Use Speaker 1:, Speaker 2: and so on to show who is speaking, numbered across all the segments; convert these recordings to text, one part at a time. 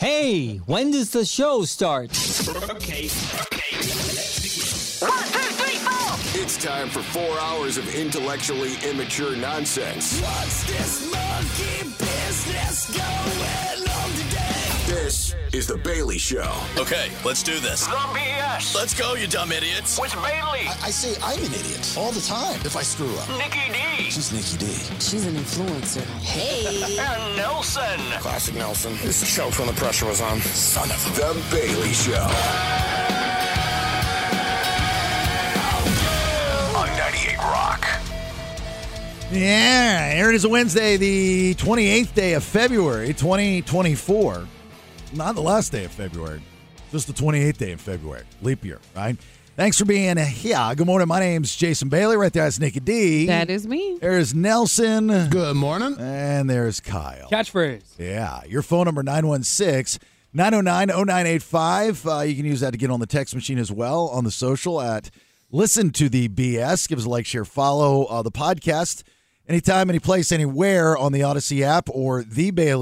Speaker 1: Hey, when does the show start?
Speaker 2: Okay, okay.
Speaker 3: One, two, three, four.
Speaker 4: It's time for four hours of intellectually immature nonsense.
Speaker 5: What's this monkey business going on today?
Speaker 4: This is The Bailey Show.
Speaker 6: Okay, let's do this.
Speaker 2: The BS
Speaker 6: Let's go, you dumb idiots.
Speaker 2: with Bailey,
Speaker 5: I say I'm an idiot all the time if I screw up.
Speaker 2: Nikki D,
Speaker 5: She's Nikki D.
Speaker 7: She's an influencer. Hey.
Speaker 2: and Nelson.
Speaker 5: Classic Nelson. This choked when the pressure was on. Son of a.
Speaker 4: The Bailey Show.
Speaker 2: On 98 Rock.
Speaker 8: Yeah, here it is a Wednesday, the 28th day of February, 2024. Not the last day of February, just the 28th day of February, leap year, right? Thanks for being here. Good morning. My name's Jason Bailey. Right there is Nikki D.
Speaker 7: That is me.
Speaker 8: There's Nelson.
Speaker 5: Good morning.
Speaker 8: And there's Kyle.
Speaker 9: Catchphrase.
Speaker 8: Yeah. Your phone number 916 909 0985. Uh, you can use that to get on the text machine as well on the social at listen to the BS. Give us a like, share, follow uh, the podcast anytime, any place, anywhere on the Odyssey app or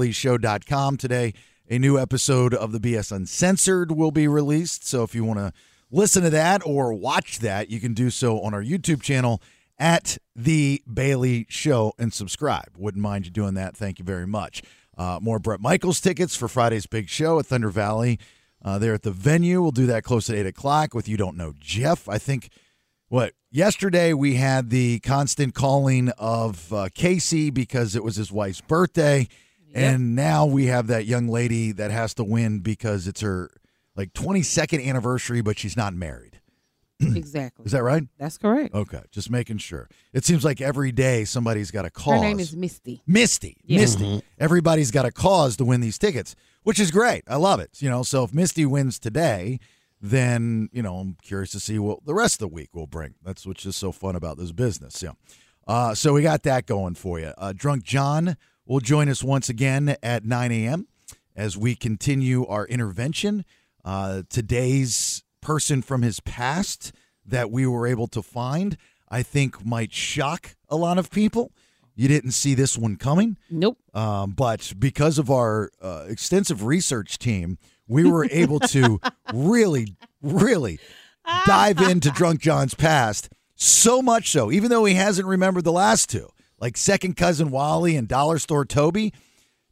Speaker 8: thebaileyshow.com. Today, a new episode of the BS Uncensored will be released. So if you want to listen to that or watch that, you can do so on our YouTube channel at the Bailey Show and subscribe. Wouldn't mind you doing that. Thank you very much. Uh, more Brett Michaels tickets for Friday's big show at Thunder Valley. Uh, there at the venue, we'll do that close at eight o'clock with you don't know Jeff. I think what yesterday we had the constant calling of uh, Casey because it was his wife's birthday, and now we have that young lady that has to win because it's her like twenty second anniversary, but she's not married.
Speaker 7: exactly.
Speaker 8: Is that right?
Speaker 7: That's correct.
Speaker 8: Okay, just making sure. It seems like every day somebody's got a cause.
Speaker 7: Her name is Misty.
Speaker 8: Misty.
Speaker 7: Yeah.
Speaker 8: Misty. Everybody's got a cause to win these tickets, which is great. I love it. You know, so if Misty wins today, then you know I'm curious to see what the rest of the week will bring. That's what's just so fun about this business. Yeah. Uh, so we got that going for you. Uh, Drunk John will join us once again at 9 a.m. as we continue our intervention. Uh, today's person from his past that we were able to find, I think, might shock a lot of people. You didn't see this one coming.
Speaker 7: Nope.
Speaker 8: Um, but because of our uh, extensive research team, we were able to really, really dive into Drunk John's past. So much so, even though he hasn't remembered the last two, like second cousin Wally and dollar store Toby,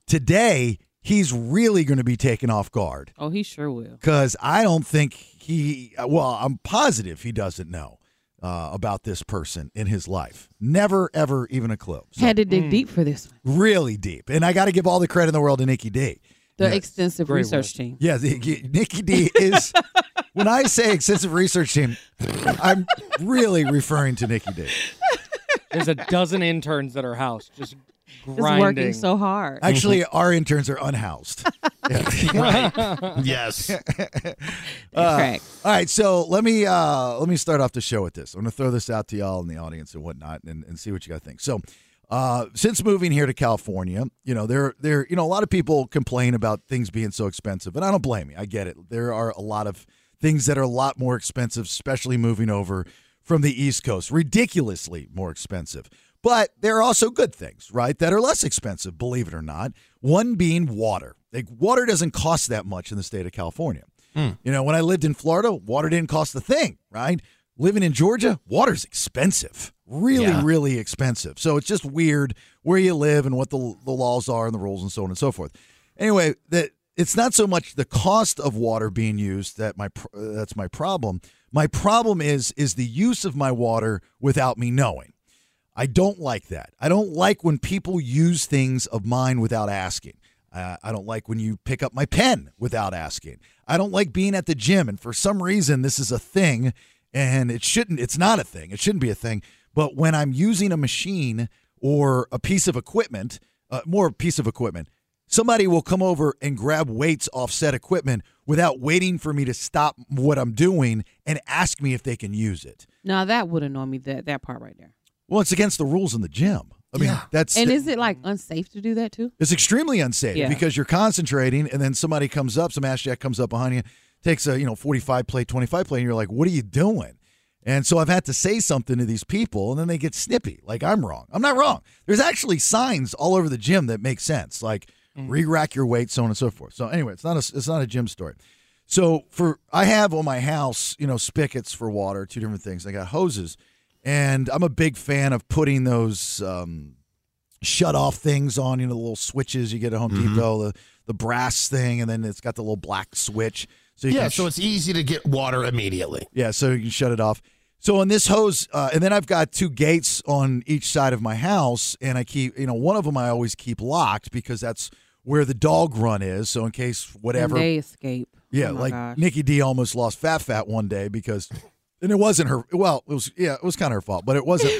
Speaker 8: today he's really going to be taken off guard
Speaker 7: Oh, he sure will.
Speaker 8: because I don't think he, well, I'm positive he doesn't know uh, about this person in his life. Never, ever even a clue. So-
Speaker 7: Had to dig deep for this one.
Speaker 8: really deep. And I got to give all the credit in the world to Nikki D.
Speaker 7: The
Speaker 8: Yeah.
Speaker 7: extensive
Speaker 9: Great
Speaker 7: research team.
Speaker 8: Yeah, the, Nikki D is. when I say extensive research team, I'm really referring to Nikki D.
Speaker 9: There's a dozen interns at our house just
Speaker 7: It's
Speaker 9: grinding.
Speaker 7: working so hard.
Speaker 8: Actually, our interns are unhoused.
Speaker 5: Yes.
Speaker 8: Uh,
Speaker 7: Correct.
Speaker 8: All right, so let me uh, let me start off the show with this. I'm going to throw this out to y'all in the audience and whatnot, and, and see what you guys think. So, uh, since moving here to California, you know there there you know a lot of people complain about things being so expensive, and I don't blame you. I get it. There are a lot of things that are a lot more expensive, especially moving over from the East Coast, ridiculously more expensive. But there are also good things, right, that are less expensive, believe it or not. One being water. Like water doesn't cost that much in the state of California.
Speaker 10: hmm.
Speaker 8: You know, when I lived in Florida, water didn't cost a thing, right? Living in Georgia, water's expensive. Really, really expensive. So it's just weird where you live and what the, the laws are and the rules and so on and so forth. Anyway, that it's not so much the cost of water being used that my pr- uh, that's my problem. My problem is is the use of my water without me knowing. I don't like that. I don't like when people use things of mine without asking. Uh, I don't like when you pick up my pen without asking. I don't like being at the gym, and for some reason, this is a thing, and it shouldn't. It's not a thing. It shouldn't be a thing. But when I'm using a machine or a piece of equipment, uh, more a piece of equipment, somebody will come over and grab weights off said equipment without waiting for me to stop what I'm doing and ask me if they can use it.
Speaker 7: Now that would annoy me. That that part right there.
Speaker 8: Well, it's against the rules in the gym. I mean, that's
Speaker 7: And is it like unsafe to do that too?
Speaker 8: it's extremely unsafe
Speaker 7: Yeah.
Speaker 8: because you're concentrating, and then somebody comes up, some ass jack comes up behind you, takes a you know 45 play, 25 play, and you're like, "What are you doing?" And so I've had to say something to these people, and then they get snippy, like I'm wrong. I'm not wrong. There's actually signs all over the gym that make sense, like re-rack your weight, so on and so forth. So anyway, it's not a it's not a gym story. So for I have on my house, you know, spigots for water, two different things. I got hoses, and I'm a big fan of putting those um, shut off things on, you know, the little switches you get at Home
Speaker 10: Mm-hmm.
Speaker 8: Depot, the the brass thing, and then it's got the little black switch. So you
Speaker 10: Yeah,
Speaker 8: can
Speaker 10: so it's easy to get water immediately.
Speaker 8: yeah, so you can shut it off. So on this hose, uh, and then I've got two gates on each side of my house, and I keep, you know, one of them I always keep locked because that's where the dog run is. So in case
Speaker 7: And
Speaker 8: whatever,
Speaker 7: they escape.
Speaker 8: yeah,
Speaker 7: Oh my
Speaker 8: like
Speaker 7: gosh.
Speaker 8: Nikki D almost lost Fat Fat one day because, and it wasn't her. Well, it was yeah, it was kind of her fault, but it wasn't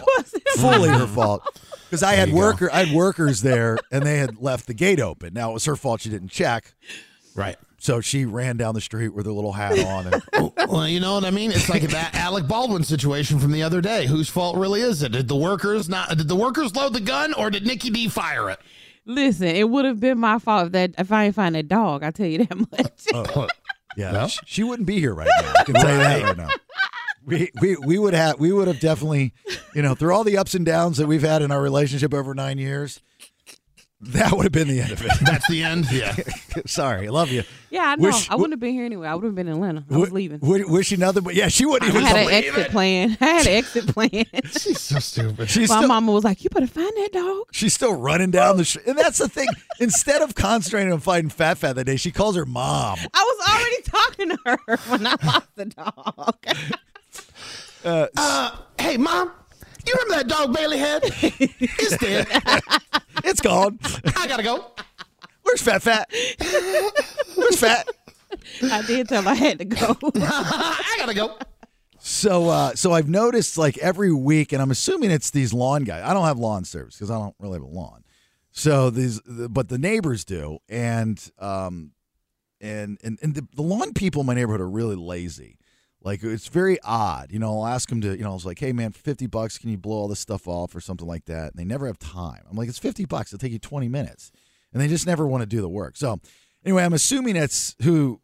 Speaker 8: fully her fault because I had
Speaker 10: you go.
Speaker 8: worker I had workers there, and they had left the gate open. Now it was her fault she didn't check,
Speaker 10: Right.
Speaker 8: so she ran down the street with her little hat on and.
Speaker 10: well, you know what I mean? It's like that Alec Baldwin situation from the other day. Whose fault really is it? Did the workers not did the workers load the gun or did Nikki D fire it?
Speaker 7: Listen, it would have been my fault if that if I ain't find a dog. I tell you that much.
Speaker 10: Uh,
Speaker 8: Oh, Yeah,
Speaker 10: Well-
Speaker 8: sh- she wouldn't be here right now. I can tell you that right now. We, we we would have we would have definitely, you know, through all the ups and downs that we've had in our relationship over nine years, that would have been the end of
Speaker 10: That's the end. Yeah.
Speaker 8: it. Sorry, I love you.
Speaker 7: yeah, I know.
Speaker 8: Wish-
Speaker 7: I wouldn't have been here anyway. I would have been in Atlanta. I was leaving.
Speaker 8: W- wish you nothing, but yeah, she wouldn't
Speaker 7: I
Speaker 8: even.
Speaker 7: had
Speaker 8: come-
Speaker 7: an exit plan. I had an exit plan.
Speaker 10: She's so stupid.
Speaker 8: she's
Speaker 7: my
Speaker 8: still,
Speaker 7: mama was like, "You better find that dog."
Speaker 8: she's still running down the street, and that's the thing. Instead of concentrating on fighting Fat Fat that day, she calls her mom.
Speaker 7: I was already talking to her when I lost the dog.
Speaker 10: Uh, hey mom, you remember that dog Bailey had? It's dead.
Speaker 8: It's gone.
Speaker 10: I gotta go.
Speaker 8: Where's Fat Fat? Where's Fat?
Speaker 7: I did tell her I had to go.
Speaker 10: I gotta go.
Speaker 8: So, uh, so I've noticed like every week, and I'm assuming it's these lawn guys. I don't have lawn service because I don't really have a lawn. So these, the, but the neighbors do, and um, and and and the, the lawn people in my neighborhood are really lazy. Like it's very odd, you know. I'll ask them to, you know, I was like, "Hey, man, fifty bucks, can you blow all this stuff off or something like that?" And they never have time. I'm like, "It's fifty bucks. It'll take you twenty minutes," and they just never want to do the work. So, anyway, I'm assuming that's who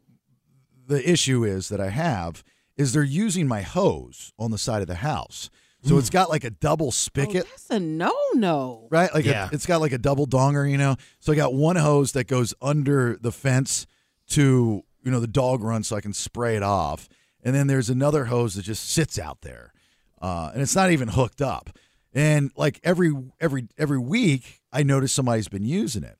Speaker 8: the issue is that I have is they're using my hose on the side of the house. So it's got like a double spigot,
Speaker 7: Oh, That's a no no.
Speaker 8: right? Like a-
Speaker 10: Yeah.
Speaker 8: it's got like a double donger, you know. So I got one hose that goes under the fence to, you know, the dog run so I can spray it off. And then there's another hose that just sits out there. Uh, and it's not even hooked up. And like every every every week I notice somebody's been using it.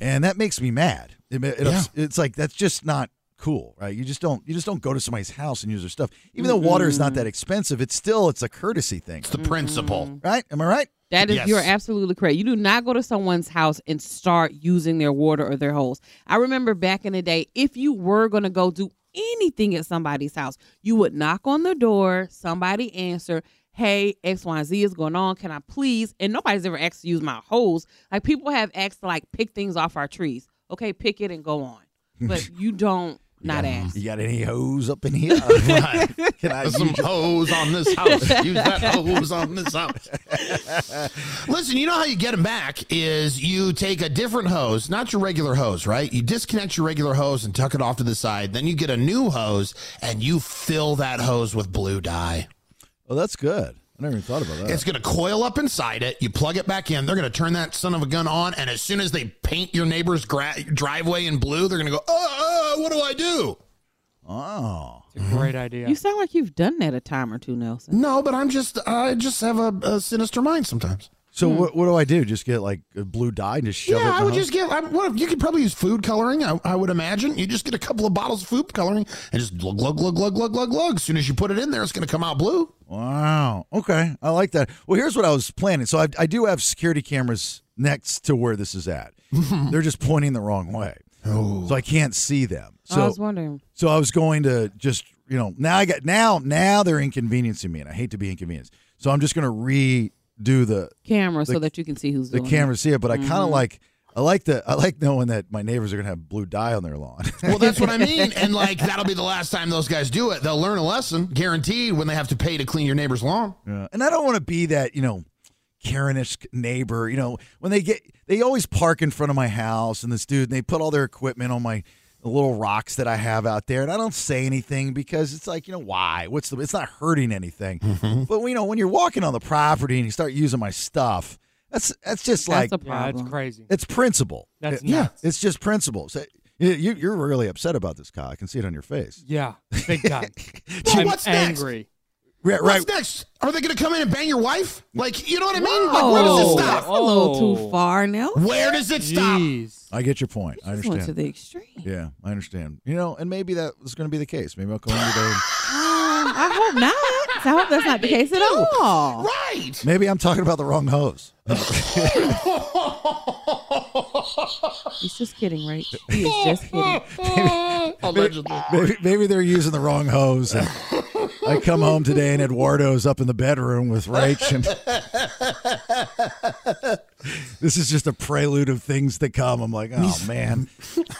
Speaker 8: And that makes me mad. It, it,
Speaker 10: Yeah.
Speaker 8: It's like that's just not cool, right? You just don't you just don't go to somebody's house and use their stuff. Even though water is not that expensive, it's still it's a courtesy thing,
Speaker 10: It's the principle.
Speaker 8: right? Am I right?
Speaker 7: That is,
Speaker 10: Yes.
Speaker 7: you're absolutely correct. You do not go to someone's house and start using their water or their hose. I remember back in the day, if you were going to go do anything at somebody's house, you would knock on the door, somebody answer, hey, X, Y, and Z is going on. Can I please? And nobody's ever asked to use my hose. Like people have asked to like pick things off our trees. Okay, pick it and go on. But you don't not ask.
Speaker 8: You got any hose up in here?
Speaker 10: Right.
Speaker 8: Can I
Speaker 10: There's some
Speaker 8: use your-
Speaker 10: hose on this house. Use that hose on this house. Listen, you know how you get them back is you take a different hose, not your regular hose, right? You disconnect your regular hose and tuck it off to the side. Then you get a new hose and you fill that hose with blue dye.
Speaker 8: Oh, that's good. I never even thought about that.
Speaker 10: It's going to coil up inside it. You plug it back in. They're going to turn that son of a gun on. And as soon as they paint your neighbor's gra- driveway in blue, they're going to go, oh, oh, what do I do?
Speaker 8: oh.
Speaker 9: It's a great idea.
Speaker 7: You sound like you've done that a time or two, Nelson.
Speaker 10: No, but I'm just, uh, I just have a, a sinister mind sometimes.
Speaker 8: So
Speaker 7: Hmm.
Speaker 8: what, what do I do? Just get like a blue dye and just shove it. in
Speaker 10: Yeah, I
Speaker 8: the
Speaker 10: would
Speaker 8: hose?
Speaker 10: just get. I, what if you could probably use food coloring? I, I would imagine you just get a couple of bottles of food coloring and just glug glug glug glug glug glug glug. As soon as you put it in there, it's going to come out blue.
Speaker 8: Wow. Okay. I like that. Well, here's what I was planning. So I, I do have security cameras next to where this is at. They're just pointing the wrong way.
Speaker 10: Oh.
Speaker 8: So I can't see them. So
Speaker 7: I was wondering.
Speaker 8: So I was going to just, you know, now I got now now they're inconveniencing me, and I hate to be inconvenienced. So I'm just going to redo the
Speaker 7: Camera
Speaker 8: The-
Speaker 7: so that you can see who's
Speaker 8: the
Speaker 7: doing it. Mm-hmm.
Speaker 8: camera see it, but I kind of like I like the I like knowing that my neighbors are going to have blue dye on their lawn.
Speaker 10: Well, that's what I mean. And like that'll be the last time those guys do it. They'll learn a lesson, guaranteed, when they have to pay to clean your neighbor's lawn.
Speaker 8: Yeah. And I don't want to be that, you know, Karenish neighbor. You know, when they get, they always park in front of my house and this dude, and they put all their equipment on my little rocks that I have out there. And I don't say anything because it's like, you know, why? What's the, it's not hurting anything. But, you know, when you're walking on the property and you start using my stuff, That's that's just
Speaker 7: That's
Speaker 8: like
Speaker 7: a
Speaker 9: Yeah,
Speaker 7: problem.
Speaker 9: that's crazy.
Speaker 8: it's principle.
Speaker 9: That's
Speaker 8: It- yeah,
Speaker 9: nuts.
Speaker 8: it's just principle. So, you, you- you're really upset about this, Kyle. I can see it on your face.
Speaker 9: Yeah, big time.
Speaker 10: Well,
Speaker 9: I'm
Speaker 10: what's next?
Speaker 9: angry.
Speaker 8: Right, right.
Speaker 10: What's next? Are they going to come in and bang your wife? Like, you know what I mean? Like,
Speaker 7: Oh,
Speaker 10: where does it
Speaker 7: that's
Speaker 10: stop?
Speaker 7: a little
Speaker 9: Oh.
Speaker 7: too far now.
Speaker 10: Where does it stop?
Speaker 9: Jeez.
Speaker 8: I get your point.
Speaker 7: Just
Speaker 8: I
Speaker 7: went to
Speaker 8: understand.
Speaker 7: the extreme.
Speaker 8: Yeah, I understand. You know, and maybe that was going to be the case. Maybe I'll call him today.
Speaker 7: I hope not. I hope that's not the case at all.
Speaker 10: Right.
Speaker 8: Maybe I'm talking about the wrong hose.
Speaker 7: He's just kidding, right? He is just kidding.
Speaker 10: Allegedly.
Speaker 8: Maybe, maybe they're using the wrong hose. And I come home today and Eduardo's up in the bedroom with Rach. And this is just a prelude of things to come. I'm like, oh man,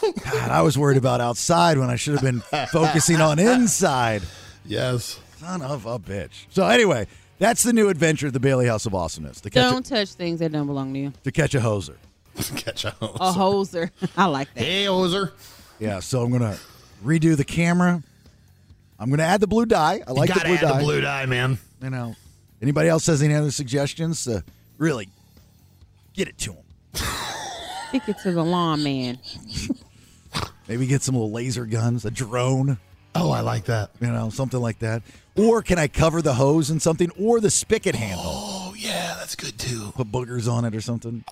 Speaker 8: God, I was worried about outside when I should have been focusing on inside.
Speaker 10: Yes.
Speaker 8: Son of a bitch. So anyway, that's the new adventure of the Bailey House of Awesomeness to catch,
Speaker 7: Don't
Speaker 8: a,
Speaker 7: touch things that don't belong to you.
Speaker 8: to catch a hoser.
Speaker 10: Catch a hose.
Speaker 7: A hoser. I like that.
Speaker 10: Hey, hoser.
Speaker 8: Yeah, so I'm gonna redo the camera. I'm gonna add the blue dye. I like
Speaker 10: you
Speaker 8: the
Speaker 10: gotta
Speaker 8: blue
Speaker 10: add
Speaker 8: dye.
Speaker 10: the blue dye, man.
Speaker 8: you know, anybody else has any other suggestions? Uh, really, get it to them.
Speaker 7: Stick it to the lawn man.
Speaker 8: Maybe get some little laser guns, a drone,
Speaker 10: Oh, I like that.
Speaker 8: you know, something like that. Or can I cover the hose in something or the spigot handle?
Speaker 10: Oh, yeah, that's good too.
Speaker 8: Put boogers on it or something.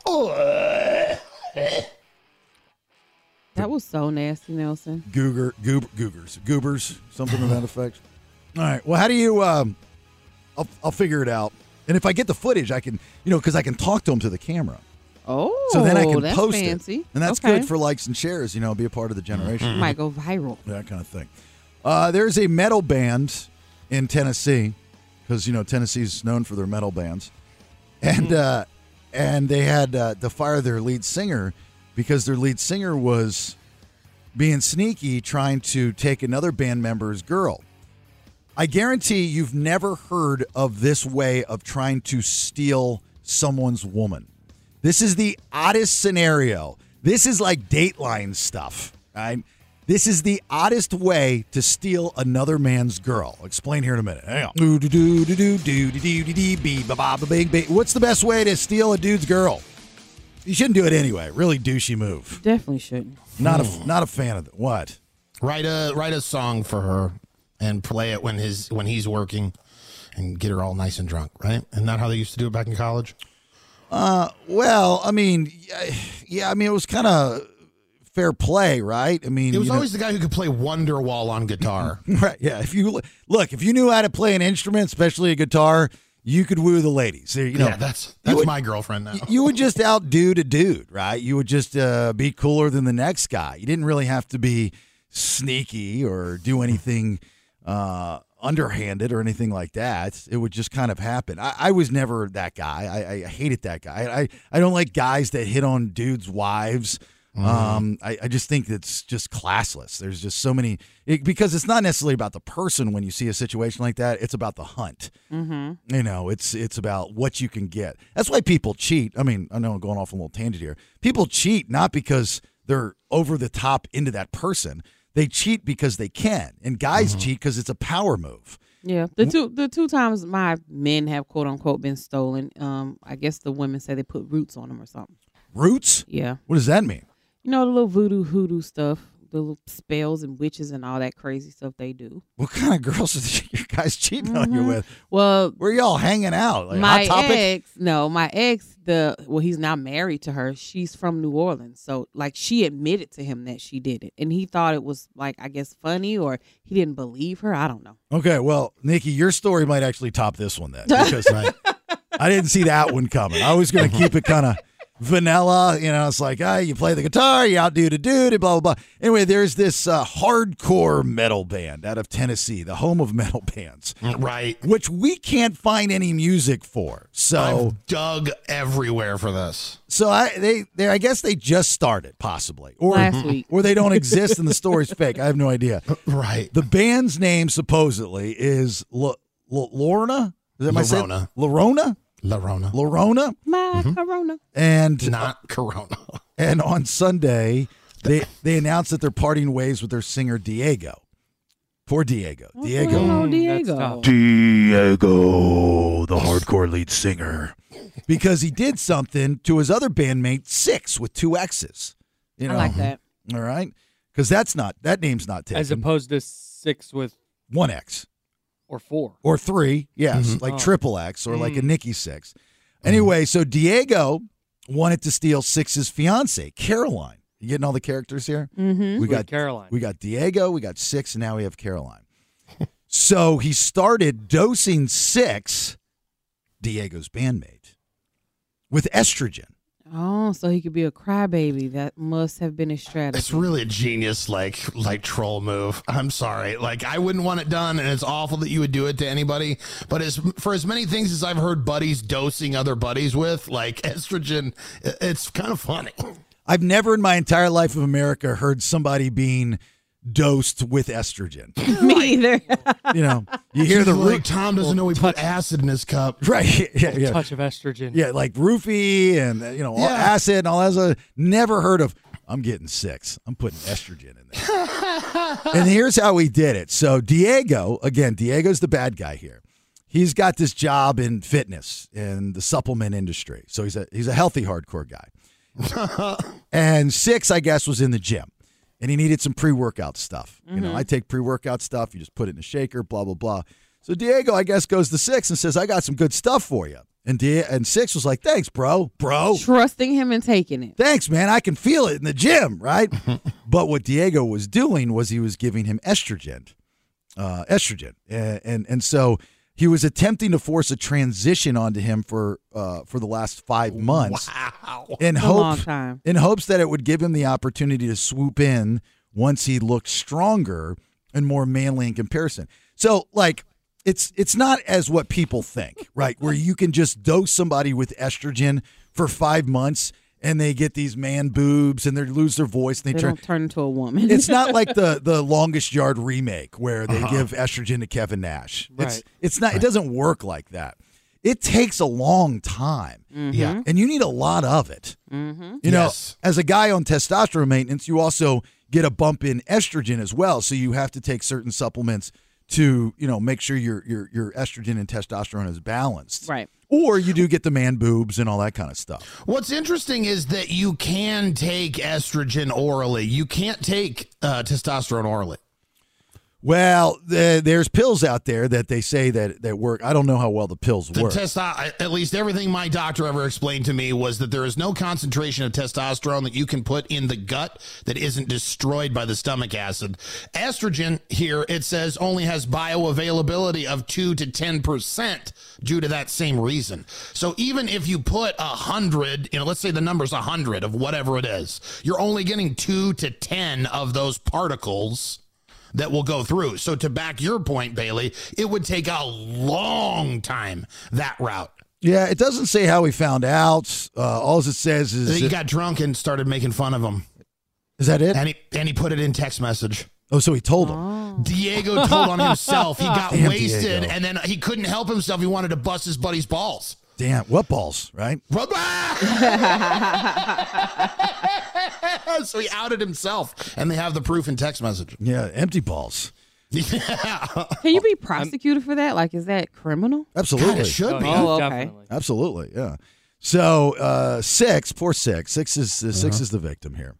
Speaker 7: That was so nasty, Nelson.
Speaker 8: Googer, goob, googers, goobers, something of that effect. All right. Well, how do you? Um, I'll, I'll figure it out. And if I get the footage, I can, you know, because I can talk to them to the camera.
Speaker 7: Oh,
Speaker 8: So then I can
Speaker 7: that's
Speaker 8: post
Speaker 7: fancy.
Speaker 8: it, and that's
Speaker 7: Okay.
Speaker 8: good for likes and shares. You know, be a part of the generation,
Speaker 7: Might go viral.
Speaker 8: that kind of thing. Uh, there's a metal band in Tennessee because you know Tennessee's known for their metal bands, and uh, and they had uh, to fire their lead singer because their lead singer was being sneaky, trying to take another band member's girl. I guarantee you've never heard of this way of trying to steal someone's woman. This is the oddest scenario. This is like Dateline stuff. Right? This is the oddest way to steal another man's girl. I'll explain here in a minute. Hang on. Doo doo doo doo doo doo doo doo doo doo bee ba ba ba bing bing. What's the best way to steal a dude's girl? You shouldn't do it anyway. Really douchey move.
Speaker 7: Definitely shouldn't.
Speaker 8: Not a not a fan of it. What?
Speaker 10: Hmm. Write a write a song for her and play it when his when he's working and get her all nice and drunk, right? Isn't that how they used to do it back in college?
Speaker 8: Uh, Well, I mean, yeah, I mean it was kind of fair play, right? I mean,
Speaker 10: It was
Speaker 8: you know-
Speaker 10: always the guy who could play Wonderwall on guitar.
Speaker 8: Right. Yeah. If you look, if you knew how to play an instrument, especially a guitar, you could woo the ladies. You know,
Speaker 10: yeah, that's that's my girlfriend now.
Speaker 8: you would just outdo a dude, right? You would just uh, be cooler than the next guy. You didn't really have to be sneaky or do anything uh, underhanded or anything like that. It would just kind of happen. I, I was never that guy. I, I hated that guy. I, I don't like guys that hit on dudes' wives. Um, I, I just think it's just classless. There's just so many it, because it's not necessarily about the person when you see a situation like that. It's about the hunt.
Speaker 7: Mm-hmm.
Speaker 8: You know, it's it's about what you can get. That's why people cheat. I mean, I know I'm going off on a little tangent here. People cheat not because they're over the top into that person. They cheat because they can, and guys cheat because it's a power move.
Speaker 7: Yeah, the two the two times my men have quote unquote been stolen. Um, I guess the women say they put roots on them or something.
Speaker 8: Roots?
Speaker 7: Yeah,
Speaker 8: What does that mean?
Speaker 7: you know the little voodoo hoodoo stuff, the little spells and witches and all that crazy stuff they do.
Speaker 8: What kind of girls are you guys cheating on you with?
Speaker 7: Well,
Speaker 8: Where y'all hanging out? Like,
Speaker 7: my
Speaker 8: hot topic?
Speaker 7: ex, no, my ex, the well, he's now married to her. She's from New Orleans, so like she admitted to him that she did it, and he thought it was like I guess funny or he didn't believe her. I don't know.
Speaker 8: Okay, well, Nikki, your story might actually top this one then, because I didn't see that one coming. I was going to keep it kind of vanilla, you know. It's like, ah, you play the guitar, you outdo the dude, blah blah blah. Anyway, there's this uh, hardcore metal band out of Tennessee, the home of metal bands,
Speaker 10: Mm, right.
Speaker 8: which we can't find any music for. So,
Speaker 10: I've dug everywhere for this.
Speaker 8: so I they they I guess they just started possibly, or
Speaker 7: Last week.
Speaker 8: or they don't exist and the story's fake. I have no idea.
Speaker 10: Uh, Right.
Speaker 8: The band's name supposedly is La La- Lorna. Is that my say-
Speaker 10: Lorona.
Speaker 8: Lorona?
Speaker 10: Larona.
Speaker 8: Lorona.
Speaker 7: My
Speaker 8: Mm-hmm.
Speaker 7: corona.
Speaker 8: And
Speaker 10: Not Corona.
Speaker 8: and on Sunday, they they announced that they're parting ways with their singer Diego. Poor Diego. Diego.
Speaker 7: Oh,
Speaker 9: Mm, that's
Speaker 7: Diego.
Speaker 9: tough.
Speaker 8: Diego, the hardcore lead singer. because he did something to his other bandmate Six with two X's. You know,
Speaker 7: I like that.
Speaker 8: all right, because that's not that name's not taken.
Speaker 9: as opposed to six with
Speaker 8: one X
Speaker 9: or four.
Speaker 8: or three, yes,
Speaker 10: Mm-hmm.
Speaker 8: like
Speaker 9: Oh. Mm.
Speaker 8: triple X or
Speaker 7: Mm.
Speaker 8: like a Nikki Six. Anyway, so Diego wanted to steal Six's fiance Caroline. You getting all the characters here? Mm-hmm. We
Speaker 9: With
Speaker 8: got
Speaker 9: Caroline.
Speaker 8: we got Diego, we got six, and now we have Caroline. so he started dosing six, Diego's bandmate, with estrogen.
Speaker 7: Oh, so he could be a crybaby. That must have been his
Speaker 10: It's
Speaker 7: strategy.
Speaker 10: really a genius like like troll move. I'm sorry. Like I wouldn't want it done and it's awful that you would do it to anybody, but as for as many things as I've heard buddies dosing other buddies with, like estrogen, i- it's kind of funny.
Speaker 8: I've never in my entire life of America heard somebody being dosed with estrogen.
Speaker 7: Me either.
Speaker 8: You know, you hear the
Speaker 10: She's like,
Speaker 8: root,
Speaker 10: Tom doesn't know he put acid in his cup.
Speaker 8: right? Yeah, yeah,
Speaker 9: Touch of estrogen.
Speaker 8: yeah, like roofie and uh, you know all
Speaker 10: Yeah.
Speaker 8: acid and all that. Other, never heard of. I'm getting six. I'm putting estrogen in there. and here's how he did it. So Diego, again, Diego's the bad guy here. he's got this job in fitness in the supplement industry. So he's a he's a healthy hardcore guy. and six, I guess, was in the gym. And he needed some pre-workout stuff. You
Speaker 7: Mm-hmm.
Speaker 8: know, I take pre-workout stuff, you just put it in a shaker, blah, blah, blah. So Diego, I guess, goes to six and says, I got some good stuff for you. And Di- and six was like, Thanks, bro. Bro.
Speaker 7: Trusting him and taking it.
Speaker 8: Thanks, man. I can feel it in the gym, right? but what Diego was doing was he was giving him estrogen, uh, estrogen, and, and and so he was attempting to force a transition onto him for uh, for the last five months in
Speaker 7: It's a
Speaker 8: hope
Speaker 7: long time.
Speaker 8: in hopes that it would give him the opportunity to swoop in once he looked stronger and more manly in comparison. So like it's it's not as what people think, right? Where you can just dose somebody with estrogen for 5 months and they get these man boobs and they lose their voice and
Speaker 7: They
Speaker 8: they turn
Speaker 7: don't turn into a woman.
Speaker 8: it's not like the the longest yard remake where they
Speaker 7: Uh-huh.
Speaker 8: give estrogen to Kevin Nash. It's
Speaker 9: Right.
Speaker 8: it's not it doesn't work like that. It takes a long time.
Speaker 7: Mm-hmm.
Speaker 10: Yeah.
Speaker 8: And you need a lot of it.
Speaker 11: Mm-hmm.
Speaker 8: You know,
Speaker 10: Yes.
Speaker 8: as a guy on testosterone maintenance, you also get a bump in estrogen as well. So you have to take certain supplements to, you know, make sure your your your estrogen and testosterone is balanced.
Speaker 7: Right.
Speaker 8: Or you do get the man boobs and all that kind of stuff.
Speaker 10: What's interesting is that you can take estrogen orally. You can't take uh, testosterone orally.
Speaker 8: Well, th- there's pills out there that they say that that work. I don't know how well the pills
Speaker 10: The
Speaker 8: work.
Speaker 10: testo- at least everything my doctor ever explained to me was that there is no concentration of testosterone that you can put in the gut that isn't destroyed by the stomach acid. Estrogen here, it says, only has bioavailability of 2 to 10% due to that same reason. So even if you put a 100, you know, let's say the number's a 100 of whatever it is, you're only getting 2 to 10 of those particles that will go through. So to back your point, Bailey, it would take a long time that route.
Speaker 8: yeah, it doesn't say how he found out. Uh, all it says is
Speaker 10: He got drunk and started making fun of him,
Speaker 8: is that it?
Speaker 10: and he and he put it in text message.
Speaker 8: Oh, so he told him.
Speaker 10: Diego told on himself. He got
Speaker 8: Damn,
Speaker 10: wasted,
Speaker 8: Diego.
Speaker 10: and then he couldn't help himself. He wanted to bust his buddy's balls.
Speaker 8: Damn, what balls, right?
Speaker 10: so he outed himself, and they have the proof in text message.
Speaker 8: Yeah, empty balls.
Speaker 10: Yeah,
Speaker 7: Can you be prosecuted for that? Like, is that criminal?
Speaker 8: Absolutely.
Speaker 10: it should be.
Speaker 7: Oh, okay.
Speaker 9: Definitely.
Speaker 8: Absolutely, yeah. So uh, six, poor six, six is uh,
Speaker 10: Uh-huh.
Speaker 8: six is the victim here.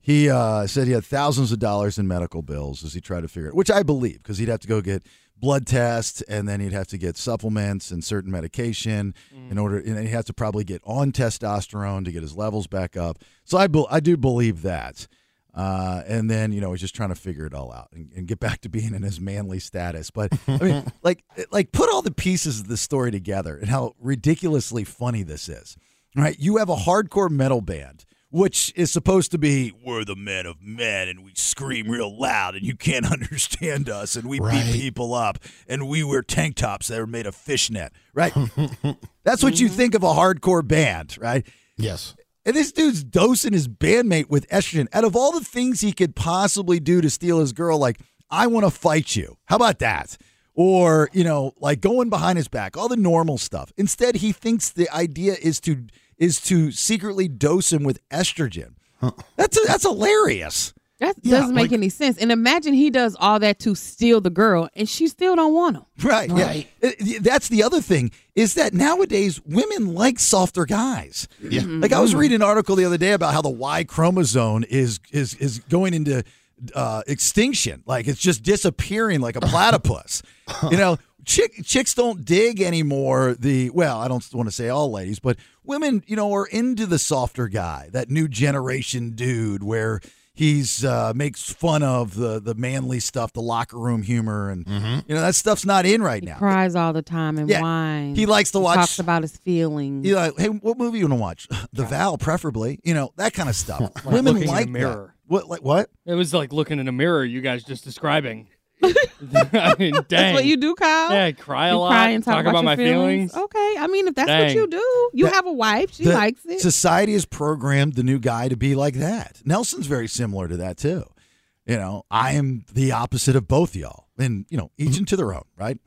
Speaker 8: He uh, said he had thousands of dollars in medical bills as he tried to figure it, which I believe because he'd have to go get blood tests and then he'd have to get supplements and certain medication in order, and then he'd have to probably get on testosterone to get his levels back up. So I bel I do believe that. Uh, and then you know he's just trying to figure it all out and, and get back to being in his manly status. But I mean, like, like put all the pieces of the story together and how ridiculously funny this is. Right? You have a hardcore metal band, which is supposed to be we're the men of men and we scream real loud and you can't understand us and we
Speaker 10: Right.
Speaker 8: beat people up and we wear tank tops that are made of fishnet. Right? That's what you think of a hardcore band, right?
Speaker 10: Mm-hmm. Yes.
Speaker 8: And this dude's dosing his bandmate with estrogen. Out of all the things he could possibly do to steal his girl, like, I want to fight you. How about that? Or, you know, like going behind his back, all the normal stuff. Instead, he thinks the idea is to is to secretly dose him with estrogen. That's that's hilarious.
Speaker 7: That
Speaker 10: Yeah,
Speaker 7: doesn't make
Speaker 10: like-
Speaker 7: any sense. And imagine he does all that to steal the girl, and she still don't want him.
Speaker 8: Right.
Speaker 10: Right.
Speaker 8: Yeah. It- it- That's the other thing is that nowadays women like softer guys.
Speaker 10: Yeah.
Speaker 8: Like I was reading an article the other day about how the Y chromosome is is is going into uh, extinction. Like it's just disappearing like a platypus. you know, chick, chicks don't dig anymore. The well, I don't want to say all ladies, but women, you know, are into the softer guy, that new generation dude where. He's uh, makes fun of the the manly stuff, the locker room humor, and you know that stuff's not in right now.
Speaker 7: Cries all the time and
Speaker 8: Yeah.
Speaker 7: whines.
Speaker 8: He likes to
Speaker 7: He
Speaker 8: watch-
Speaker 7: Talks about his feelings.
Speaker 8: You're like, hey, what movie you want to watch? The Vow, preferably. You know that kind of stuff. Women
Speaker 9: looking in a
Speaker 8: like that.
Speaker 9: mirror.
Speaker 8: What? Like what?
Speaker 9: It was like looking in a mirror. You guys just describing. I mean, dang.
Speaker 7: That's what you do, Kyle.
Speaker 9: Yeah, I cry a
Speaker 7: You
Speaker 9: lot.
Speaker 7: cry and talk, about,
Speaker 9: my
Speaker 7: your feelings.
Speaker 9: feelings.
Speaker 7: Okay, I mean, if that's what
Speaker 9: Dang.
Speaker 7: you do, you
Speaker 8: That-
Speaker 7: have a wife. She
Speaker 8: The-
Speaker 7: likes it.
Speaker 8: Society has programmed the new guy to be like that. Nelson's very similar to that too. You know, I am the opposite of both y'all, and you know, each into their own, right?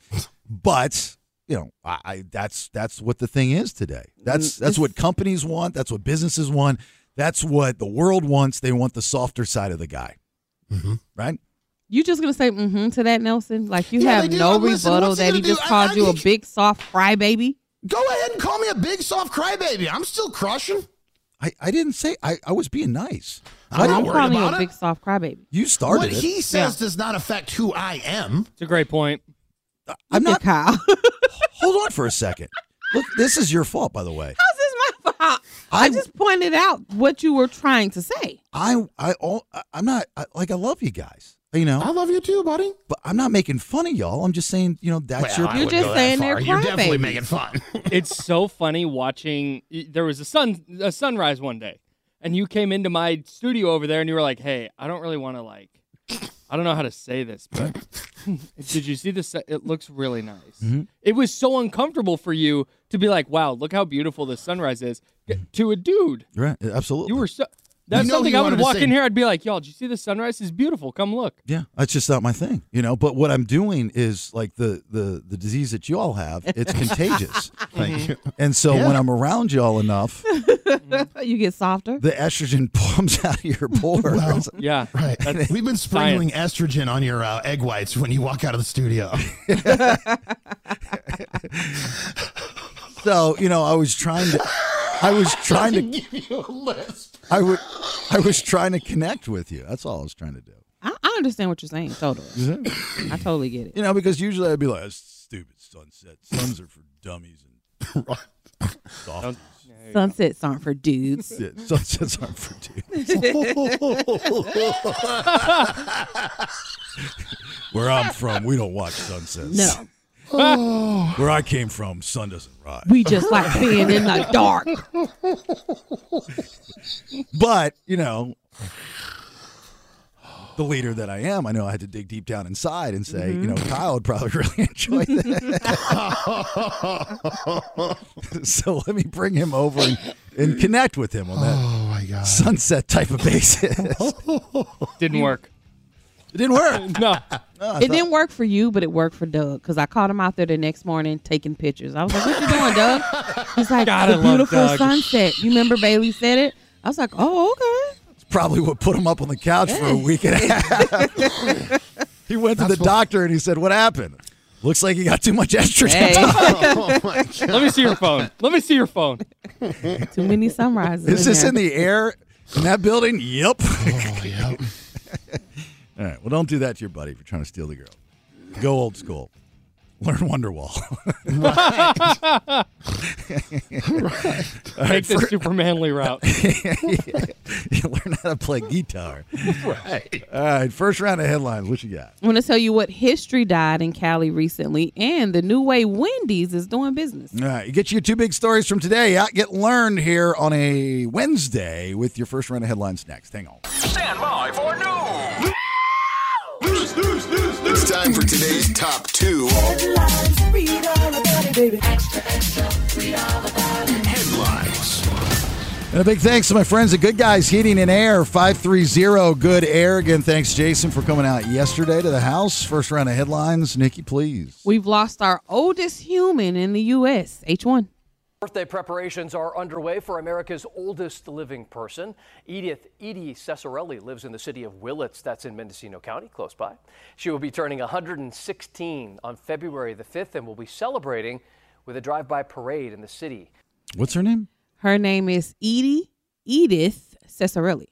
Speaker 8: But you know, I, I that's that's what the thing is today. That's that's what companies want. That's what businesses want. That's what the world wants. They want the softer side of the guy,
Speaker 9: Mm-hmm.
Speaker 8: right?
Speaker 7: you just gonna say mm-hmm to that, Nelson? Like you
Speaker 10: Yeah,
Speaker 7: have
Speaker 10: they do.
Speaker 7: no
Speaker 10: I'm listening.
Speaker 7: rebuttal
Speaker 10: What's he
Speaker 7: that he
Speaker 10: gonna do?
Speaker 7: just
Speaker 10: I-
Speaker 7: called
Speaker 10: I
Speaker 7: you a
Speaker 10: think-
Speaker 7: big soft crybaby.
Speaker 10: Go ahead and call me a big soft crybaby. I'm still crushing.
Speaker 8: I, I didn't say I, I was being nice.
Speaker 10: I'm
Speaker 7: Don't
Speaker 10: not
Speaker 7: call
Speaker 10: worried
Speaker 7: me a
Speaker 10: about it.
Speaker 7: big soft crybaby.
Speaker 8: You
Speaker 10: What
Speaker 8: started it.
Speaker 10: he says does not affect who I am.
Speaker 9: It's a great point.
Speaker 8: Hmm? Uh, I'm
Speaker 7: Look
Speaker 8: not.
Speaker 7: at Kyle.
Speaker 8: Hold on for a second. Look, this is your fault, by the way.
Speaker 7: How's this my fault? I,
Speaker 8: I-
Speaker 7: just pointed out what you were trying to say.
Speaker 8: I I all I- I'm not I, like I love you guys, you know,
Speaker 10: I love you too, buddy.
Speaker 8: but I'm not making fun of y'all. I'm just saying, you know, that's your.
Speaker 10: I
Speaker 7: You're
Speaker 10: wouldn't
Speaker 7: just
Speaker 10: go that
Speaker 7: saying they're
Speaker 10: far. You're definitely
Speaker 7: crybabies.
Speaker 10: making fun.
Speaker 9: It's so funny watching. There was a sun a sunrise one day, and you came into my studio over there, and you were like, "Hey, I don't really want to like." I don't know how to say this, but did you see this? sun- It looks really nice. It was so uncomfortable for you to be like, "Wow, look how beautiful this sunrise is." To a dude,
Speaker 8: Right, uh, absolutely.
Speaker 9: You were so. That's
Speaker 10: You know
Speaker 9: something
Speaker 10: you
Speaker 9: I would
Speaker 10: wanted to
Speaker 9: walk
Speaker 10: say-
Speaker 9: in here. I'd be like, "Y'all, did you see the sunrise? It's beautiful. Come look."
Speaker 8: Yeah, that's just not my thing, you know. But what I'm doing is like the the the disease that you all have. It's contagious,
Speaker 10: Thank
Speaker 7: Mm-hmm.
Speaker 10: you.
Speaker 8: and so when I'm around y'all enough,
Speaker 9: Mm-hmm.
Speaker 7: You get softer.
Speaker 8: the estrogen pumps out of your pores.
Speaker 9: Yeah,
Speaker 10: Right.
Speaker 9: That's-
Speaker 10: We've been sprinkling estrogen on your uh, egg whites when you walk out of the studio.
Speaker 8: So you know, I was trying to, I was trying to
Speaker 10: give you a list.
Speaker 8: I would, I was trying to connect with you. That's all I was trying to do.
Speaker 7: I, I understand what you're saying. Totally. I totally get it.
Speaker 8: You know, because usually I'd be like, "That's stupid sunset. Suns are for dummies and softies.
Speaker 7: Sunsets aren't for dudes.
Speaker 8: Yeah, sunsets aren't for dudes. Where I'm from, we don't watch sunsets.
Speaker 7: No.
Speaker 8: Where I came from, sun doesn't rise.
Speaker 7: We just like being in the dark.
Speaker 8: But you know, the leader that I am, I know I had to dig deep down inside and say, you know,
Speaker 10: Mm-hmm.
Speaker 8: Kyle would probably really enjoy that. so let me bring him over and, and connect with him on that
Speaker 10: Oh my god.
Speaker 8: sunset type of basis. it
Speaker 9: didn't work.
Speaker 8: didn't work.
Speaker 9: No,
Speaker 7: It didn't work for you, but it worked for Doug because I called him out there the next morning taking pictures. I was like, "What you doing, Doug?" He's like,
Speaker 9: God, I
Speaker 7: "The
Speaker 9: love
Speaker 7: beautiful
Speaker 9: Doug."
Speaker 7: sunset." You remember Bailey said it? I was like, "Oh, okay."
Speaker 8: It's probably what put him up on the couch for a week and a half. he went to the doctor and he said, "What happened?" Looks like he got too much estrogen.
Speaker 7: Hey,
Speaker 9: let me see your phone. Let me see your phone.
Speaker 7: too many sunrises.
Speaker 8: Is this
Speaker 7: there.
Speaker 8: in the air in that building? Yep.
Speaker 10: Oh, yeah.
Speaker 8: All right. Well, don't do that to your buddy for trying to steal the girl. Go old school. Learn Wonderwall.
Speaker 9: Take the super manly route.
Speaker 8: you learn how to play guitar.
Speaker 10: Right.
Speaker 8: All right. First round of headlines. What you got?
Speaker 7: I'm going to tell you what history died in Cali recently, and the new way Wendy's is doing business.
Speaker 8: All right. You get your two big stories from today. Out get learned here on a Wednesday with your first round of headlines next. Hang on.
Speaker 2: Stand by for news.
Speaker 4: It's time for today's top two. Headlines.
Speaker 8: And a big thanks to my friends at Good Guys Heating and Air 530 Good Air. Again, thanks, Jason, for coming out yesterday to the house. First round of headlines. Nikki, please.
Speaker 7: We've lost our oldest human in the U.S., H1.
Speaker 12: Birthday preparations are underway for America's oldest living person. Edith Edie Cesarelli lives in the city of Willits, that's in Mendocino County, close by. She will be turning 116 on February the 5th and will be celebrating with a drive by parade in the city.
Speaker 8: What's her name?
Speaker 7: Her name is Edie Edith Cesarelli.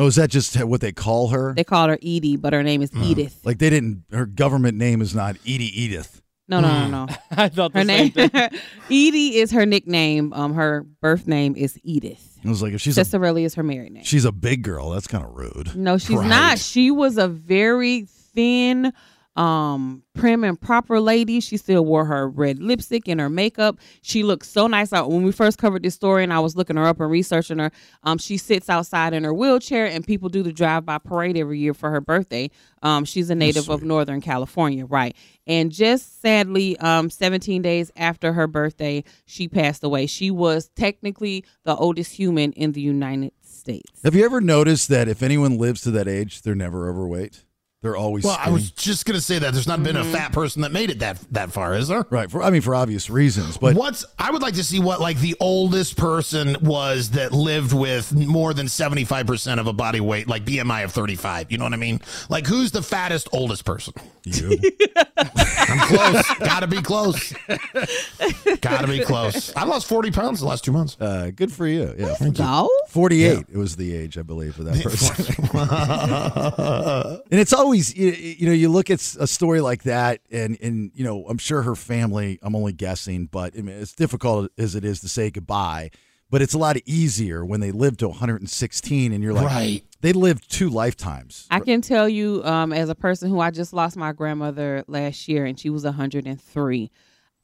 Speaker 8: Oh, is that just what they call her?
Speaker 7: They called her Edie, but her name is
Speaker 8: Hmm.
Speaker 7: Edith.
Speaker 8: Like they didn't. Her government name is not Edie Edith.
Speaker 7: No, no, no, no.
Speaker 9: I thought the
Speaker 7: Her
Speaker 9: same
Speaker 7: name
Speaker 9: thing.
Speaker 7: Edie is her nickname. Um, her birth name is Edith.
Speaker 8: It was like if she's a,
Speaker 7: Cesarelli is her married name.
Speaker 8: she's a big girl, that's kind of rude.
Speaker 7: No, she's
Speaker 8: Right.
Speaker 7: not. She was a very thin, um, prim and proper lady. She still wore her red lipstick and her makeup. She looked so nice out when we first covered this story, and I was looking her up and researching her. Um, she sits outside in her wheelchair, and people do the drive-by parade every year for her birthday. Um, she's a native of Northern California, right? And just sadly, um, 17 days after her birthday, she passed away. She was technically the oldest human in the United States.
Speaker 8: Have you ever noticed that if anyone lives to that age, they're never overweight? They're always
Speaker 10: Well, I
Speaker 8: skinny.
Speaker 10: was just gonna say that there's not been a fat person that made it that that far, is there?
Speaker 8: right. For I mean, for obvious reasons, but
Speaker 10: What's I would like to see what like the oldest person was that lived with more than 75% of a body weight, like BMI of 35. You know what I mean? Like who's the fattest oldest person?
Speaker 8: you.
Speaker 10: I'm close. Gotta be close. Gotta be close. I lost 40 pounds the last two months.
Speaker 8: Uh, good for you. Yeah.
Speaker 7: So?
Speaker 8: Forty-eight. It was the age I believe for that person. And it's always you, you know you look at s- a story like that, and and you know I'm sure her family. I'm only guessing, but I mean, as difficult as it is to say goodbye, but it's a lot easier when they live to 116, and you're like,
Speaker 10: Right.
Speaker 8: They lived two lifetimes.
Speaker 7: I can tell you, um, as a person who I just lost my grandmother last year, and she was 103.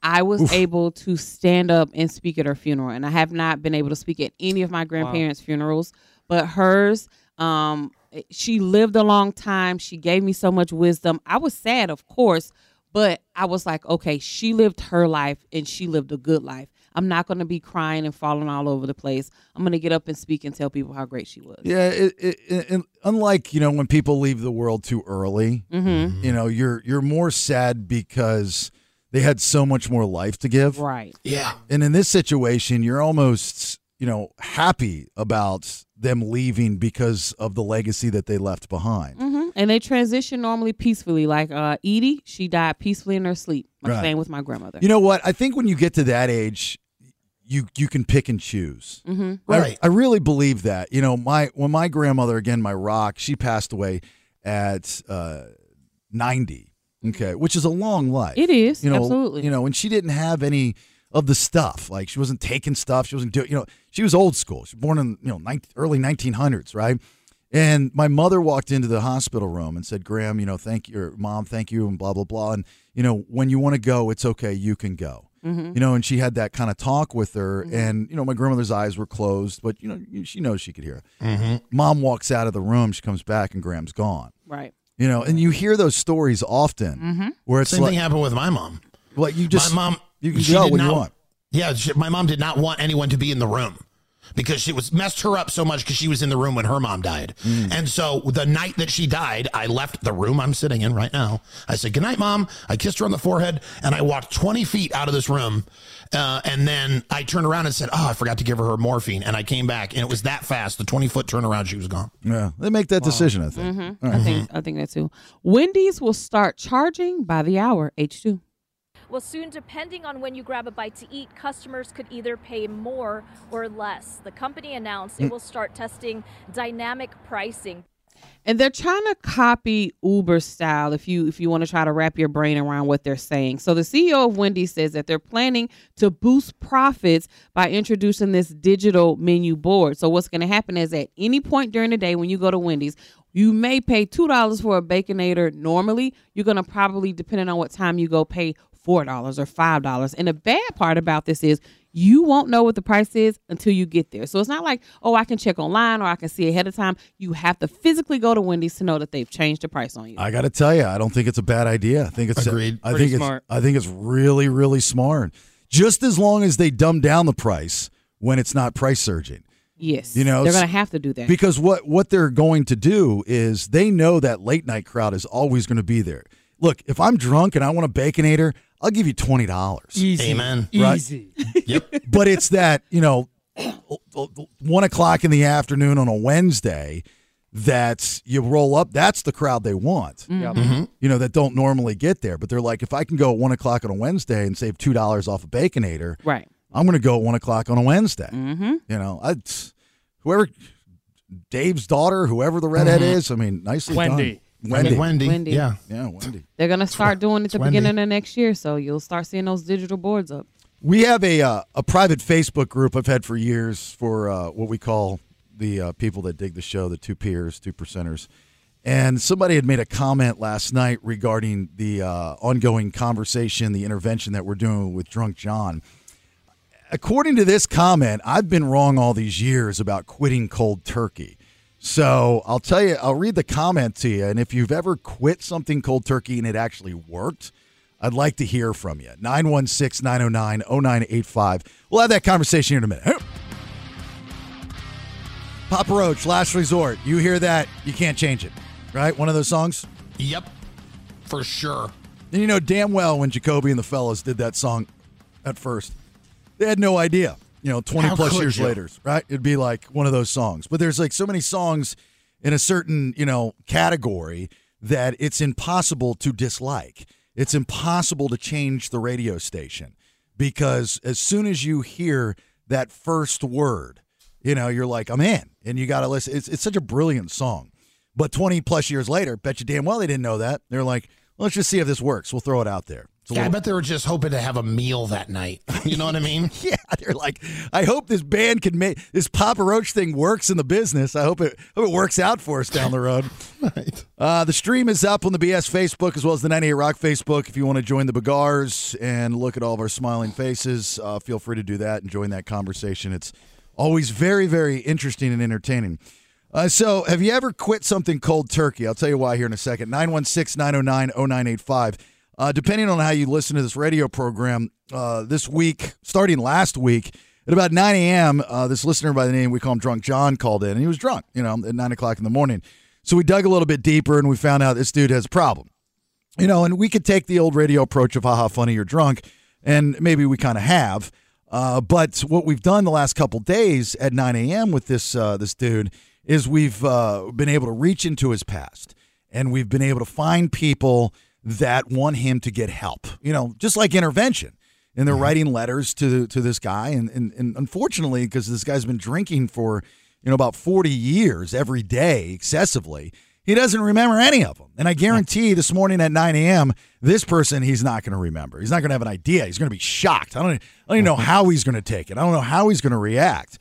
Speaker 7: I was able to stand up and speak at her funeral, and I have not been able to speak at any of my grandparents' funerals, but hers. Um, she lived a long time. She gave me so much wisdom. I was sad, of course, but I was like, okay, she lived her life and she lived a good life. I'm not going to be crying and falling all over the place. I'm going to get up and speak and tell people how great she was.
Speaker 8: Yeah, it, it, it, it- unlike you know when people leave the world too early, mm-hmm. you know you're you're more sad because they had so much more life to give.
Speaker 7: Right.
Speaker 10: Yeah.
Speaker 8: And in this situation, you're almost, you know, happy about them leaving because of the legacy that they left behind.
Speaker 7: hmm And they transition normally peacefully. Like uh, Edie, she died peacefully in her sleep. Like
Speaker 8: Right.
Speaker 7: same with my grandmother.
Speaker 8: You know what? I think when you get to that age, you you can pick and choose. Mm-hmm.
Speaker 10: Right.
Speaker 8: I, really believe that. You know, my when my grandmother again, my rock, she passed away at uh, 90. Okay, which is a long life.
Speaker 7: It is,
Speaker 8: You know,
Speaker 7: absolutely.
Speaker 8: You know, and she didn't have any of the stuff. Like she wasn't taking stuff. She wasn't doing. You know, she was old school. She was born in you know 19, early 1900s, right? And my mother walked into the hospital room and said, "Graham, you know, thank you, or, mom, thank you, and blah blah blah. And you know, when you want to go, it's okay. You can go.
Speaker 9: Mm-hmm.
Speaker 7: Mm-hmm.
Speaker 8: You know." And she had that kind of talk with her, and you know, my grandmother's eyes were closed, but you know, she knows she could hear. Mom walks out of the room. She comes back, and Graham's gone.
Speaker 7: right.
Speaker 8: You know, and you hear those stories often,
Speaker 9: Mm-hmm.
Speaker 8: where it's
Speaker 10: Same
Speaker 8: like,
Speaker 10: thing happened with my mom.
Speaker 8: like you just
Speaker 10: my mom
Speaker 8: you can
Speaker 10: she
Speaker 8: go
Speaker 10: did
Speaker 8: when you
Speaker 10: not-
Speaker 8: want.
Speaker 10: Yeah, she, my mom did not want anyone to be in the room because she was messed her up so much because she was in the room when her mom died.
Speaker 8: Mm.
Speaker 10: And so the night that she died, I left the room I'm sitting in right now. I said, "Good night, mom." I kissed her on the forehead and I walked 20 feet out of this room. Uh, and then I turned around and said, "Oh, I forgot to give her her morphine." And I came back and it was that fast, the 20 foot turnaround, she was gone.
Speaker 8: Yeah, they make that decision. I think. All
Speaker 7: Mm-hmm. I
Speaker 8: right.
Speaker 7: think I think that too. Wendy's will start charging by the hour. H two.
Speaker 13: Well, soon, depending on when you grab a bite to eat, customers could either pay more or less. The company announced
Speaker 10: Hmm.
Speaker 13: it will start testing dynamic pricing.
Speaker 7: and they're trying to copy Uber style if you if you want to try to wrap your brain around what they're saying. So the CEO of Wendy's says that they're planning to boost profits by introducing this digital menu board. So what's going to happen is at any point during the day when you go to Wendy's, you may pay $2 for a baconator normally. You're going to probably depending on what time you go pay $4 or $5. And the bad part about this is you won't know what the price is until you get there. So it's not like, oh, I can check online or I can see ahead of time. You have to physically go to Wendy's to know that they've changed the price on you.
Speaker 8: I got to tell you, I don't think it's a bad idea. I think it's
Speaker 10: Agreed.
Speaker 8: I
Speaker 9: Pretty
Speaker 8: think
Speaker 9: smart.
Speaker 8: it's I think it's really really smart. Just as long as they dumb down the price when it's not price surging.
Speaker 7: yes.
Speaker 8: You know,
Speaker 7: they're
Speaker 8: s-
Speaker 7: going to have to do that.
Speaker 8: Because what what they're going to do is they know that late night crowd is always going to be there. Look, if I'm drunk and I want a baconator, I'll give you twenty dollars.
Speaker 10: Easy. Amen.
Speaker 8: Right?
Speaker 9: Easy.
Speaker 8: But it's that you know, one o'clock in the afternoon on a Wednesday. That's you roll up. That's the crowd they want.
Speaker 7: Mm-hmm.
Speaker 9: Yep.
Speaker 8: You know that don't normally get there, but they're like, if I can go at one o'clock on a Wednesday and save two dollars off a baconator,
Speaker 7: Right.
Speaker 8: I'm going to go at one o'clock on a Wednesday.
Speaker 7: Mm-hmm.
Speaker 8: You know, I, whoever Dave's daughter, whoever the redhead is, Mm-hmm. I mean, nicely
Speaker 9: Wendy.
Speaker 8: done. Wendy.
Speaker 10: Wendy.
Speaker 7: Wendy.
Speaker 10: Yeah.
Speaker 8: Yeah, Wendy.
Speaker 7: They're gonna start doing it the
Speaker 10: Wendy.
Speaker 7: beginning of next year, so you'll start seeing those digital boards up.
Speaker 8: We have a uh, a private Facebook group I've had for years for uh, what we call the uh, people that dig the show, the two peers, two percenters. And somebody had made a comment last night regarding the uh, ongoing conversation, the intervention that we're doing with Drunk John. According to this comment, I've been wrong all these years about quitting cold turkey. So I'll tell you, I'll read the comment to you. And if you've ever quit something cold turkey and it actually worked, I'd like to hear from you. 916 909 0985. We'll have that conversation here in a minute. Papa Roach, Last Resort. You hear that, you can't change it, right? One of those songs.
Speaker 10: Yep. For sure.
Speaker 8: And you know damn well when Jacoby and the fellas did that song at first, they had no idea. You know, 20
Speaker 10: How
Speaker 8: plus
Speaker 10: could
Speaker 8: years
Speaker 10: you?
Speaker 8: later, right? It'd be like one of those songs. But there's like so many songs in a certain, you know, category that it's impossible to dislike. It's impossible to change the radio station because as soon as you hear that first word, you know, you're like, I'm in. And you got to listen. It's, it's such a brilliant song. But 20 plus years later, bet you damn well they didn't know that. They're like, let's just see if this works. We'll throw it out there. It's a
Speaker 10: Yeah, I
Speaker 8: little-
Speaker 10: bet they were just hoping to have a meal that night. You know what I mean?
Speaker 8: yeah, they're like, I hope this band can make this Papa Roach thing works in the business. I hope it hope it works out for us down the road.
Speaker 10: right.
Speaker 8: Uh, the stream is up on the BS Facebook as well as the 98 Rock Facebook. If you want to join the Bagars and look at all of our smiling faces, uh, feel free to do that and join that conversation. It's always very, very interesting and entertaining. Uh, so, have you ever quit something cold turkey? I'll tell you why here in a second. 916 909 0985. Uh, Depending on how you listen to this radio program, uh, this week, starting last week, at about 9 a.m., uh, this listener by the name, we call him Drunk John, called in, and he was drunk, you know, at 9 o'clock in the morning. So we dug a little bit deeper and we found out this dude has a problem. You know, and we could take the old radio approach of haha funny you're drunk, and maybe we kind of have. Uh, but what we've done the last couple days at 9 a.m. with this uh, this dude is we've uh, been able to reach into his past, and we've been able to find people that want him to get help. You know, just like intervention, and they're writing letters to to this guy, and and, and unfortunately, because this guy's been drinking for you know about 40 years every day excessively. He doesn't remember any of them. And I guarantee this morning at 9 a.m., this person he's not going to remember. He's not going to have an idea. He's going to be shocked. I don't, I don't even know how he's going to take it. I don't know how he's going to react.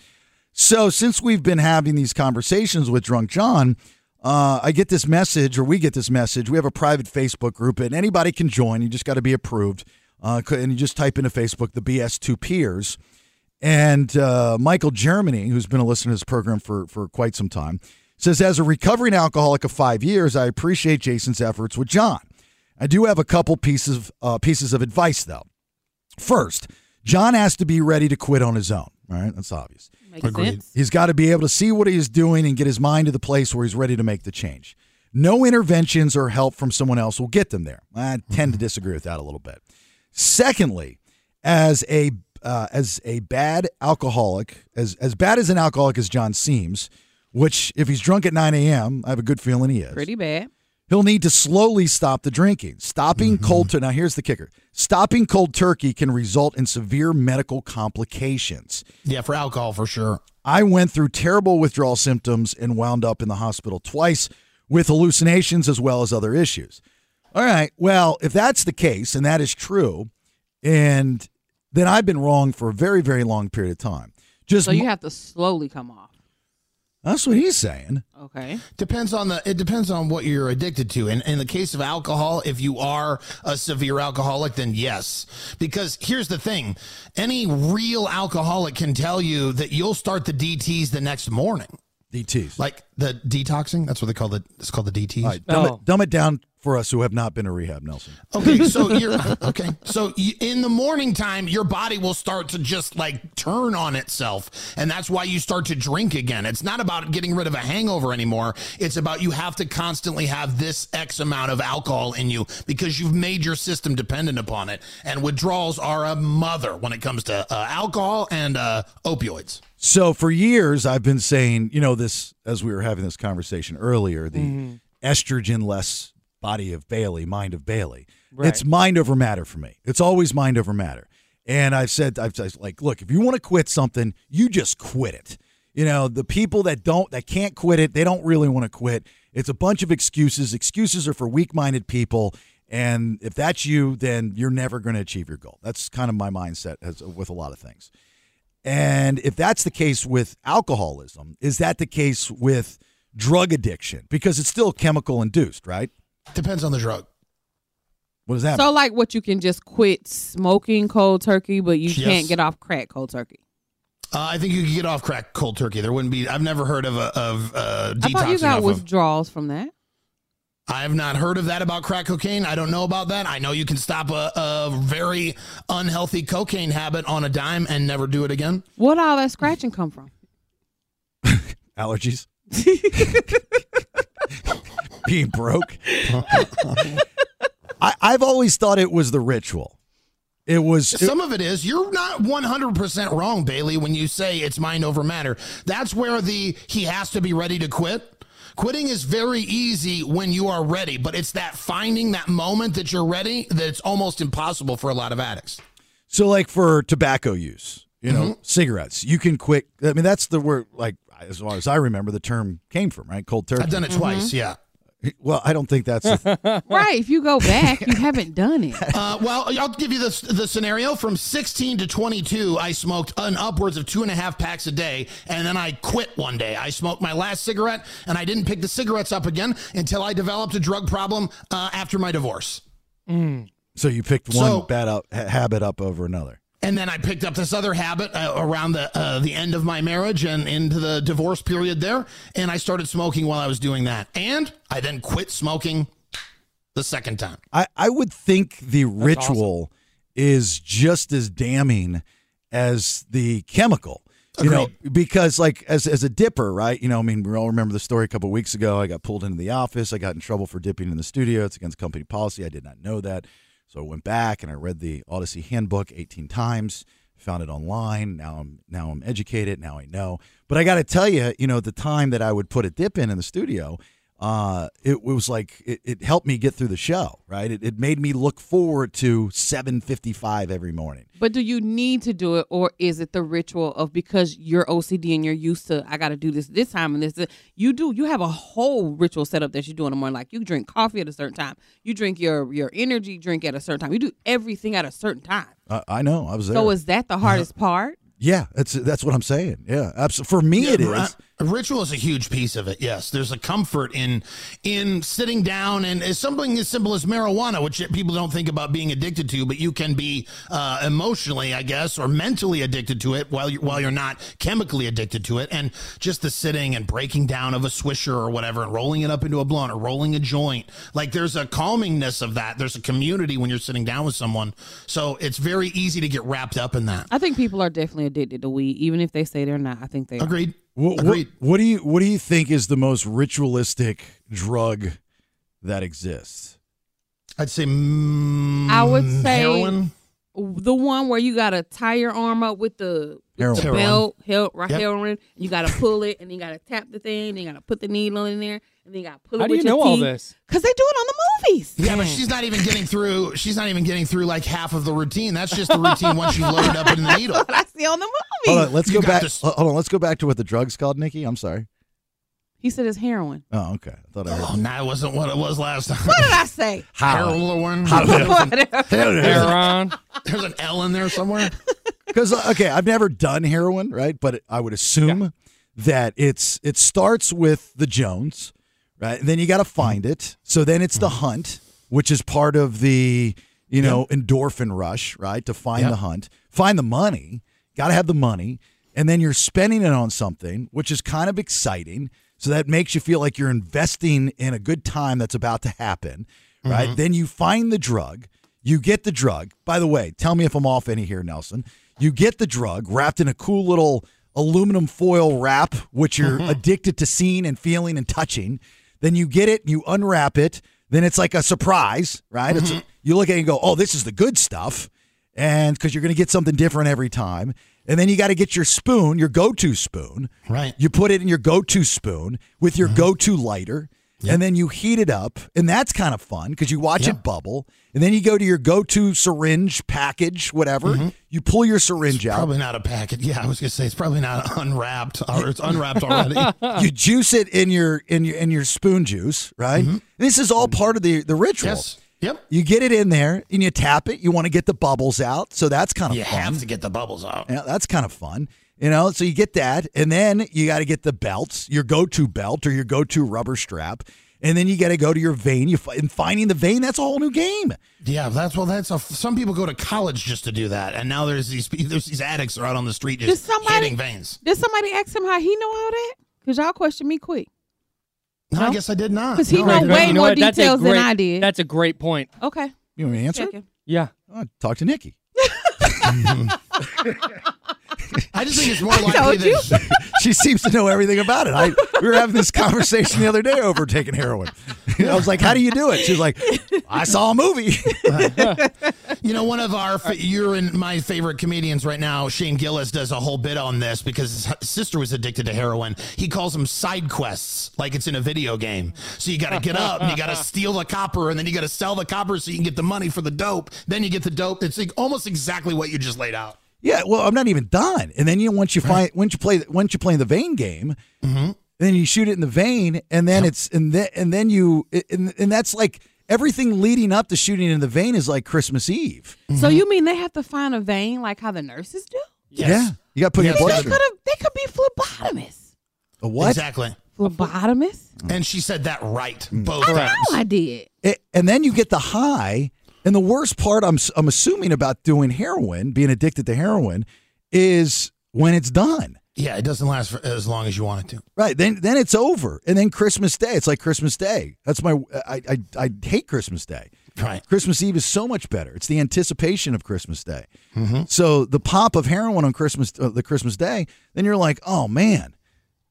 Speaker 8: So since we've been having these conversations with Drunk John, uh, I get this message, or we get this message. We have a private Facebook group, and anybody can join. You just got to be approved, uh, c- and you just type into Facebook the BS Two Peers, and uh, Michael Germany, who's been a listener to this program for, for quite some time, says, As a recovering alcoholic of five years, I appreciate Jason's efforts with John. I do have a couple pieces of, uh, pieces of advice, though. First, John has to be ready to quit on his own. All right, that's obvious.
Speaker 7: Makes
Speaker 10: Agreed.
Speaker 7: sense.
Speaker 8: He's got to be able to see what he's doing and get his mind to the place where he's ready to make the change. No interventions or help from someone else will get them there. I tend to disagree with that a little bit. Secondly, as a uh, as a bad alcoholic, as as bad as an alcoholic as John seems, which if he's drunk at 9 a.m., I have a good feeling he is.
Speaker 7: Pretty bad.
Speaker 8: He'll need to slowly stop the drinking. Stopping cold turkey. Now, here's the kicker stopping cold turkey can result in severe medical complications.
Speaker 10: Yeah, for alcohol, Oh, for sure.
Speaker 8: I went through terrible withdrawal symptoms and wound up in the hospital twice with hallucinations as well as other issues. All right. Well, if that's the case and that is true, and then I've been wrong for a very, very long period of time. Just
Speaker 7: So you have to slowly come off.
Speaker 8: that's what he's saying.
Speaker 7: Okay.
Speaker 10: Depends on the it depends on what you're addicted to. And in the case of alcohol, if you are a severe alcoholic, then yes. Because here's the thing. Any real alcoholic can tell you that you'll start the DTs the next morning.
Speaker 8: DTs.
Speaker 10: Like the detoxing. That's what they call the. It's called the DTs.
Speaker 8: All right, dumb,
Speaker 7: Oh.
Speaker 8: it, dumb it down for us who have not been to rehab, Nelson.
Speaker 10: Okay, so you're Oh, okay. So you, in the morning time, your body will start to just like turn on itself, and that's why you start to drink again. It's not about getting rid of a hangover anymore. It's about you have to constantly have this X amount of alcohol in you because you've made your system dependent upon it. And withdrawals are a mother when it comes to uh, alcohol and uh, opioids.
Speaker 8: So for years, I've been saying, you know, this as we were having this conversation earlier, the
Speaker 9: Mhm.
Speaker 8: estrogen less body of Bailey, mind of Bailey.
Speaker 9: Right.
Speaker 8: It's mind over matter for me. It's always mind over matter. And I've said, I've said, like, look, if you want to quit something, you just quit it. You know, the people that don't, that can't quit it, they don't really want to quit. It's a bunch of excuses. Excuses are for weak minded people. And if that's you, then you're never going to achieve your goal. That's kind of my mindset as, with a lot of things. And if that's the case with alcoholism, is that the case with drug addiction? Because it's still chemical induced, right?
Speaker 10: Depends on the drug.
Speaker 8: What does that
Speaker 7: So
Speaker 8: mean?
Speaker 7: like what you can just quit smoking cold turkey, but you
Speaker 10: Yes.
Speaker 7: can't get off crack cold turkey.
Speaker 10: Uh, I think you could get off crack cold turkey. There wouldn't be. I've never heard of a of uh,
Speaker 7: I
Speaker 10: detoxing.
Speaker 7: thought you got
Speaker 10: off of-
Speaker 7: withdrawals from that.
Speaker 10: I have not heard of that about crack cocaine. I don't know about that. I know you can stop a, a very unhealthy cocaine habit on a dime and never do it again.
Speaker 7: Where'd all that scratching come from?
Speaker 8: Allergies? Being broke? I, I've always thought it was the ritual. It was. it-
Speaker 10: Some of it is. You're not 100% wrong, Bailey, when you say it's mind over matter. That's where the he has to be ready to quit. Quitting is very easy when you are ready, but it's that finding that moment that you're ready that's almost impossible for a lot of addicts.
Speaker 8: So, like for tobacco use, you know,
Speaker 10: Mm-hmm.
Speaker 8: cigarettes, you can quit. I mean, that's the word, like, as far as I remember, the term came from, right? Cold turkey.
Speaker 10: I've done it twice, yeah.
Speaker 8: Well, I don't think that's. A,
Speaker 7: right. If you go back, you haven't done it.
Speaker 10: Uh, well, I'll give you the, the scenario. From 16 to 22, I smoked an upwards of two and a half packs a day, and then I quit one day. I smoked my last cigarette, and I didn't pick the cigarettes up again until I developed a drug problem uh, after my divorce.
Speaker 8: so, you picked one
Speaker 10: So-
Speaker 8: bad up, ha- habit up over another.
Speaker 10: And then I picked up this other habit uh, around the uh, the end of my marriage and into the divorce period there, and I started smoking while I was doing that, and I then quit smoking the second time.
Speaker 8: I, I would think the ritual is just as damning as the chemical. You know, because like as as a dipper, right? You know, I mean, we all remember the story a couple weeks ago. I got pulled into the office. I got in trouble for dipping in the studio. It's against company policy. I did not know that, so I went back and I read the Odyssey Handbook eighteen times. Found it online. Now I'm now I'm educated. Now I know. But I got to tell you, you know, the time that I would put a dip in in the studio, uh, it was like it, it helped me get through the show, right? It, it made me look forward to 7:55 every morning.
Speaker 7: But do you need to do it, or is it the ritual of because you're OCD and you're used to I got to do this this time and this, this? You do. You have a whole ritual set up that you do in the morning. Like you drink coffee at a certain time, you drink your your energy drink at a certain time, you do everything at a certain time.
Speaker 8: I, I know, I was there.
Speaker 7: So is that the hardest part?
Speaker 8: yeah, that's that's what I'm saying. Yeah, absolutely. For me, it
Speaker 10: Yeah,
Speaker 8: is.
Speaker 10: ri- Ritual is uh, a huge piece of it. Yes, there's a comfort in in sitting down and it's something as simple as marijuana, which people don't think about being addicted to, but you can be uh, emotionally, I guess, or mentally addicted to it while you while you're not chemically addicted to it. And just the sitting and breaking down of a swisher or whatever, and rolling it up into a blunt or rolling a joint, like there's a calmingness of that. There's a community when you're sitting down with someone, so it's very easy to get wrapped up in that.
Speaker 7: I think people are definitely addicted to weed, even if they say they're not. I think they are.
Speaker 10: Agreed.
Speaker 8: What, what,
Speaker 10: Agreed.
Speaker 8: what do you what do you think is the most ritualistic drug that exists?
Speaker 10: I'd say. Mm,
Speaker 7: I would say
Speaker 10: heroin.
Speaker 7: the one where you gotta tie your arm up with the, with the
Speaker 8: Heroin.
Speaker 7: belt, hel- right,
Speaker 10: Yep.
Speaker 7: heroin, and you gotta pull it, and then you gotta tap the thing, and you gotta put the needle in there, and then you gotta pull it
Speaker 9: How do
Speaker 7: with
Speaker 9: you
Speaker 7: your
Speaker 9: know all
Speaker 7: teeth.
Speaker 9: this?
Speaker 7: Cause they do it on the movies.
Speaker 10: Yeah, but she's not even getting through. She's not even getting through like half of the routine. That's just the routine once you load it up in the needle.
Speaker 7: But I see on the movies.
Speaker 8: Hold on, let's
Speaker 10: You
Speaker 8: go
Speaker 10: got
Speaker 8: back.
Speaker 10: this-
Speaker 8: Hold on, let's go back to what the drug's called, Nikki. I'm sorry.
Speaker 7: He said it's heroin.
Speaker 8: Oh, okay. I thought I heard.
Speaker 10: Oh, no, it wasn't what it was last time.
Speaker 7: What did I say?
Speaker 10: Heroin.
Speaker 9: Aaron.
Speaker 10: There's an L in there somewhere.
Speaker 8: Because uh, okay, I've never done heroin, right? But I would assume that it's it starts with the Jones, right? And then you got to
Speaker 10: Mm-hmm.
Speaker 8: find it. So then it's the hunt, which is part of the you know endorphin rush, right? To find
Speaker 10: Yeah.
Speaker 8: the hunt, find the money, got to have the money, and then you're spending it on something, which is kind of exciting. So that makes you feel like you're investing in a good time that's about to happen, right?
Speaker 10: Mm-hmm.
Speaker 14: Mhm.
Speaker 8: Then you find the drug, you get the drug. By the way, tell me if I'm off any here, Nelson. You get the drug wrapped in a cool little aluminum foil wrap, which you're
Speaker 14: Mhm.
Speaker 8: addicted to seeing and feeling and touching. Then you get it, you unwrap it. Then it's like a surprise, right? It's you look at it and go, oh, this is the good stuff and because you're going to get something different every time. And then you got to get your spoon, your go-to spoon.
Speaker 10: Right.
Speaker 8: You put it in your go-to spoon with your go-to lighter, and then you heat it up, and that's kind of fun because you watch it bubble. And then you go to your go-to syringe package, whatever. You pull your syringe out.
Speaker 10: Probably not a packet. Yeah, I was gonna say it's probably not unwrapped or it's unwrapped already.
Speaker 8: you juice it in your in your in your spoon juice, right? This is all part of the the ritual.
Speaker 10: Mm-hmm. Yes. Yep.
Speaker 8: You get it in there and you tap it. You want to get the bubbles out, so that's kind of
Speaker 10: You
Speaker 8: fun.
Speaker 10: have to get the bubbles out.
Speaker 8: Yeah, that's kind of fun. You know, so you get that, and then you got to get the belts, your go-to belt or your go-to rubber strap, and then you got to go to your vein. You fi- and finding the vein, that's a whole new game.
Speaker 10: Yeah, that's well. That's a, some people go to college just to do that, and now there's these there's these addicts that are out on the street
Speaker 7: Did
Speaker 10: just
Speaker 7: somebody
Speaker 10: hitting veins.
Speaker 7: Did somebody ask him how he know all that? Cause y'all question me quick.
Speaker 10: No, I guess I did not.
Speaker 7: Because he
Speaker 10: No, I
Speaker 7: know
Speaker 10: did
Speaker 7: way
Speaker 10: not.
Speaker 9: know
Speaker 7: more
Speaker 9: what? That's a
Speaker 7: details than
Speaker 9: great-
Speaker 7: I did.
Speaker 9: That's a great point.
Speaker 7: Okay.
Speaker 8: You want me to answer?
Speaker 7: Checking.
Speaker 9: Yeah.
Speaker 8: Oh, talk to Nikki.
Speaker 10: I just think it's more
Speaker 8: I
Speaker 10: likely
Speaker 8: told you.
Speaker 10: that
Speaker 8: she seems to know everything about it. I we were having this conversation the other day over taking heroin. I was like, "How do you do it?" She's like, "I saw a movie."
Speaker 10: You know, one of our, fa- you're in my favorite comedians right now, Shane Gillis, does a whole bit on this because his sister was addicted to heroin. He calls them side quests, like it's in a video game. So you got to get up and you got to steal the copper and then you got to sell the copper so you can get the money for the dope. Then you get the dope. It's like almost exactly what you just laid out.
Speaker 8: yeah, well, I'm not even done. And then you once you find once you play once you play the vein game,
Speaker 10: Mm-hmm.
Speaker 8: then you shoot it in the vein, and then it's and then and then you and, and that's like everything leading up to shooting in the vein is like Christmas Eve.
Speaker 7: So you mean they have to find a vein like how the nurses do?
Speaker 8: Yeah, you got to put your
Speaker 10: Yes.
Speaker 8: blood.
Speaker 10: They
Speaker 8: sugar-
Speaker 7: Could have, they could be phlebotomists.
Speaker 8: A what?
Speaker 10: Exactly.
Speaker 7: Phlebotomists?
Speaker 10: And she said that right. Both
Speaker 7: I
Speaker 10: times.
Speaker 7: know I did.
Speaker 8: It, and then you get the high. And the worst part, I'm s- I'm assuming about doing heroin, being addicted to heroin, is when it's done.
Speaker 10: Yeah, it doesn't last for as long as you want it to.
Speaker 8: Right then, then it's over, and then Christmas Day. It's like Christmas Day. That's my I I, I hate Christmas Day.
Speaker 10: Right.
Speaker 8: Christmas Eve is so much better. It's the anticipation of Christmas Day.
Speaker 10: Mm-hmm.
Speaker 8: So the pop of heroin on Christmas, uh, the Christmas Day, then you're like, oh man,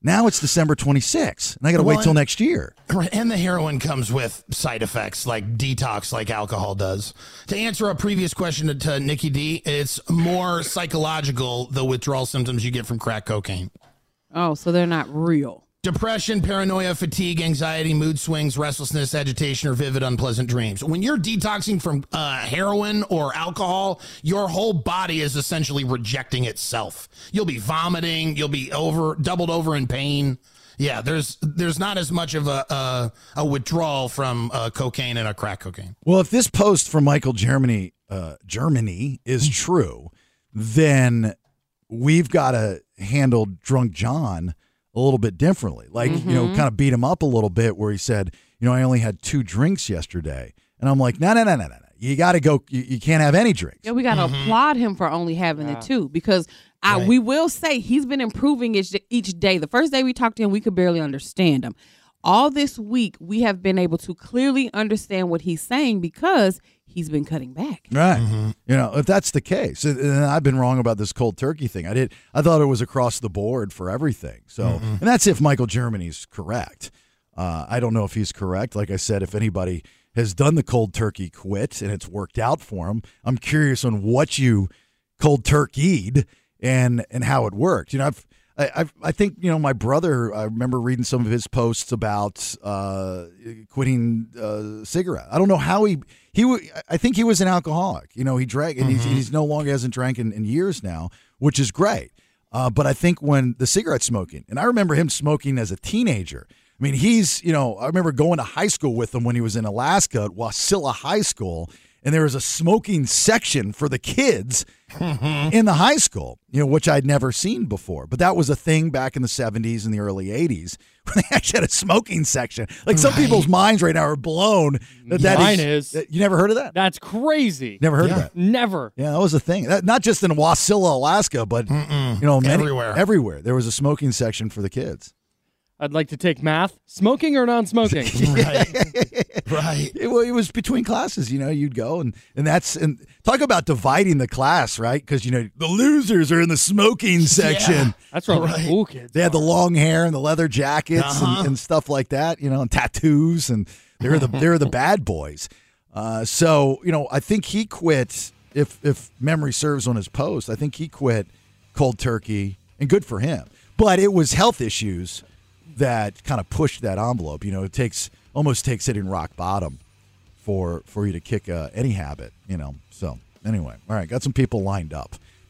Speaker 8: now it's December 26th, and I got to
Speaker 10: Well,
Speaker 8: wait till
Speaker 10: and-
Speaker 8: next year.
Speaker 10: Right, and the heroin comes with side effects like detox, like alcohol does. To answer a previous question to, to Nikki D, it's more psychological the withdrawal symptoms you get from crack cocaine.
Speaker 7: Oh, so they're not real.
Speaker 10: Depression, paranoia, fatigue, anxiety, mood swings, restlessness, agitation, or vivid, unpleasant dreams. When you're detoxing from uh, heroin or alcohol, your whole body is essentially rejecting itself. You'll be vomiting. You'll be over, doubled over in pain. Yeah, there's there's not as much of a a, a withdrawal from uh, cocaine and a crack cocaine.
Speaker 8: Well, if this post from Michael Germany, uh, Germany is true, then we've got to handle drunk John a little bit differently. Like you know,
Speaker 14: Mhm.
Speaker 8: kind of beat him up a little bit, where he said, you know, I only had two drinks yesterday, and I'm like, no, no, no, no, no, no. you got to go. You, you can't have any drinks.
Speaker 7: Yeah, we gotta applaud him for only having
Speaker 8: Yeah.
Speaker 7: the two because I we will say he's been improving each each day. The first day we talked to him, we could barely understand him. All this week, we have been able to clearly understand what he's saying because he's been cutting back.
Speaker 8: Right. You know, if that's the case, and and I've been wrong about this cold turkey thing. I did. I thought it was across the board for everything. So, and that's if Michael Germany's correct. Uh, I don't know if he's correct. Like I said, if anybody has done the cold turkey quit and it's worked out for him, I'm curious on what you cold turkeyed and and how it worked. You know, I've I, I've, I think you know my brother. I remember reading some of his posts about uh, quitting uh, cigarette. I don't know how he he. wa- I think he was an alcoholic. You know, he drank and he's, he's no longer hasn't drank in, in years now, which is great. Uh, but I think when the cigarette smoking, and I remember him smoking as a teenager. I mean, he's you know I remember going to high school with him when he was in Alaska at Wasilla High School, and there was a smoking section for the kids in the high school, you know, which I'd never seen before. But that was a thing back in the 70s and the early 80s when they actually had a smoking section. Like some people's minds right now are blown that that
Speaker 9: Mine is.
Speaker 8: that- You never heard of that?
Speaker 9: That's crazy.
Speaker 8: Never heard of that.
Speaker 9: Never.
Speaker 8: Yeah, that was a thing. That, not just in Wasilla, Alaska, but you know, many,
Speaker 10: Everywhere.
Speaker 8: Everywhere there was a smoking section for the kids.
Speaker 9: I'd like to take math. Smoking or non-smoking?
Speaker 10: Right.
Speaker 8: It, wa- it was between classes, you know. You'd go and and that's and talk about dividing the class, right? Because you know the losers are in the smoking section.
Speaker 9: That's what
Speaker 10: Right.
Speaker 9: right. cool kids.
Speaker 8: They had the long hair and the leather jackets
Speaker 10: Uh-huh.
Speaker 8: and, and stuff like that, you know, and tattoos, and they were the they were the bad boys. Uh, so you know, I think he quit. If if memory serves on his post, I think he quit cold turkey, and good for him. But it was health issues that kind of pushed that envelope. You know, it takes almost takes hitting rock bottom for for you to kick uh, any habit, you know. So anyway, all right, got some people lined up.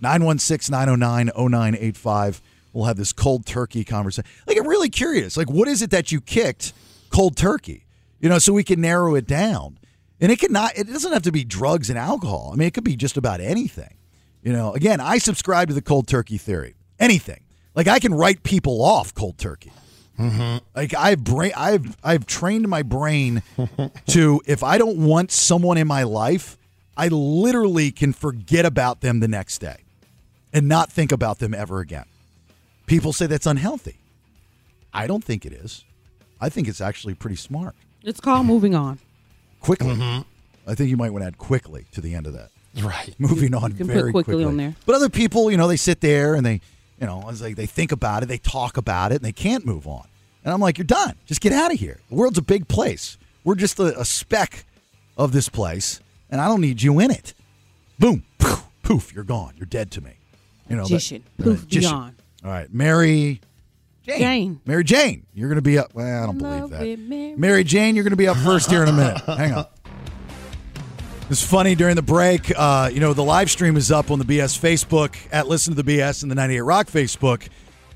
Speaker 8: 916-909-0985. We'll have this cold turkey conversation. Like I'm really curious. Like what is it that you kicked cold turkey? You know, so we can narrow it down. And it cannot it doesn't have to be drugs and alcohol. I mean, it could be just about anything. You know, again, I subscribe to the cold turkey theory. Anything. Like I can write people off cold turkey. Like I've brain, I've I've trained my brain to if I don't want someone in my life, I literally can forget about them the next day and not think about them ever again. People say that's unhealthy. I don't think it is. I think it's actually pretty smart.
Speaker 7: It's called moving on.
Speaker 8: Quickly, I think you might want to add quickly to the end of that.
Speaker 10: Right.
Speaker 8: Moving on
Speaker 7: can put
Speaker 8: very
Speaker 7: quickly on there.
Speaker 8: But other people, you know, they sit there and they, you know, it's like they think about it, they talk about it, and they can't move on. And I'm like, you're done. Just get out of here. The world's a big place. We're just a, a speck of this place, and I don't need you in it. Boom, poof, poof you're gone. You're dead to me. You know, that-
Speaker 7: Magician. Poof,
Speaker 8: magician.
Speaker 7: beyond.
Speaker 8: All right, Mary. Jane.
Speaker 7: Jane.
Speaker 8: Mary Jane, you're going to be up. Well, I don't believe
Speaker 7: love
Speaker 8: that.
Speaker 7: with Mary.
Speaker 8: Mary Jane, you're going to be up first here in a minute. Hang on. It's funny during the break. Uh, you know, the live stream is up on the BS Facebook at Listen to the BS and the 98 Rock Facebook.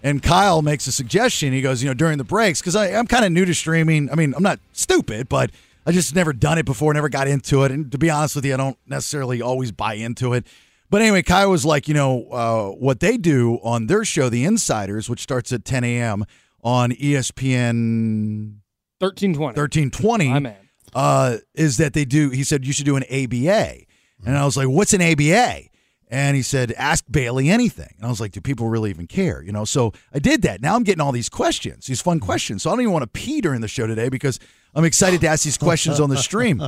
Speaker 8: And Kyle makes a suggestion. He goes, you know, during the breaks, because I'm kind of new to streaming. I mean, I'm not stupid, but I just never done it before, never got into it. And to be honest with you, I don't necessarily always buy into it. But anyway, Kyle was like, you know, uh, what they do on their show, The Insiders, which starts at 10 a.m. on E ESPN
Speaker 9: Thirteen twenty.
Speaker 8: 1320
Speaker 9: My man.
Speaker 8: uh, is that they do he said you should do an aba and i was like what's an aba and he said ask bailey anything and i was like do people really even care you know so i did that now i'm getting all these questions these fun questions so i don't even want to pee during the show today because i'm excited to ask these questions on the stream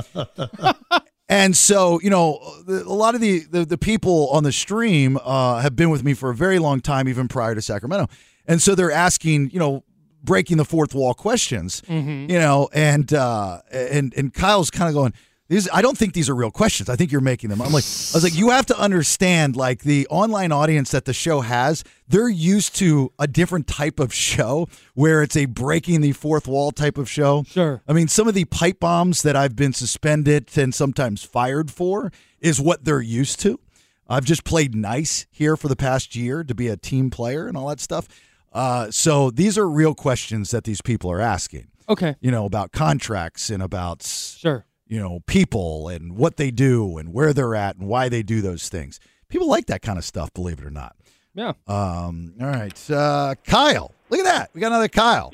Speaker 8: and so, you know, the- a lot of the, the, the people on the stream uh, have been with me for a very long time, even prior to Sacramento. And so they're asking, you know, breaking the fourth wall questions,
Speaker 7: Mm-hmm.
Speaker 11: Mm-hmm.
Speaker 8: you know, and uh, and and Kyle's kind of going, these I don't think these are real questions. I think you're making them. I'm like, I was like, you have to understand, like the online audience that the show has, they're used to a different type of show where it's a breaking the fourth wall type of show.
Speaker 9: Sure.
Speaker 8: I mean, some of the pipe bombs that I've been suspended and sometimes fired for is what they're used to. I've just played nice here for the past year to be a team player and all that stuff. Uh, so these are real questions that these people are asking,
Speaker 9: Okay.
Speaker 8: you know, about contracts and about,
Speaker 9: Sure.
Speaker 8: you know, people and what they do and where they're at and why they do those things. People like that kind of stuff, believe it or not.
Speaker 9: Yeah.
Speaker 8: Um, all right. Uh, Kyle, look at that. We got another Kyle.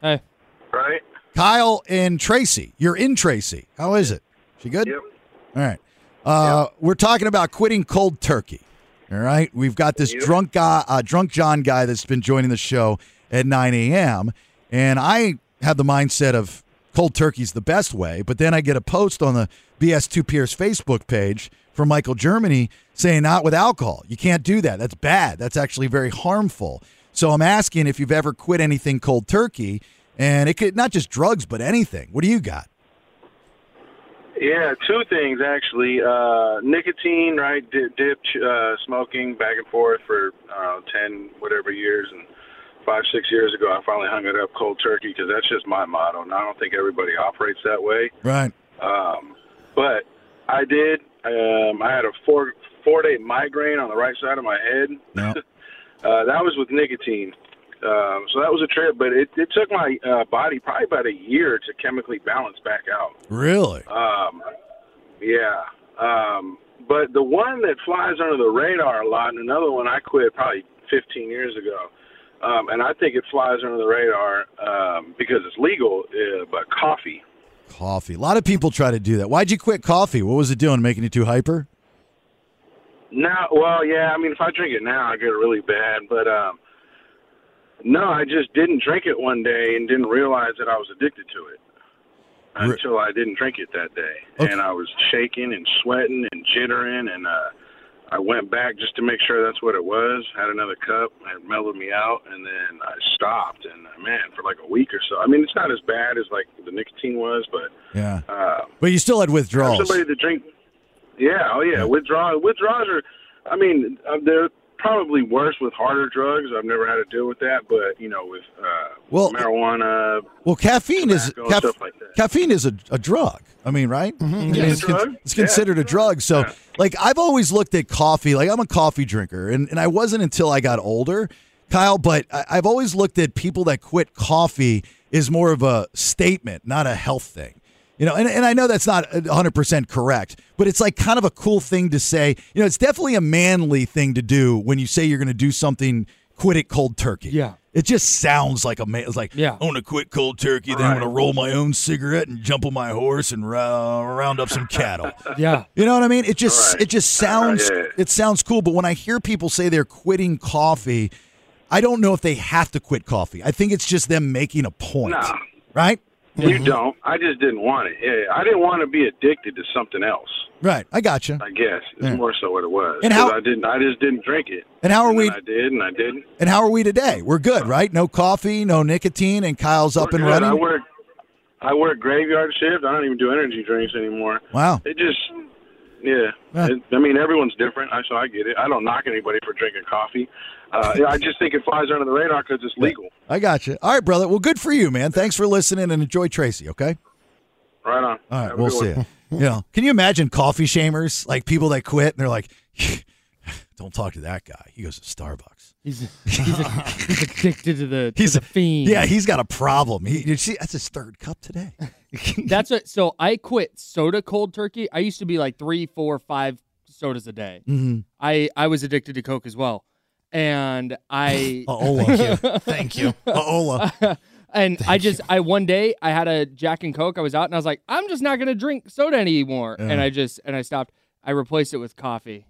Speaker 9: Hey.
Speaker 14: Right?
Speaker 8: Kyle and Tracy. You're in Tracy. How is it? She good?
Speaker 14: Yep.
Speaker 8: All right. Uh, We're talking about quitting cold turkey. All right. We've got this drunk guy, uh, drunk John guy that's been joining the show at 9 a.m. And I have the mindset of cold turkey's the best way. But then I get a post on the BS2 Pierce Facebook page from Michael Germany saying not with alcohol. You can't do that. That's bad. That's actually very harmful. So I'm asking if you've ever quit anything cold turkey. And it could not just drugs, but anything. What do you got?
Speaker 14: Yeah, two things actually. Uh, nicotine, right? Di dipped uh, smoking back and forth for I don't know, 10, whatever years. And five, six years ago, I finally hung it up cold turkey because that's just my motto. And I don't think everybody operates that way.
Speaker 8: Right.
Speaker 14: Um, but I did. Um, I had a four four day migraine on the right side of my head.
Speaker 8: No.
Speaker 14: Uh, that was with nicotine. Um, so that was a trip, but it, it took my uh, body probably about a year to chemically balance back out.
Speaker 8: Really?
Speaker 14: Um, yeah, one that flies under the radar a lot, and another one I quit probably 15 years ago. Um, and I think it flies under the radar um, because it's legal, uh, but coffee.
Speaker 8: Coffee. A lot of people try to do that. Why'd you quit coffee? What was it doing? Making you too hyper?
Speaker 14: Now, well, yeah. I mean, if I drink it now, I get really bad. But um, no, I just didn't drink it one day and didn't realize that I was addicted to it
Speaker 8: Re-
Speaker 14: until I didn't drink it that day. And I was shaking and sweating and jittering. And uh, I went back just to make sure that's what it was. Had another cup. and It mellowed me out, and then I stopped. And uh, man, for like a week or so. I mean, it's not as bad as like the nicotine was, but
Speaker 8: Yeah.
Speaker 14: uh,
Speaker 8: But you still had
Speaker 14: have
Speaker 8: withdrawals.
Speaker 14: Somebody to drink. Yeah, oh yeah, withdrawal. Withdrawals are. I mean, uh, they're probably worse with harder drugs. I've never had to deal with that, but you know, with uh,
Speaker 8: Well-
Speaker 14: marijuana.
Speaker 8: Well, caffeine is
Speaker 14: Tobacco,
Speaker 8: caff-
Speaker 14: stuff like that.
Speaker 8: caffeine is a, a drug. I mean, right? I mean,
Speaker 14: Mm-hmm. Yeah,
Speaker 8: it's,
Speaker 14: it's a drug.
Speaker 8: it's
Speaker 14: Yeah,
Speaker 8: considered a drug. So, like, I've always looked at coffee. Like, I'm a coffee drinker, and, and I wasn't until I got older, Kyle. But I, I've always looked at people that quit coffee is more of a statement, not a health thing. You know, and, and I know that's not 100% correct, but it's like kind of a cool thing to say. You know, it's definitely a manly thing to do when you say you're going to do something, quit it cold turkey. Yeah. It just sounds like a man. It's like, yeah. I want to quit cold turkey, then I'm going to roll my own cigarette and jump on my horse and rou- round up some cattle.
Speaker 9: Yeah.
Speaker 8: You know what I mean? It just it just sounds
Speaker 14: Right.
Speaker 8: it sounds cool, but when I hear people say they're quitting coffee, I don't know if they have to quit coffee. I think it's just them making a point.
Speaker 14: Nah.
Speaker 8: Right? Mm-hmm.
Speaker 14: You don't. I just didn't want it. Yeah, I didn't want to be addicted to something else.
Speaker 8: Right. I got you.
Speaker 14: I guess it's
Speaker 8: Yeah.
Speaker 14: more so what it was.
Speaker 8: And how-
Speaker 14: 'Cause I didn't. I just didn't drink it.
Speaker 8: And how are
Speaker 14: then
Speaker 8: we-
Speaker 14: I did, and I didn't.
Speaker 8: And how are we today? We're good, right? No coffee, no nicotine, and Kyle's up and
Speaker 14: Good. I
Speaker 8: running.
Speaker 14: work. I work graveyard shift. I don't even do energy drinks anymore.
Speaker 8: Wow.
Speaker 14: It just, yeah. It, I mean, everyone's different, I- so I get it. I don't knock anybody for drinking coffee. Uh, yeah, I just think it flies under the radar because it's legal.
Speaker 8: I got you. All right, brother. Well, good for you, man. Thanks for listening and enjoy Tracy, okay?
Speaker 14: Right on.
Speaker 8: All right,
Speaker 14: Have a
Speaker 8: we'll
Speaker 14: good
Speaker 8: see.
Speaker 14: one.
Speaker 8: You. you know, can you imagine coffee shamers? Like people that quit and they're like, don't talk to that guy. He goes to Starbucks.
Speaker 9: He's, he's, he's addicted to the, to the fiend.
Speaker 8: Yeah, he's got a problem. He, you see, that's his third cup today.
Speaker 9: That's what. So I quit soda cold turkey. I used to be like three, four, five sodas a day.
Speaker 8: Mhm.
Speaker 9: I I was addicted to Coke as well, and I.
Speaker 8: Ola.
Speaker 9: Thank you.
Speaker 8: Ola.
Speaker 9: And I just, I one day I had a Jack and Coke. I was out and I was like, I'm just not going to drink soda anymore.
Speaker 8: Yeah.
Speaker 9: And I just, and I stopped. I replaced it with coffee.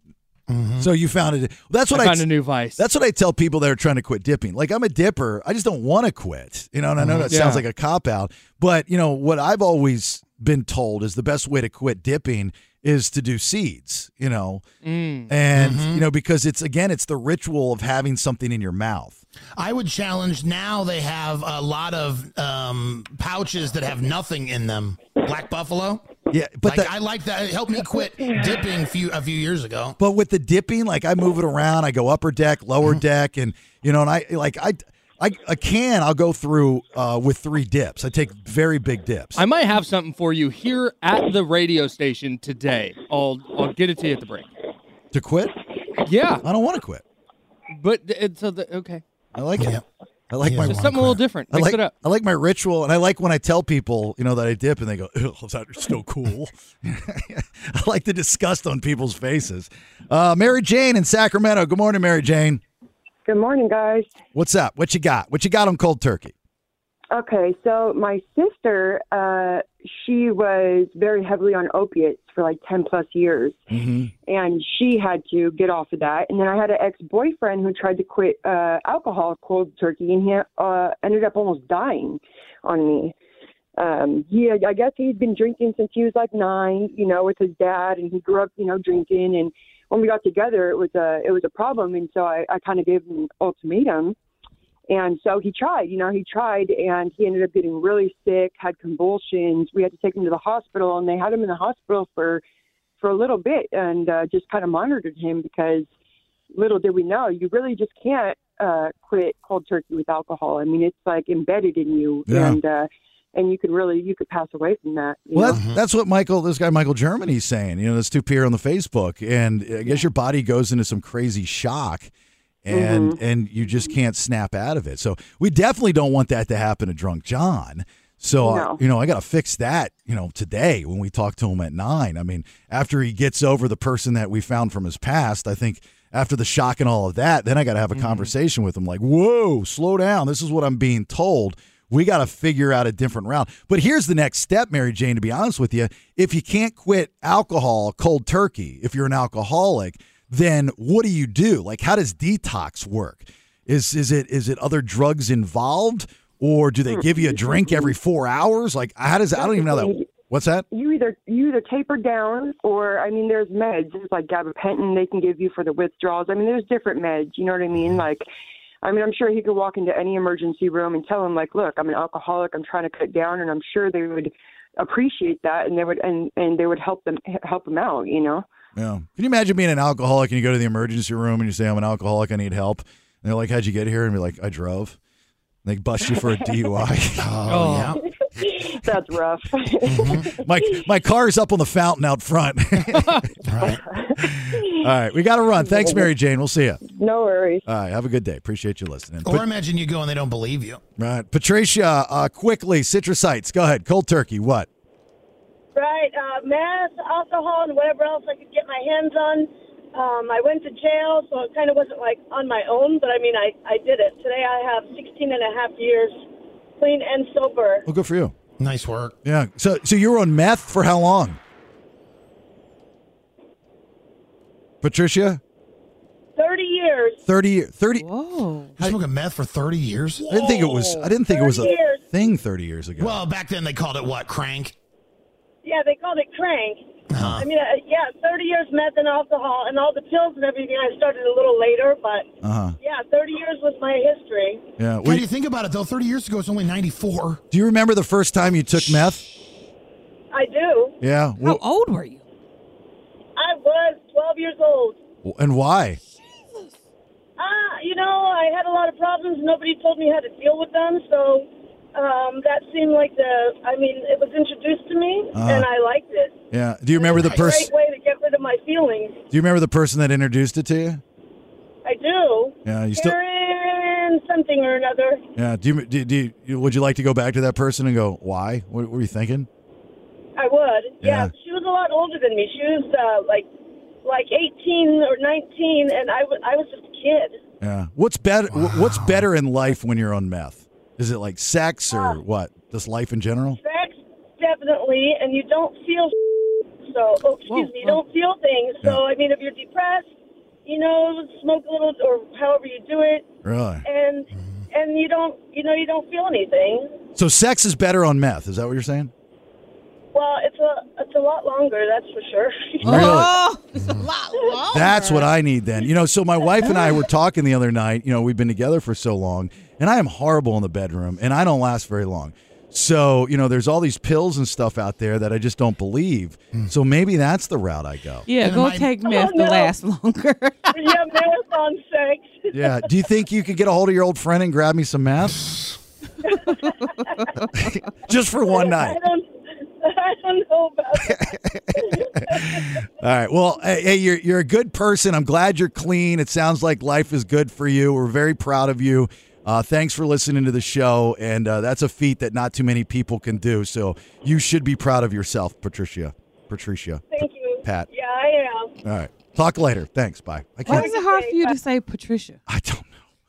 Speaker 8: So you found it. That's what
Speaker 9: I
Speaker 8: I,
Speaker 9: found a new vice.
Speaker 8: That's what I tell people that are trying to quit dipping. Like I'm a dipper. I just don't want to quit. You know, and I know
Speaker 9: Mhm.
Speaker 8: that sounds
Speaker 9: Yeah.
Speaker 8: like a cop out, but you know what I've always been told is the best way to quit dipping is to do seeds. You know,
Speaker 9: Mm.
Speaker 8: and you know because it's again it's the ritual of having something in your mouth.
Speaker 10: I would challenge now they have a lot of um, pouches that have nothing in them. Black Buffalo.
Speaker 8: Yeah, but
Speaker 10: like,
Speaker 8: that-
Speaker 10: I like that. It helped me quit dipping few, a few years ago.
Speaker 8: But with the dipping, like I move it around, I go upper deck, lower
Speaker 9: Mm-hmm.
Speaker 8: deck, and you know, and I like I. I, I can. I'll go through uh, with three dips. I take very big dips.
Speaker 9: I might have something for you here at the radio station today. I'll, I'll get it to you at the break.
Speaker 8: to quit?
Speaker 9: Yeah.
Speaker 8: I don't want to quit.
Speaker 9: But it's so the, okay.
Speaker 8: I like it. I like my
Speaker 9: Just something a little different.
Speaker 8: I
Speaker 9: Mix
Speaker 8: like,
Speaker 9: it up.
Speaker 8: I like my ritual, and I like when I tell people, you know, that I dip, and they go, "Ugh, is that so cool?" I like the disgust on people's faces. Uh, Mary Jane in Sacramento. Good morning, Mary Jane.
Speaker 15: Good morning, guys.
Speaker 8: What's up? What you got? What you got on cold turkey?
Speaker 15: Okay, so my sister, uh, she was very heavily on opiates for like 10 plus years,
Speaker 8: Mm-hmm.
Speaker 15: and she had to get off of that. And then I had an ex boyfriend who tried to quit uh, alcohol cold turkey, and he uh, ended up almost dying on me. Um, he, I guess he'd been drinking since he was like nine, you know, with his dad, and he grew up, you know, drinking. And when we got together, it was a, it was a problem, and so I, I kind of gave him an ultimatum. And so he tried, you know, he tried and he ended up getting really sick, had convulsions. We had to take him to the hospital and they had him in the hospital for for a little bit and uh, just kind of monitored him because little did we know you really just can't uh, quit cold turkey with alcohol. I mean, it's like embedded in you
Speaker 8: Yeah.
Speaker 15: and uh, and you could really you could pass away from that. you
Speaker 8: Well,
Speaker 15: know?
Speaker 8: that's, that's what Michael, this guy Michael Germany's saying. You know, this two peer on the Facebook, and I guess your body goes into some crazy shock, and and you just can't snap out of it. So we definitely don't want that to happen to drunk John. So, uh,
Speaker 15: No.
Speaker 8: you know, I got to fix that, you know, today when we talk to him at nine. I mean, after he gets over the person that we found from his past, I think after the shock and all of that, then I got to have a conversation with him like, whoa, slow down. This is what I'm being told. We got to figure out a different route. But here's the next step, Mary Jane, to be honest with you. If you can't quit alcohol cold turkey, if you're an alcoholic, then what do you do? Like, how does detox work? Is is it is it other drugs involved, or do
Speaker 15: Hmm.
Speaker 8: they give you a drink every four hours? Like how does I don't even know that. What's that?
Speaker 15: You either you either taper down, or I mean, there's meds. There's like gabapentin they can give you for the withdrawals. I mean, there's different meds. You know what I mean? Like, I mean, I'm sure he could walk into any emergency room and tell them like, look, I'm an alcoholic. I'm trying to cut down, and I'm sure they would appreciate that, and they would and and they would help them help him out. You know.
Speaker 8: Yeah. Can you imagine being an alcoholic and you go to the emergency room and you say I'm an alcoholic, I need help, and they're like, "How'd you get here?" And be like, "I drove." And they bust you for a DUI.
Speaker 15: Oh, That's rough.
Speaker 8: my my car's up on the fountain out front. All right, we got to run. Thanks, Mary Jane. We'll see you.
Speaker 15: no worries.
Speaker 8: All right, have a good day. Appreciate you listening.
Speaker 10: Or imagine you go and they don't believe you.
Speaker 8: Right, Patricia. Uh, quickly, citrusites. Go ahead. Cold turkey. What?
Speaker 16: Right, uh, meth, alcohol, and whatever else I could get my hands on. Um, I went to jail, so it kind of wasn't like on my own, but I mean, I, I did it. Today I have 16 and a half years clean and sober.
Speaker 8: Well, good for you.
Speaker 10: Nice work.
Speaker 8: Yeah. So, so you were on meth for how long? Patricia,
Speaker 16: 30 years.
Speaker 8: 30, 30
Speaker 7: Whoa.
Speaker 10: You smoking meth for 30 years?
Speaker 8: I didn't think it was. I didn't think it was a
Speaker 16: 30 years.
Speaker 8: thing thirty years ago.
Speaker 10: Well, back then they called it what? Crank?
Speaker 16: Yeah, they called it crank.
Speaker 8: Uh-huh.
Speaker 16: I mean, uh, yeah, 30 years meth and alcohol and all the pills and everything. I started a little later, but
Speaker 8: Uh huh.
Speaker 16: yeah, 30 years was my history.
Speaker 8: Yeah.
Speaker 10: How
Speaker 8: Well,
Speaker 10: do you think about it, though? 30 years ago, it's only 94.
Speaker 8: do you remember the first time you took meth?
Speaker 16: I do.
Speaker 8: Yeah. Well,
Speaker 7: old were you?
Speaker 16: I was 12 years old.
Speaker 8: and why?
Speaker 16: Ah, you know, I had a lot of problems. Nobody told me how to deal with them, so um, that seemed like the. I mean, it was introduced to me,
Speaker 8: Uh-huh.
Speaker 16: and I liked it.
Speaker 8: Yeah. Do you remember the
Speaker 16: It's a
Speaker 8: person?
Speaker 16: Great way to get rid of my feelings.
Speaker 8: Do you remember the person that introduced it to you?
Speaker 16: I do.
Speaker 8: Yeah. You still?
Speaker 16: Karen something or another.
Speaker 8: Yeah. Do you, do, do you? Would you like to go back to that person and go? Why? What were you thinking?
Speaker 16: I would.
Speaker 8: Yeah.
Speaker 16: Yeah. she was a lot older than me. She was uh, like, like 18 or 19, and I wa- I was just a kid.
Speaker 8: Yeah. What's better? wh- What's better in life when you're on meth? Is it like sex or what? Just life in general?
Speaker 16: Sex, definitely, and you don't feel so. Oh, excuse me, you don't feel things. So I mean, if you're depressed, you know, smoke a little or however you do it,
Speaker 8: Really?
Speaker 16: and
Speaker 8: Mm-hmm.
Speaker 16: and you don't, you know, you don't feel anything.
Speaker 8: So sex is better on meth. Is that what you're saying?
Speaker 16: Well, it's a it's a lot longer, that's for sure.
Speaker 8: Really?
Speaker 7: Oh, it's a lot longer.
Speaker 8: That's what I need then. You know, so my wife and I were talking the other night. You know, we've been together for so long, and I am horrible in the bedroom, and I don't last very long. So, you know, there's all these pills and stuff out there that I just don't believe. So maybe that's the route I go.
Speaker 7: Yeah,
Speaker 10: And
Speaker 7: go
Speaker 10: my-
Speaker 7: take meth
Speaker 16: Oh, no.
Speaker 7: to last longer.
Speaker 16: yeah, marathon sex.
Speaker 8: Yeah. Do you think you could get a hold of your old friend and grab me some meth? just for one night.
Speaker 16: I don't, I don't know about that.
Speaker 8: All right. Well, hey, hey, you're you're a good person. I'm glad you're clean. It sounds like life is good for you. We're very proud of you. Uh, thanks for listening to the show, and uh, that's a feat that not too many people can do. So you should be proud of yourself, Patricia. Patricia.
Speaker 16: Thank you.
Speaker 8: Pat.
Speaker 16: Yeah, I am.
Speaker 8: All right. Talk later. Thanks. Bye.
Speaker 7: Why
Speaker 8: I can't.
Speaker 7: is it hard for you to say Patricia?
Speaker 8: I don't know.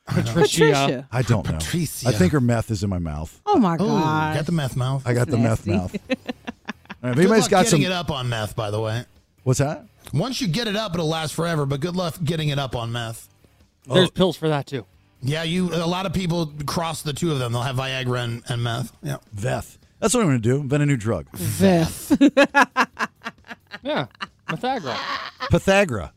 Speaker 7: Patricia.
Speaker 8: I don't know.
Speaker 10: Patricia.
Speaker 8: I think her meth is in my mouth.
Speaker 7: Oh my
Speaker 10: Ooh,
Speaker 7: God.
Speaker 10: got the meth mouth.
Speaker 8: I got the meth mouth.
Speaker 7: Nasty.
Speaker 8: All right, if
Speaker 10: Good
Speaker 8: anybody's
Speaker 10: luck
Speaker 8: got
Speaker 10: getting
Speaker 8: some.
Speaker 10: it up on meth, by the way.
Speaker 8: What's that?
Speaker 10: Once you get it up, it'll last forever. But good luck getting it up on meth.
Speaker 8: Oh.
Speaker 9: There's pills for that too.
Speaker 10: Yeah, you. A lot of people cross the two of them. They'll have Viagra and, and meth. Yeah.
Speaker 8: Veth. That's what I'm going to do. Invent a new drug.
Speaker 7: Veth.
Speaker 9: Yeah, Pythagoras.
Speaker 8: Pythagora.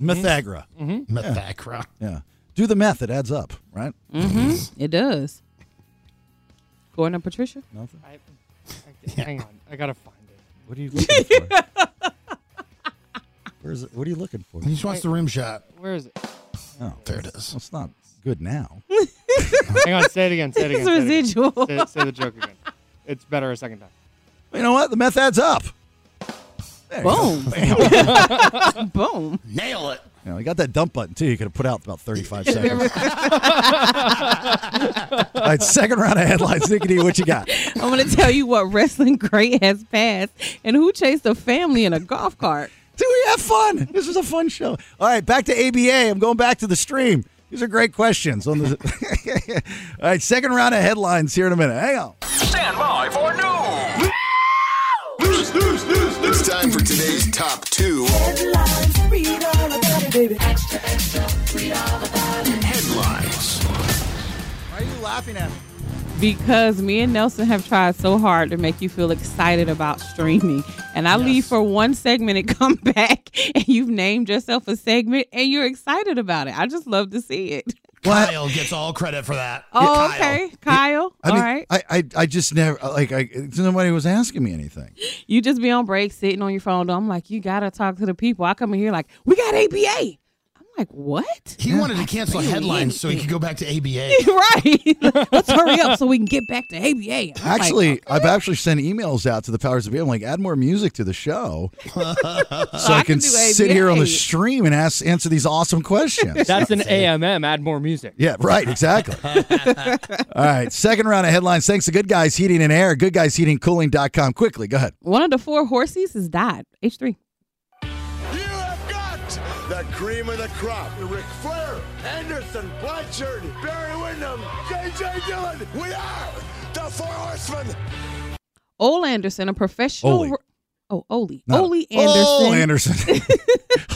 Speaker 8: Mythagra.
Speaker 10: Mm-hmm. Methacra.
Speaker 8: Yeah. Do the meth. It adds up, right?
Speaker 7: Mm-hmm. It does. Going to Patricia?
Speaker 8: Nothing.
Speaker 9: I, I, Hang on, I gotta find it.
Speaker 8: What are you looking for? Where's it? What are you looking for?
Speaker 10: He just wants the rim shot.
Speaker 9: Where is it?
Speaker 8: Oh,
Speaker 10: There it is.
Speaker 8: it's not good now.
Speaker 9: Hang on, say it again. Say it again.
Speaker 7: It's
Speaker 9: say it again.
Speaker 7: residual.
Speaker 9: Say, say the joke again. It's better a second time.
Speaker 8: You know what? The meth adds up.
Speaker 7: Boom. Boom.
Speaker 10: Nail it.
Speaker 8: You know, you got that dump button too. You could have put out about 35 seconds. All right, second round of headlines. Nicky, what you got?
Speaker 7: I'm going to tell you what wrestling great has passed and who chased a family in a golf cart.
Speaker 8: Dude, we have fun. This was a fun show. All right, back to ABA. I'm going back to the stream. These are great questions. On the All right, second round of headlines here in a minute. Hang on.
Speaker 2: Stand by for news.
Speaker 4: News, news, news, news. It's time for today's top two. Headlines. Read all about it, baby. Extra, extra. Read all about it. Headlines.
Speaker 8: Why are you laughing at me?
Speaker 7: because me and Nelson have tried so hard to make you feel excited about streaming. And I leave for one segment and come back, and you've named yourself a segment and you're excited about it. I just love to see it.
Speaker 10: Kyle gets all credit for that.
Speaker 7: Oh, okay. Kyle.
Speaker 8: I
Speaker 7: All
Speaker 8: mean,
Speaker 7: right.
Speaker 8: I, I, I just never, like, I, nobody was asking me anything.
Speaker 7: You just be on break sitting on your phone. though. I'm like, you got to talk to the people. I come in here like, we got ABA. I'm like, what?
Speaker 10: He wanted to cancel
Speaker 7: really
Speaker 10: headlines so he could go back to ABA.
Speaker 7: right. Let's hurry up so we can get back to ABA. I'm like,
Speaker 8: Actually, I've actually sent emails out to the powers that be. I'm like, add more music to the show so I,
Speaker 9: can
Speaker 8: can,
Speaker 9: do
Speaker 8: sit here on the
Speaker 9: ABA.
Speaker 8: stream and ask answer these awesome questions.
Speaker 9: That's an AMM. Add more music.
Speaker 8: Yeah, right, exactly. All right, second round of headlines. Thanks to Good Guys Heating and Air, goodguysheatingcooling.com. Quickly, go ahead.
Speaker 7: one of the four horses has died, H3.
Speaker 17: The cream of the crop. Ric Flair, Anderson, Blanchard, Barry Windham, J.J. Dillon. We are the Four Horsemen.
Speaker 7: Ole Anderson, a professional.
Speaker 8: Ole.
Speaker 7: Oh, Ole.
Speaker 8: No.
Speaker 7: Ole Oh, Anderson.
Speaker 8: Ole Anderson.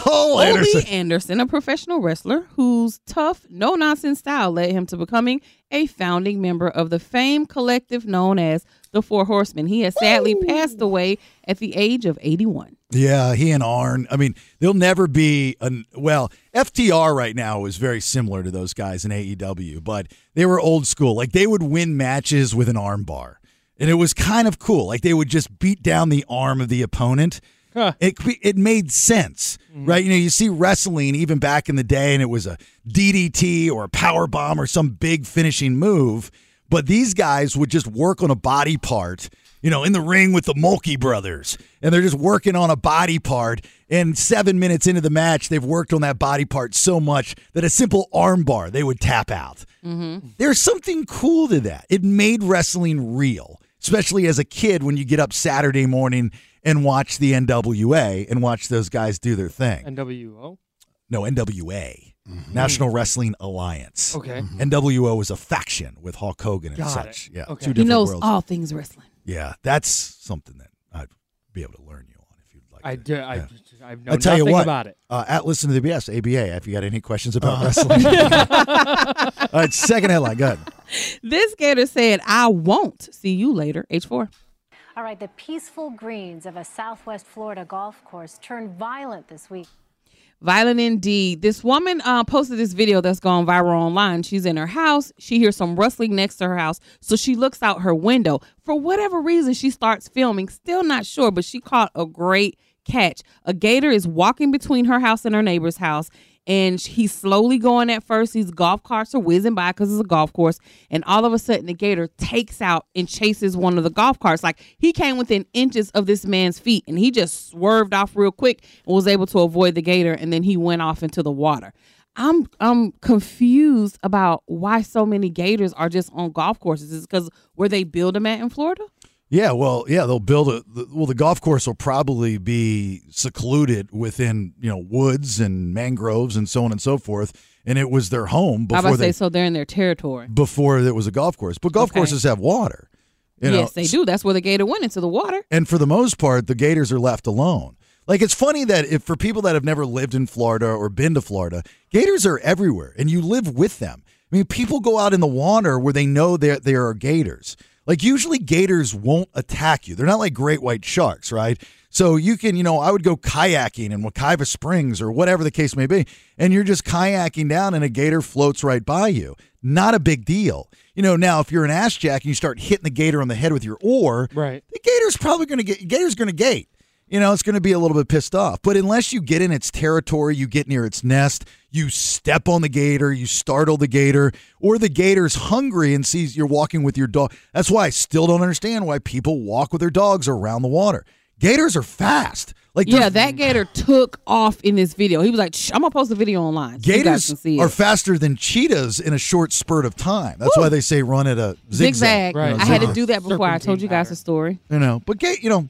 Speaker 8: Ole Anderson.
Speaker 7: Ole Anderson, a professional wrestler whose tough, no nonsense style led him to becoming a founding member of the fame collective known as the Four Horsemen. He has sadly passed away at the age of 81.
Speaker 8: Yeah, he and Arn. I mean, they'll never be an well. FTR right now is very similar to those guys in AEW, but they were old school. Like they would win matches with an arm bar, and it was kind of cool. Like they would just beat down the arm of the opponent. It cre- it made sense, right? You know, you see wrestling even back in the day, and it was a DDT or a power bomb or some big finishing move. But these guys would just work on a body part, you know, in the ring with the Mulkey brothers, and they're just working on a body part. And seven minutes into the match, they've worked on that body part so much that a simple armbar they would tap out.
Speaker 7: Mm-hmm.
Speaker 8: There's something cool to that. It made wrestling real, especially as a kid when you get up Saturday morning and watch the NWA and watch those guys do their thing.
Speaker 9: NWO.
Speaker 8: No, NWA, National Wrestling Alliance.
Speaker 9: Okay. Mhm.
Speaker 8: NWO was a faction with Hulk Hogan and
Speaker 7: Got
Speaker 8: such. Yeah.
Speaker 9: Okay.
Speaker 8: Two
Speaker 7: He
Speaker 8: different
Speaker 7: knows
Speaker 8: worlds.
Speaker 7: all things wrestling.
Speaker 8: yeah, that's something that I'd be able to learn you on.
Speaker 9: I do. I, I know
Speaker 8: I tell
Speaker 9: nothing
Speaker 8: you what,
Speaker 9: about it.
Speaker 8: Uh, at Listen to the BS, ABA, if you got any questions about wrestling. all right, second headline. Go ahead.
Speaker 7: This gator said, I won't see you later, H4.
Speaker 18: All right, the peaceful greens of a Southwest Florida golf course turned violent this week.
Speaker 7: Violent indeed. This woman uh, posted this video that's gone viral online. She's in her house. She hears some rustling next to her house. So she looks out her window. For whatever reason, she starts filming. Still not sure, but she caught a great catch. A gator is walking between her house and her neighbor's house. And he's slowly going at first. These golf carts are whizzing by because it's a golf course. And all of a sudden, the gator takes out and chases one of the golf carts. Like he came within inches of this man's feet and he just swerved off real quick and was able to avoid the gator. And then he went off into the water. I'm I'm confused about why so many gators are just on golf courses. Is because where they build them at in Florida?
Speaker 8: Yeah, well, yeah, they'll build a the- well. The golf course will probably be secluded within you know woods and mangroves and so on and so forth. And it was their home
Speaker 7: I
Speaker 8: before
Speaker 7: would say
Speaker 8: they
Speaker 7: so. They're in their territory.
Speaker 8: before it was a golf course. But golf
Speaker 7: Okay.
Speaker 8: courses have water, you know.
Speaker 7: yes, they do. That's where the gator went into the water.
Speaker 8: And for the most part, the Gators are left alone. Like it's funny that if for people that have never lived in Florida or been to Florida, Gators are everywhere, and you live with them. I mean, people go out in the water where they know that there are Gators. Like usually, Gators won't attack you. They're not like great white sharks, right? So you can, you know, I would go kayaking in Wakiva Springs or whatever the case may be, and you're just kayaking down, and a Gator floats right by you. Not a big deal. You know, now if you're an ass jack and you start hitting the gator on the head with your oar, right. the gator's probably going to get gator's going to gate. You know, it's going to be a little bit pissed off. But unless you get in its territory, you get near its nest, you step on the gator, you startle the gator, or the gator's hungry and sees you're walking with your dog. That's why I still don't understand why people walk with their dogs around the water. Gators are fast. Like
Speaker 7: yeah, that gator took off in this video. He was like, "Shh, "I'm gonna post the video online." so you guys
Speaker 8: Gators
Speaker 7: can see it."
Speaker 8: are faster than cheetahs in a short spurt of time. That's why they say run at a zigzag.
Speaker 7: zigzag.
Speaker 8: you know,
Speaker 7: I had to
Speaker 8: zigzag.
Speaker 7: do that before I told you guys the story.
Speaker 8: You know, but gate, you know,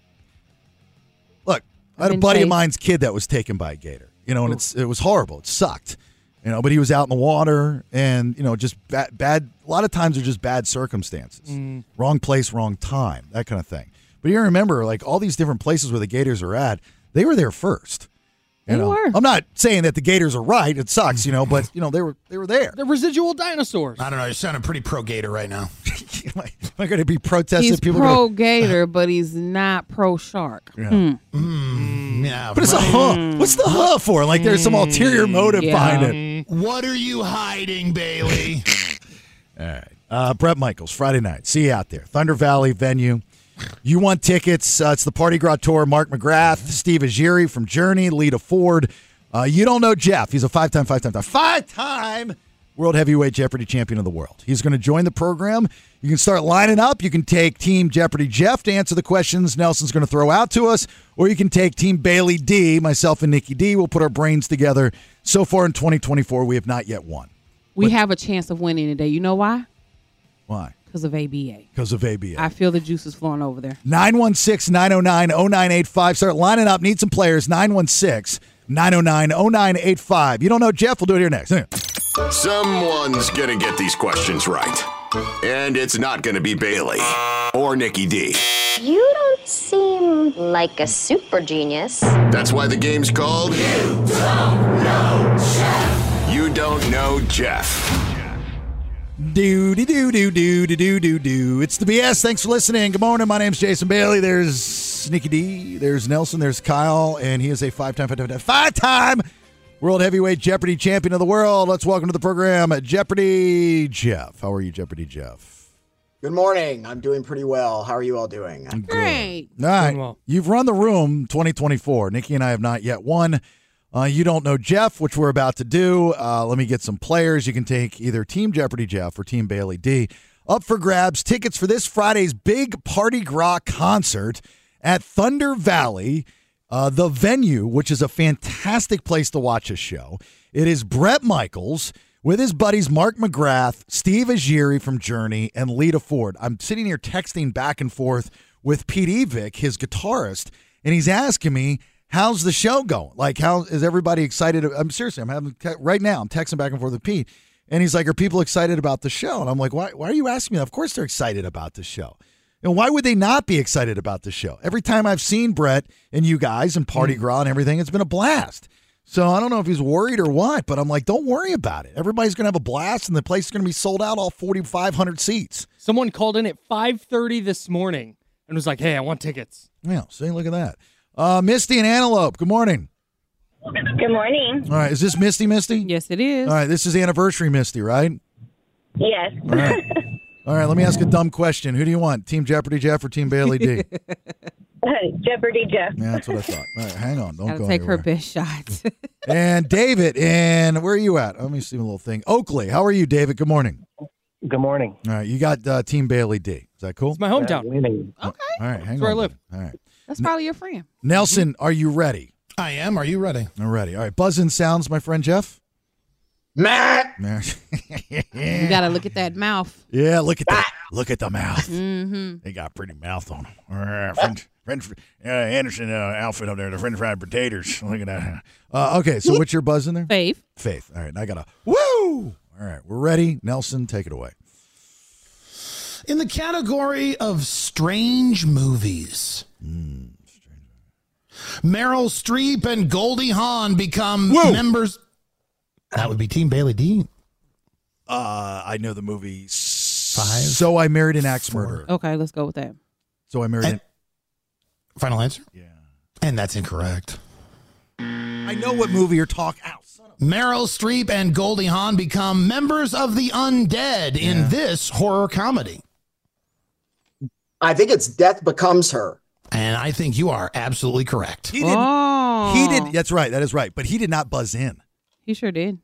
Speaker 8: look, I had a
Speaker 7: been
Speaker 8: buddy of
Speaker 7: chased.
Speaker 8: mine's kid that was taken by a gator. You know, and it's it was horrible. It sucked. You know, but he was out in the water, and you know, just bad. bad a lot of times are just bad circumstances,
Speaker 19: Mm.
Speaker 8: wrong place, wrong time, that kind of thing. But you remember, like all these different places where the gators are at, they were there first. You
Speaker 9: They
Speaker 8: know,
Speaker 9: were.
Speaker 8: I'm not saying that the gators are right. It sucks, you know, but you know they were they were there.
Speaker 9: They're residual dinosaurs.
Speaker 10: I don't know. You're sounding pretty pro gator right now.
Speaker 8: Am I going to be protested?
Speaker 7: He's
Speaker 8: People are
Speaker 7: pro
Speaker 8: gonna-
Speaker 7: gator, but he's not pro shark.
Speaker 8: Yeah.
Speaker 7: Hmm.
Speaker 10: Yeah,
Speaker 8: But it's a huh. What's the huh for? Like there's some ulterior motive
Speaker 7: Mm,
Speaker 8: behind it.
Speaker 10: What are you hiding, Bailey?
Speaker 8: All right. Uh, Brett Michaels, Friday night. See you out there. Thunder Valley venue. You want tickets? Uh, it's the Party Gras Tour. Mark McGrath, Steve Ajiri from Journey, Lita Ford. Uh, you don't know Jeff. He's a five time, five time, five time World Heavyweight Jeopardy champion of the world. He's going to join the program. You can start lining up. You can take Team Jeopardy Jeff to answer the questions Nelson's going to throw out to us, or you can take Team Bailey D. Myself and Nikki D. We'll put our brains together. So far in 2024, we have not yet won.
Speaker 7: We have a chance of winning today. You know why?
Speaker 8: Why?
Speaker 7: Because of ABA.
Speaker 8: Because of ABA.
Speaker 7: I feel the juices flowing over there.
Speaker 8: 916 909 0985. Start lining up. Need some players. 916 909 0985. You don't know Jeff? We'll do it here next.
Speaker 2: Someone's gonna get these questions right. And it's not gonna be Bailey or Nikki D.
Speaker 20: You don't seem like a super genius.
Speaker 2: That's why the game's called You Don't Know Jeff. You Don't Know Jeff.
Speaker 8: Do, do, do, do, do, do, do, do, do. It's the BS. Thanks for listening. Good morning. My name's Jason Bailey. There's Sneaky D. There's Nelson. There's Kyle. And he is a five time, five time, five time World Heavyweight Jeopardy champion of the world. Let's welcome to the program Jeopardy Jeff. How are you, Jeopardy Jeff?
Speaker 11: Good morning. I'm doing pretty well. How are you all doing?
Speaker 7: Great.
Speaker 8: All right. You've run the room 2024. Nikki and I have not yet won. Uh, you don't know Jeff, which we're about to do. Uh, let me get some players. You can take either Team Jeopardy Jeff or Team Bailey D. Up for grabs tickets for this Friday's big Party Gras concert at Thunder Valley, uh, the venue, which is a fantastic place to watch a show. It is Brett Michaels with his buddies Mark McGrath, Steve Ajiri from Journey, and Lita Ford. I'm sitting here texting back and forth with Pete Evick, his guitarist, and he's asking me, "How's the show going? Like, how is everybody excited?" I'm seriously, I'm having te- right now. I'm texting back and forth with Pete, and he's like, "Are people excited about the show?" And I'm like, "Why? Why are you asking me? that? Of course they're excited about the show." And why would they not be excited about the show? Every time I've seen Brett and you guys and Party Gras and everything, it's been a blast. So I don't know if he's worried or what, but I'm like, don't worry about it. Everybody's going to have a blast, and the place is going to be sold out, all 4,500 seats.
Speaker 9: Someone called in at 5:30 this morning and was like, "Hey, I want tickets."
Speaker 8: Yeah, see, look at that. Uh, Misty and Antelope, good morning.
Speaker 21: Good morning.
Speaker 8: All right, is this Misty Misty?
Speaker 7: Yes, it is.
Speaker 8: All right, this is Anniversary Misty, right?
Speaker 21: Yes.
Speaker 8: All right. All right, let me ask a dumb question. Who do you want, Team Jeopardy Jeff or Team Bailey D? yeah,
Speaker 21: Jeopardy Jeff.
Speaker 8: that's what I thought. All right, hang on, don't
Speaker 7: Gotta
Speaker 8: go
Speaker 7: take her
Speaker 8: anywhere.
Speaker 7: best shot.
Speaker 8: and David, and where are you at? Let me see a little thing. Oakley, how are you, David? Good morning.
Speaker 22: Good morning.
Speaker 8: All right, you got uh, Team Bailey D. Is that cool? It's
Speaker 9: my hometown.
Speaker 8: Okay. All right, hang on.
Speaker 9: where I
Speaker 8: a
Speaker 9: live.
Speaker 8: minute. All right.
Speaker 7: That's probably your friend.
Speaker 8: Nelson, are you ready?
Speaker 10: I am. Are you ready?
Speaker 8: I'm ready. All right, buzzing sounds, my friend Jeff. Matt.
Speaker 7: You gotta look at that mouth.
Speaker 8: Yeah, look at that. Look at the mouth.
Speaker 7: Mm-hmm.
Speaker 8: They got pretty mouth on them. Uh, French, French, uh, Anderson uh, outfit up there, the French fried potatoes. Look at that. Uh, okay, so what's your buzz in there?
Speaker 7: Faith.
Speaker 8: Faith. All right, I got a woo. All right, we're ready. Nelson, take it away.
Speaker 10: In the category of strange movies, Meryl Streep and Goldie Hawn become members. That would be Team Bailey D.
Speaker 8: Uh, I know the movie Five. So I married an axe murderer.
Speaker 7: Okay, let's go with that.
Speaker 8: So I married. An-
Speaker 10: Final answer? Yeah. And that's incorrect.
Speaker 8: I know what movie you're talking about.
Speaker 10: Meryl Streep and Goldie Hawn become members of the undead in this horror comedy.
Speaker 11: I think it's Death Becomes Her.
Speaker 10: And I think you are absolutely correct.
Speaker 4: Oh.
Speaker 8: He didn't. He did. That's right. That is right. But he did not buzz in.
Speaker 7: He sure did.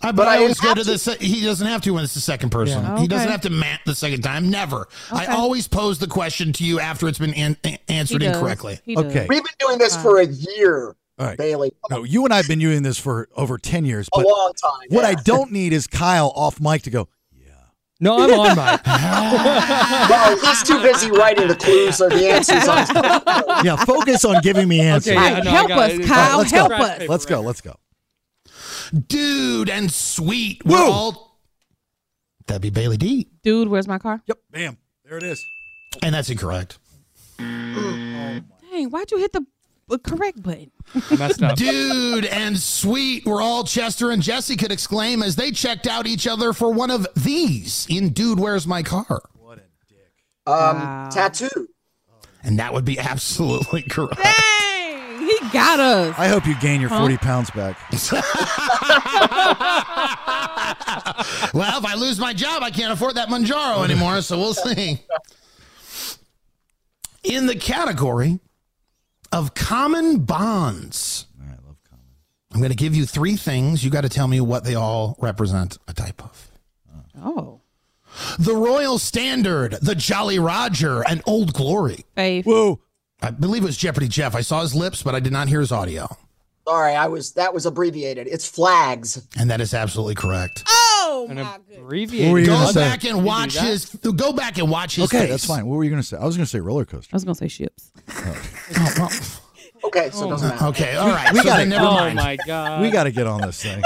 Speaker 10: I, but, I always go to the. Se- he doesn't have to when it's the second person.
Speaker 4: Yeah.
Speaker 10: He doesn't
Speaker 4: Okay.
Speaker 10: have to mat the second time. Never. I
Speaker 11: Okay.
Speaker 10: always pose the question to you after it's been an- an- answered
Speaker 11: He does.
Speaker 10: incorrectly.
Speaker 11: He does. We've been doing this for a year,
Speaker 8: All right.
Speaker 11: Bailey.
Speaker 8: No, you and I have been doing this for over 10 years. But
Speaker 11: long time,
Speaker 8: What
Speaker 11: yeah.
Speaker 8: I don't need is Kyle off mic to go,
Speaker 9: No, I'm on mine.
Speaker 11: well, he's too busy writing the clues or the answers on.
Speaker 8: yeah, focus on giving me answers.
Speaker 11: yeah, no, I Help got us, it. It's- Kyle,
Speaker 8: All let's
Speaker 11: help
Speaker 8: go.
Speaker 11: us.
Speaker 8: Let's go. Let's go.
Speaker 10: Dude and sweet. We're
Speaker 7: Woo.
Speaker 10: all. That'd be Bailey D.
Speaker 7: Dude, where's my car?
Speaker 8: Yep. Bam. There it is.
Speaker 10: And that's incorrect.
Speaker 7: Dang, why'd you hit the b- correct button?
Speaker 9: Messed up.
Speaker 10: Dude and sweet were all Chester and Jesse could exclaim as they checked out each other for one of these in Dude, Where's My Car?
Speaker 11: Um, Tattoo.
Speaker 10: And that would be absolutely correct.
Speaker 7: Dang, he got us.
Speaker 8: I hope you gain your
Speaker 7: Huh?
Speaker 8: 40 pounds back.
Speaker 10: well, if I lose my job, I can't afford that Manjaro anymore, so we'll see. In the category of common bonds. I love common. I'm going to give you three things. You got to tell me what they all represent a type of.
Speaker 7: Oh.
Speaker 10: The Royal Standard, the Jolly Roger, and Old Glory.
Speaker 7: Faith.
Speaker 8: Whoa.
Speaker 10: I believe it was Jeopardy Jeff. I saw his lips, but I did not hear his audio.
Speaker 11: Sorry, I was that was abbreviated. It's flags.
Speaker 10: And that is absolutely correct.
Speaker 7: Oh
Speaker 11: my
Speaker 9: abbreviated.
Speaker 8: What were you
Speaker 10: Go
Speaker 8: gonna say?
Speaker 10: back and watch his. Go back and watch his.
Speaker 8: Okay,
Speaker 10: face.
Speaker 8: that's fine. What were you going to say? I was going to say roller coaster. Oh. I
Speaker 7: was going to say ships.
Speaker 11: Okay, so it doesn't matter.
Speaker 10: Okay, all right.
Speaker 8: We
Speaker 10: so
Speaker 8: gotta-
Speaker 10: then never
Speaker 8: Oh
Speaker 10: mind.
Speaker 9: my God.
Speaker 8: we got to get on this thing.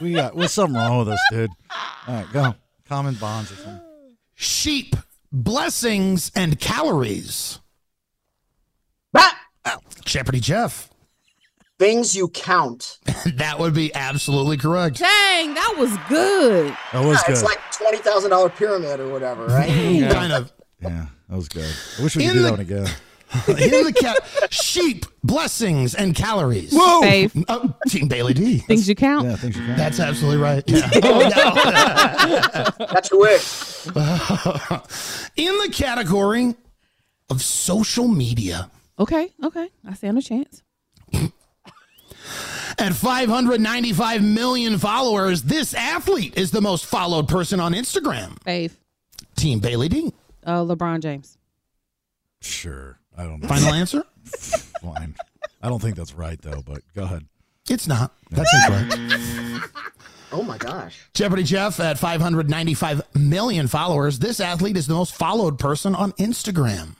Speaker 8: we got what's something wrong with us, dude? All right, go. Common bonds or something.
Speaker 10: Sheep, blessings, and calories. Ow. Jeopardy Jeff.
Speaker 11: Things you count.
Speaker 10: that would be absolutely correct.
Speaker 7: Dang, that was good.
Speaker 8: That was
Speaker 11: It's
Speaker 8: good.
Speaker 11: like twenty thousand dollar pyramid or whatever, right?
Speaker 10: Kind of.
Speaker 8: yeah, that was good. I wish we
Speaker 10: In
Speaker 8: could do
Speaker 10: the-
Speaker 8: that one again.
Speaker 10: In the cat, sheep, blessings, and calories.
Speaker 7: Whoa. Faith.
Speaker 10: Oh, Team Bailey D.
Speaker 7: Things you count?
Speaker 8: Yeah, things you count.
Speaker 10: That's absolutely right. Yeah. Oh,
Speaker 11: That's your wish.
Speaker 10: no. In the category of social media.
Speaker 7: Okay, okay. I stand a chance.
Speaker 10: At 595 million followers, this athlete is the most followed person on Instagram.
Speaker 7: Faith.
Speaker 10: Team Bailey D.
Speaker 7: Uh, LeBron James.
Speaker 8: Sure. I don't know.
Speaker 10: Final answer?
Speaker 8: Fine. I don't think that's right though, but go ahead.
Speaker 10: It's not. That's incorrect.
Speaker 11: Oh my gosh.
Speaker 10: Jeopardy Jeff at 595 million followers. This athlete is the most followed person on Instagram.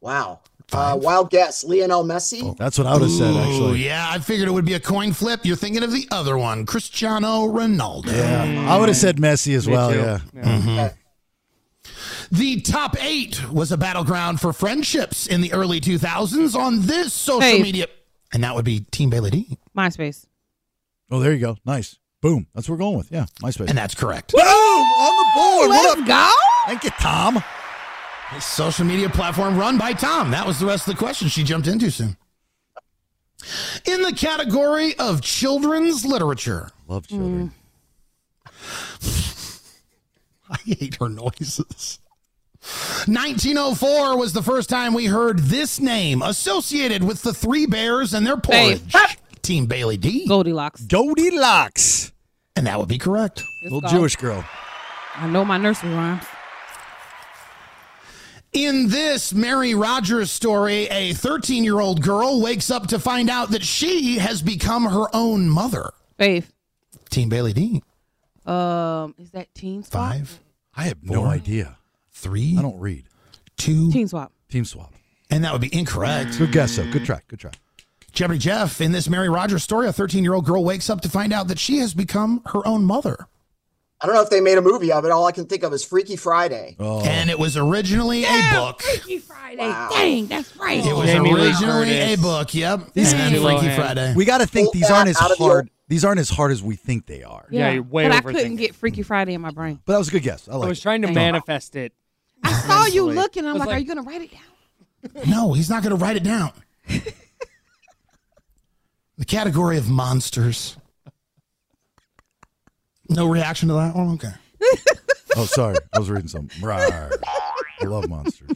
Speaker 11: Wow. Uh, wild guess. Lionel Messi.
Speaker 10: Oh,
Speaker 8: That's what I would have said
Speaker 10: Ooh,
Speaker 8: actually.
Speaker 10: yeah, I figured it would be a coin flip. You're thinking of the other one, Cristiano Ronaldo. Mm. Mm-hmm.
Speaker 8: I would have said Messi as well, yeah. Mm. Mm-hmm.
Speaker 10: The top eight was a battleground for friendships in the early 2000s on this social
Speaker 7: Hey.
Speaker 10: media. And that would be Team Bailey D.
Speaker 7: MySpace.
Speaker 8: Oh, there you go. Nice. Boom. That's what we're going with. Yeah. MySpace.
Speaker 10: And that's correct.
Speaker 8: Boom! On the board. What up?
Speaker 7: Go.
Speaker 8: Thank you, Tom.
Speaker 10: Social media platform run by Tom. That was the rest of the question she jumped into soon. In the category of children's literature,
Speaker 8: Love children.
Speaker 10: I hate her noises. 1904 was the first time we heard this name associated with the Three Bears and their
Speaker 7: Hey. Ah.
Speaker 10: porridge. Team Bailey D.
Speaker 7: Goldilocks.
Speaker 8: Goldilocks.
Speaker 10: And that would be correct.
Speaker 8: Little
Speaker 7: call.
Speaker 8: Jewish girl.
Speaker 7: I know my nursery rhymes.
Speaker 10: In this Mary Rogers story, a 13 year old girl wakes up to find out that she has become her own mother.
Speaker 7: Faith.
Speaker 10: Team Bailey D.
Speaker 7: Um, is that Teen Swap?
Speaker 10: Five,
Speaker 8: I have no
Speaker 10: Four.
Speaker 8: idea.
Speaker 10: three,
Speaker 8: I don't read.
Speaker 10: two,
Speaker 7: Teen Swap.
Speaker 8: Team swap.
Speaker 10: and that would be incorrect.
Speaker 8: Good guess though. Good try. Good try.
Speaker 10: Jeopardy Jeff, in this Mary Rogers story, a 13 year old girl wakes up to find out that she has become her own mother.
Speaker 11: I don't know if they made a movie of it. All I can think of is Freaky Friday.
Speaker 8: Oh.
Speaker 10: And it was originally a book.
Speaker 7: Freaky Friday. Dang, that's right.
Speaker 10: It was
Speaker 9: Jamie Lee
Speaker 10: originally a
Speaker 9: Curtis.
Speaker 10: book. Yep.
Speaker 8: These-
Speaker 10: and
Speaker 9: Lindsay
Speaker 10: Freaky
Speaker 9: Lohan.
Speaker 10: Friday.
Speaker 8: We got to think
Speaker 11: Pull
Speaker 8: these
Speaker 11: that
Speaker 8: aren't as
Speaker 11: out of the-
Speaker 8: hard. These aren't as hard as we think they are.
Speaker 9: Yeah, you're way
Speaker 7: But I
Speaker 9: overthinking.
Speaker 7: couldn't get Freaky Friday in my brain.
Speaker 8: But that was a good guess. I
Speaker 9: I
Speaker 8: like.
Speaker 9: was
Speaker 8: it.
Speaker 9: trying to
Speaker 7: Dang.
Speaker 9: manifest it.
Speaker 7: I saw you
Speaker 9: Mentally.
Speaker 7: looking. I'm
Speaker 9: I was
Speaker 7: like,
Speaker 9: like-
Speaker 7: are you gonna write it down?
Speaker 10: No, he's not going to write it down. the category of monsters. No reaction to that one? Okay.
Speaker 8: Oh, sorry. I was reading something. Rawr. I love monsters.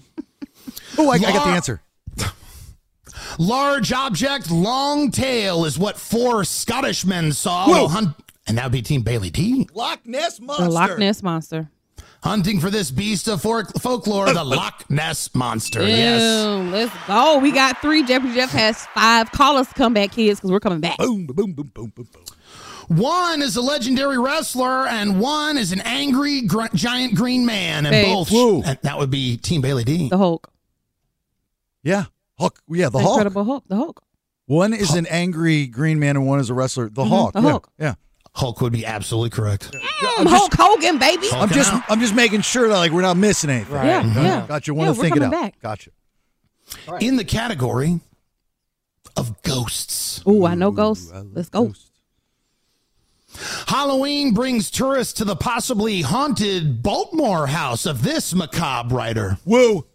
Speaker 8: Oh, I, I got the
Speaker 10: Lar-
Speaker 8: answer.
Speaker 10: Large object, long tail is what four Scottish men saw while hunt. And that would be Team Bailey D.
Speaker 8: Loch Ness monster.
Speaker 7: The Loch Ness monster.
Speaker 10: Hunting for this beast of folk- folklore, the Loch Ness monster.
Speaker 7: Ew,
Speaker 10: Yes.
Speaker 7: Let's go. We got three. Jeopardy Jeff has five. Call us comeback kids because we're coming back.
Speaker 8: Boom, boom, boom, boom, boom.
Speaker 10: One is a legendary wrestler, and one is an angry gr- giant green man, and
Speaker 7: Babe.
Speaker 10: both. And that would be Team Bailey D.
Speaker 7: The Hulk.
Speaker 8: Yeah, Hulk. Yeah, the Hulk.
Speaker 7: Incredible Hulk. The Hulk.
Speaker 8: One is an angry green man and one is a wrestler. The
Speaker 7: Mhm,
Speaker 8: Hulk.
Speaker 7: the
Speaker 8: yeah,
Speaker 7: Hulk.
Speaker 8: Yeah.
Speaker 10: Hulk would be absolutely correct.
Speaker 7: Damn, Hulk Hogan, baby.
Speaker 8: I'm just I'm just making sure that like we're not missing anything.
Speaker 7: Right. Yeah,
Speaker 8: Gotcha.
Speaker 7: yeah.
Speaker 8: Gotcha. Want
Speaker 7: Yeah,
Speaker 8: to
Speaker 7: we're
Speaker 8: think it out.
Speaker 7: coming back.
Speaker 8: Gotcha.
Speaker 10: In the category of ghosts.
Speaker 7: Ooh, I know ghosts. Let's go.
Speaker 10: Halloween brings tourists to the possibly haunted Baltimore house of this macabre writer.
Speaker 8: Woo!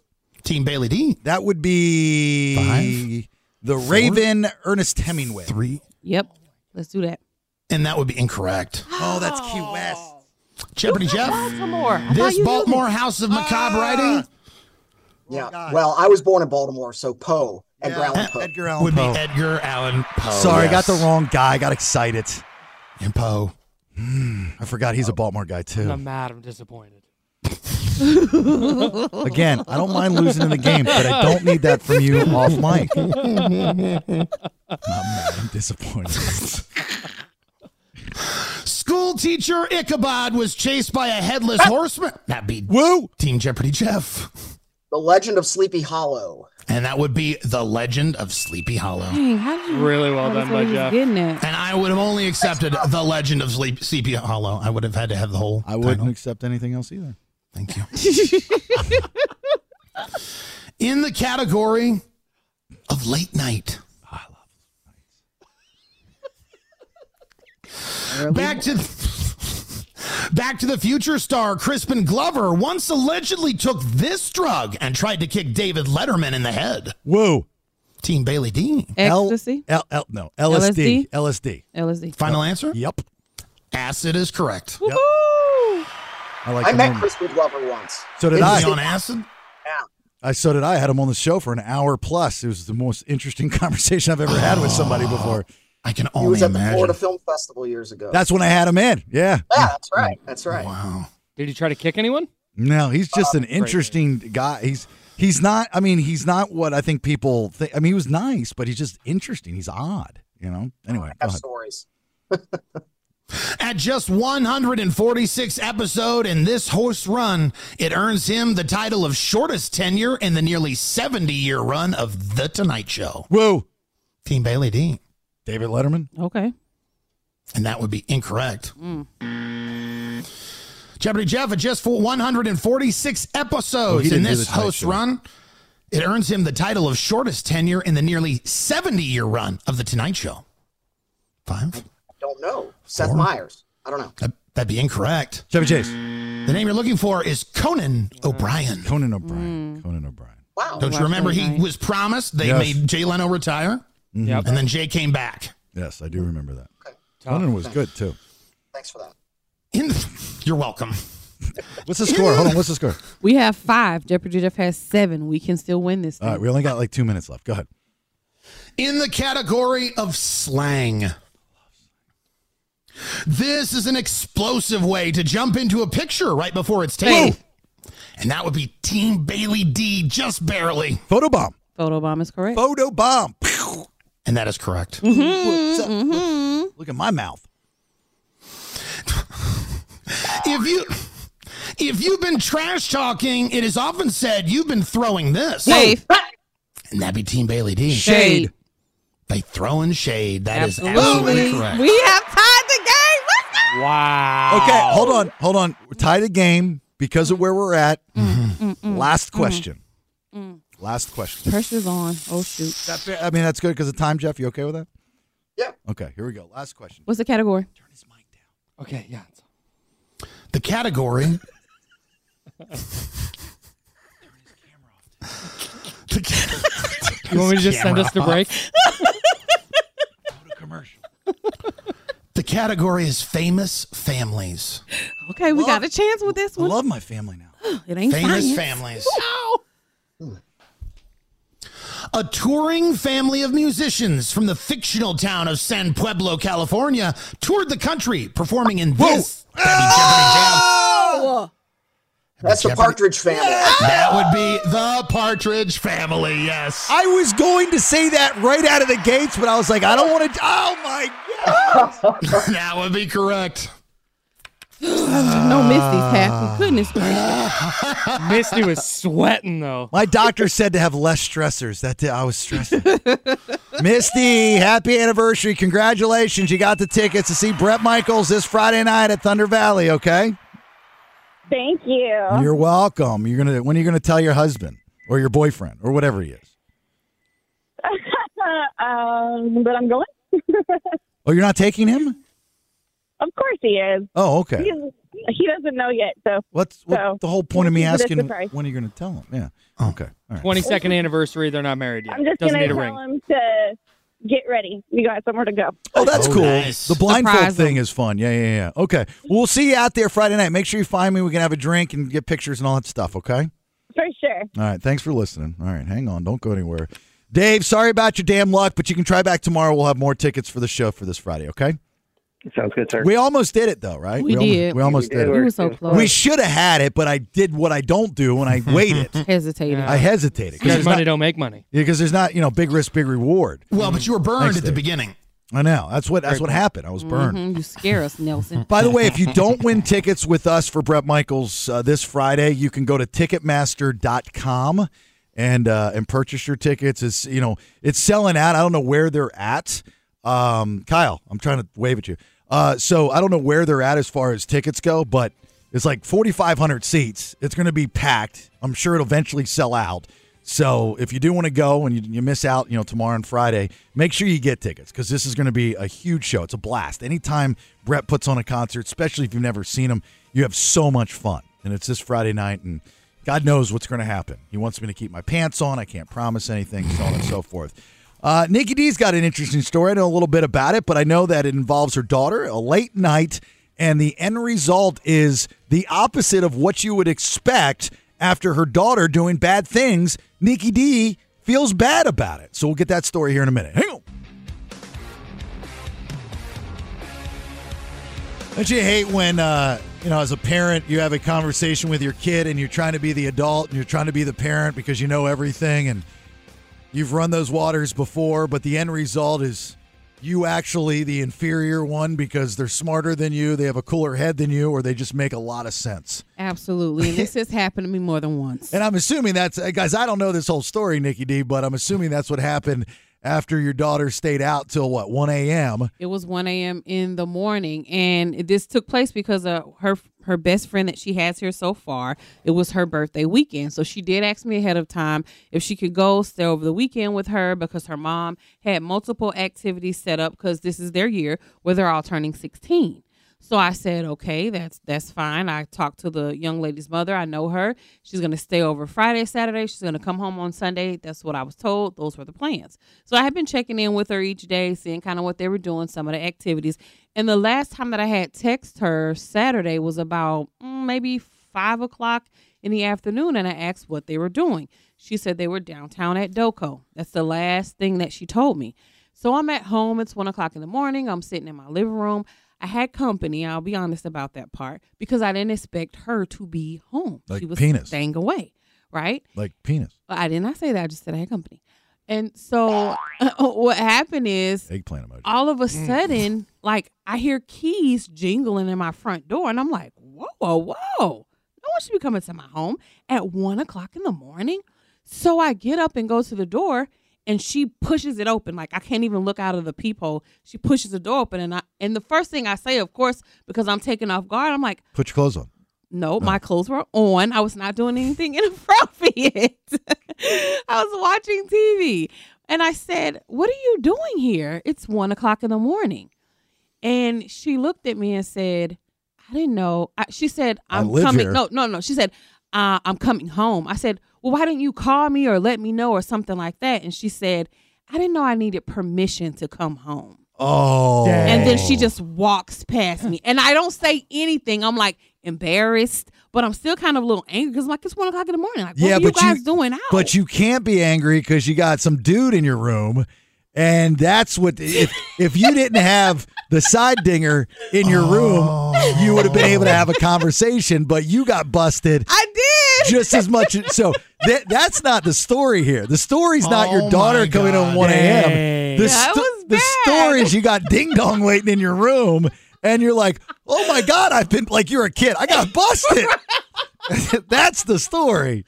Speaker 10: Team Bailey D.
Speaker 8: That would be
Speaker 10: Five,
Speaker 8: the Raven, Ernest Hemingway.
Speaker 10: Three.
Speaker 7: Yep. Let's do that.
Speaker 10: And that would be incorrect.
Speaker 8: Oh, that's Key West.
Speaker 10: Jeopardy Jeff. This Baltimore house of
Speaker 8: Ah.
Speaker 10: macabre writing
Speaker 11: Yeah. Well, I was born in Baltimore, so Poe, Edgar Allan Poe.
Speaker 8: Edgar Allan
Speaker 10: would be
Speaker 8: Oh, Poe.
Speaker 10: Edgar Allan Poe.
Speaker 8: Sorry, I got
Speaker 10: yes.
Speaker 8: the wrong guy. I got excited. Hmm,
Speaker 10: And Poe.
Speaker 8: I forgot he's a Baltimore guy too.
Speaker 9: I'm mad. I'm disappointed.
Speaker 8: Again, I don't mind losing in the game, but I don't need that from you off mic. I'm disappointed.
Speaker 10: School teacher Ichabod was chased by a headless horseman. That'd be
Speaker 8: Woo!
Speaker 10: Team Jeopardy Jeff.
Speaker 11: The Legend of Sleepy Hollow.
Speaker 10: And that would be The Legend of Sleepy Hollow.
Speaker 7: Dang, how did you
Speaker 9: Really well
Speaker 7: That's
Speaker 9: done
Speaker 7: what
Speaker 9: by
Speaker 7: he was
Speaker 9: Jeff.
Speaker 7: Getting it.
Speaker 10: And I would have only accepted The Legend of Sleep- Sleepy Hollow. I would have had to have the whole.
Speaker 8: I wouldn't
Speaker 10: title.
Speaker 8: accept anything else either.
Speaker 10: Thank you. In the category of late night. Back to Back to the Future star Crispin Glover once allegedly took this drug and tried to kick David Letterman in the head.
Speaker 8: Woo!
Speaker 10: Team Bailey Dean.
Speaker 7: Ecstasy.
Speaker 8: L, L, no, LSD. LSD.
Speaker 7: LSD.
Speaker 10: Final answer?
Speaker 8: Yep.
Speaker 10: Acid is correct.
Speaker 8: Yep.
Speaker 7: Woo!
Speaker 8: I like
Speaker 11: I
Speaker 8: him.
Speaker 11: met Crispin Glover once.
Speaker 8: So did
Speaker 10: Is
Speaker 8: I.
Speaker 10: he on acid?
Speaker 8: I so did I. I had him on the show for an hour plus. It was the most interesting conversation I've ever had with somebody before.
Speaker 10: I can
Speaker 11: He
Speaker 10: only
Speaker 11: was at the
Speaker 10: imagine.
Speaker 11: Florida Film Festival years ago.
Speaker 8: That's when I had him in. Yeah.
Speaker 11: yeah, that's right. That's right.
Speaker 10: Wow.
Speaker 9: Did you try to kick anyone?
Speaker 8: No, he's just an interesting guy. He's he's not. I mean, he's not what I think people think. I mean, he was nice, but he's just interesting. He's odd. You know. Anyway,
Speaker 11: I have
Speaker 8: go ahead.
Speaker 11: stories.
Speaker 10: At just 146 episode in this horse run, it earns him the title of shortest tenure in the nearly 70 year run of The Tonight Show.
Speaker 8: Whoa,
Speaker 10: Team Bailey Dean.
Speaker 8: David Letterman.
Speaker 7: Okay.
Speaker 10: And that would be incorrect. Jeopardy Jeff at just for 146
Speaker 8: Oh, he
Speaker 10: episodes
Speaker 8: didn't
Speaker 10: in
Speaker 8: do
Speaker 10: this
Speaker 8: The Tonight
Speaker 10: host
Speaker 8: Show.
Speaker 10: run. It earns him the title of shortest tenure in the nearly 70 year run of The Tonight Show. Five?
Speaker 11: I don't know. Seth
Speaker 10: Four.
Speaker 11: Meyers. I don't know.
Speaker 10: That- That'd be incorrect.
Speaker 8: Chevy Chase.
Speaker 10: The name you're looking for is Conan O'Brien.
Speaker 8: Conan O'Brien. Conan O'Brien.
Speaker 11: Wow.
Speaker 10: Don't you remember he was promised? They
Speaker 8: Yes.
Speaker 10: made Jay Leno retire,
Speaker 9: Yep.
Speaker 10: and then Jay came back.
Speaker 8: Yes, I do remember that.
Speaker 9: Tough.
Speaker 8: Conan was good too.
Speaker 11: Thanks for that.
Speaker 10: In you're welcome.
Speaker 8: What's the score? Hold on. What's the score?
Speaker 7: We have five. Jeopardy Jeff has seven. We can still win this.
Speaker 8: All right,
Speaker 7: thing.
Speaker 8: we only got like two minutes left. Go ahead.
Speaker 10: In the category of slang. This is an explosive way to jump into a picture right before it's taken. And that would be Team Bailey D just barely.
Speaker 8: Photobomb.
Speaker 7: Photo bomb is correct.
Speaker 8: Photobomb. Pew.
Speaker 10: And that is correct.
Speaker 7: Mm-hmm.
Speaker 8: What's up? Look, look at my mouth.
Speaker 10: If you if you've been trash talking, it is often said you've been throwing this.
Speaker 7: Safe.
Speaker 10: And that'd be Team Bailey D.
Speaker 7: Shade.
Speaker 10: By throwing shade. That is absolutely
Speaker 7: Absolutely.
Speaker 10: correct.
Speaker 7: We have tied the game. Let's go.
Speaker 9: Wow.
Speaker 8: Okay, hold on, hold on. We're tied a game because of where we're at.
Speaker 10: Mm-hmm.
Speaker 8: Last question. Last question.
Speaker 7: Pressure's on. Oh shoot.
Speaker 8: That fair? I mean, that's good because of time, Jeff. You okay with that?
Speaker 11: Yeah.
Speaker 8: Okay, here we go. Last question.
Speaker 7: What's the category?
Speaker 9: Okay, yeah. it's-
Speaker 10: The category. The ca-
Speaker 9: You want me to just send us to
Speaker 10: Camera
Speaker 9: break?
Speaker 10: The category is famous families.
Speaker 7: Okay, we
Speaker 8: Love-
Speaker 7: got a chance with this
Speaker 8: I
Speaker 7: one.
Speaker 8: love my family now.
Speaker 7: It ain't
Speaker 10: famous
Speaker 7: science.
Speaker 10: families.
Speaker 7: No.
Speaker 10: A touring family of musicians from the fictional town of San Pueblo, California, toured the country performing in this.
Speaker 11: That's the Partridge Family.
Speaker 10: That would be the Partridge Family, yes.
Speaker 8: I was going to say that right out of the gates, but I was like, I don't want to. Oh my
Speaker 10: that would be correct.
Speaker 7: no Misty's
Speaker 8: Uh,
Speaker 7: happy. Goodness gracious.
Speaker 9: Misty was sweating though.
Speaker 8: My doctor said to have less stressors. That day I was stressing. Misty, happy anniversary! Congratulations, you got the tickets to see Brett Michaels this Friday night at Thunder Valley. Okay,
Speaker 21: Thank you.
Speaker 8: you're welcome. You're gonna when are you gonna tell your husband or your boyfriend or whatever he is?
Speaker 21: um, but I'm going.
Speaker 8: Oh, you're not taking him?
Speaker 21: Of course he is.
Speaker 8: Oh, okay.
Speaker 21: He's- he doesn't know yet, so
Speaker 8: What's what,
Speaker 21: So,
Speaker 8: the whole point of me
Speaker 21: keep it a
Speaker 8: asking?
Speaker 21: surprise.
Speaker 8: When are you gonna tell him? Yeah. Okay. All right.
Speaker 9: Twenty second anniversary. They're not married yet.
Speaker 21: I'm just
Speaker 9: Doesn't
Speaker 21: gonna
Speaker 9: need a
Speaker 21: tell
Speaker 9: ring.
Speaker 21: him to get ready. We got somewhere to go.
Speaker 8: Oh, that's
Speaker 10: Oh,
Speaker 8: cool.
Speaker 10: nice.
Speaker 8: The blindfold
Speaker 21: Surprise
Speaker 8: thing is fun. Yeah, yeah, yeah. Okay. We'll see you out there Friday night. Make sure you find me. We can have a drink and get pictures and all that stuff, okay?
Speaker 21: For sure.
Speaker 8: All right. Thanks for listening. All right. Hang on. Don't go anywhere. Dave, sorry about your damn luck, but you can try back tomorrow. We'll have more tickets for the show for this Friday, okay?
Speaker 19: Sounds good, sir.
Speaker 8: We almost did it, though, right?
Speaker 7: We
Speaker 8: almost,
Speaker 7: did.
Speaker 8: We almost
Speaker 7: We
Speaker 8: did.
Speaker 7: did.
Speaker 8: it.
Speaker 7: We were so close.
Speaker 8: We should have had it, but I did what I don't do when I waited.
Speaker 7: Hesitating.
Speaker 8: I hesitated
Speaker 9: Because
Speaker 8: because
Speaker 9: money don't make money.
Speaker 8: because there's not you know big risk, big reward.
Speaker 10: Well, but you were burned
Speaker 8: Thanks,
Speaker 10: at the
Speaker 8: Dave.
Speaker 10: beginning.
Speaker 8: I know. That's what that's what happened. I was burned.
Speaker 7: Mhm, You scare us, Nelson.
Speaker 8: By the way, if you don't win tickets with us for Brett Michaels uh, this Friday, you can go to Ticketmaster.com and uh, and purchase your tickets. It's you know it's selling out. I don't know where they're at. Um, Kyle, I'm trying to wave at you. Uh, so I don't know where they're at as far as tickets go, but it's like 4,500 seats. It's going to be packed. I'm sure it'll eventually sell out. So if you do want to go and you, you miss out, you know, tomorrow and Friday, make sure you get tickets because this is going to be a huge show. It's a blast. Anytime Brett puts on a concert, especially if you've never seen him, you have so much fun. And it's this Friday night, and God knows what's going to happen. He wants me to keep my pants on. I can't promise anything, so on and so forth. Uh, Nikki D's got an interesting story. I know a little bit about it, but I know that it involves her daughter, a late night, and the end result is the opposite of what you would expect after her daughter doing bad things. Nikki D feels bad about it. So we'll get that story here in a minute. Hang on. Don't you hate when, uh, you know, as a parent, you have a conversation with your kid and you're trying to be the adult and you're trying to be the parent because you know everything and you've run those waters before, but the end result is you actually the inferior one because they're smarter than you, they have a cooler head than you, or they just make a lot of sense.
Speaker 7: Absolutely. And this has happened to me more than once.
Speaker 8: And I'm assuming that's, uh, guys, I don't know this whole story, Nikki D, but I'm assuming that's what happened after your daughter stayed out till what, 1 a.m.
Speaker 7: It was 1 a.m. in the morning, and this took place because uh, her her best friend that she has here so far. It was her birthday weekend, so she did ask me ahead of time if she could go stay over the weekend with her because her mom had multiple activities set up because this is their year where they're all turning 16. So I said, okay, that's that's fine. I talked to the young lady's mother. I know her. She's gonna stay over Friday, Saturday. She's gonna come home on Sunday. That's what I was told. Those were the plans. So I had been checking in with her each day, seeing kind of what they were doing, some of the activities. And the last time that I had text her Saturday was about mm, maybe five o'clock in the afternoon, and I asked what they were doing. She said they were downtown at Doco. That's the last thing that she told me. So I'm at home. It's one o'clock in the morning. I'm sitting in my living room. I had company. I'll be honest about that part because I didn't expect her to be home.
Speaker 8: Like
Speaker 7: she was
Speaker 8: penis.
Speaker 7: staying away, right?
Speaker 8: Like penis,
Speaker 7: Well, I did not say that. I just said I had company. And so what happened is
Speaker 8: eggplant emoji.
Speaker 7: all of a sudden, like I hear keys jingling in my front door, and I'm like, whoa, whoa, whoa. No one should be coming to my home at one o'clock in the morning. So I get up and go to the door, and she pushes it open. Like I can't even look out of the peephole. She pushes the door open, and I and the first thing I say, of course, because I'm taken off guard, I'm like,
Speaker 8: Put your clothes on.
Speaker 7: no, my clothes were on. I was not doing anything inappropriate. I was watching TV. And I said, What are you doing here? It's one o'clock in the morning. And she looked at me and said, I didn't know. I, she said,
Speaker 8: I
Speaker 7: I'm
Speaker 8: live
Speaker 7: coming.
Speaker 8: here.
Speaker 7: No, no, no. She said, uh, I'm coming home. I said, Well, why didn't you call me or let me know or something like that? And she said, I didn't know I needed permission to come home.
Speaker 8: Oh.
Speaker 7: And then she just walks past me. And I don't say anything. I'm like, embarrassed, but I'm still kind of a little angry because I'm like, it's one o'clock in the morning. Like, what
Speaker 8: yeah,
Speaker 7: are you
Speaker 8: but
Speaker 7: guys doing out?
Speaker 8: But you can't be angry because you got some dude in your room, and that's what if if you didn't have the side dinger in your room, you would have been able to have a conversation. But you got busted.
Speaker 7: I did
Speaker 8: just as much. So that that's not the story here. The story's not
Speaker 4: Oh
Speaker 8: your daughter
Speaker 4: my
Speaker 8: coming
Speaker 4: God.
Speaker 8: on one a.m.
Speaker 4: Dang.
Speaker 8: The,
Speaker 4: That was
Speaker 8: the story is you got ding dong waiting in your room, and you're like, oh my god, I've been like you're a kid. I got busted. that's the story.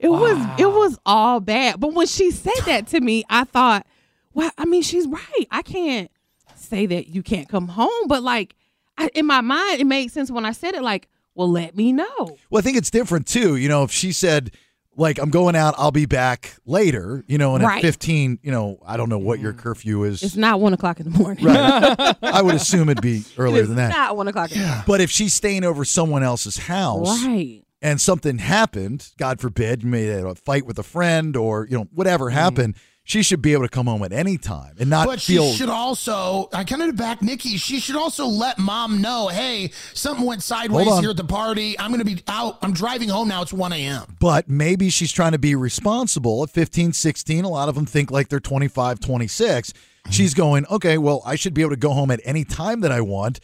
Speaker 7: It was it was all bad. But when she said that to me, I thought, well, I mean, she's right. I can't say that you can't come home, but like I, in my mind, it made sense when I said it. Like, well, let me know.
Speaker 8: Well, I think it's different too. You know, if she said, like, I'm going out, I'll be back later, you know, and
Speaker 7: Right.
Speaker 8: at 15, you know, I don't know what your curfew is.
Speaker 7: Mm. It's not one o'clock in the morning.
Speaker 8: right. I would assume it'd be earlier
Speaker 7: It's
Speaker 8: than that.
Speaker 7: not one o'clock. in the morning.
Speaker 8: But if she's staying over someone else's house
Speaker 7: Right.
Speaker 8: and something happened, God forbid, you made a fight with a friend or, you know,
Speaker 7: Mm.
Speaker 8: whatever happened, she should be able to come home at any time and not
Speaker 10: but
Speaker 8: feel.
Speaker 10: she should also. I kind of back Nikki. She should also let mom know, hey, something went sideways
Speaker 8: on.
Speaker 10: here at the party. I'm going to be out. I'm driving home now. It's 1 a.m.
Speaker 8: but maybe she's trying to be responsible at 15 16 a lot of them think like they're 25 26 she's going okay well i should be able to go home at any time that i want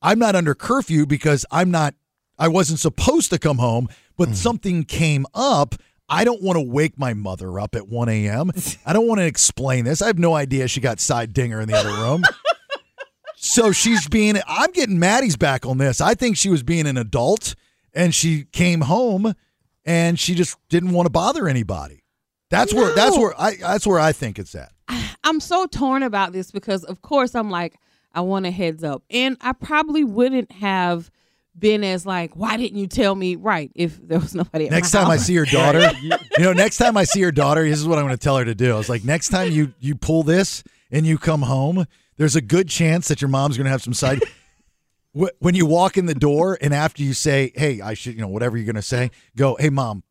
Speaker 8: i'm not under curfew because i'm not i wasn't supposed to come home but something came up I don't want to wake my mother up at 1 a.m. I don't want to explain this. I have no idea she got side dinger in the other room. So she's being, I'm getting Maddie's back on this. I think she was being an adult and she came home and she just didn't want to bother anybody. That's where, that's where I, that's where I think it's at.
Speaker 7: I'm so torn about this because, of course, I'm like, I want a heads up. And I probably wouldn't have been as like, why didn't you tell me? Right. If there was nobody at my
Speaker 8: Next time I
Speaker 7: house.
Speaker 8: see your daughter, you know, next time I see your daughter, this is what I'm going to tell her to do. I was like, next time you, you pull this and you come home, there's a good chance that your mom's going to have some side. Wh- When you walk in the door and after you say, hey, I should, you know, whatever you're going to say, go, hey, mom,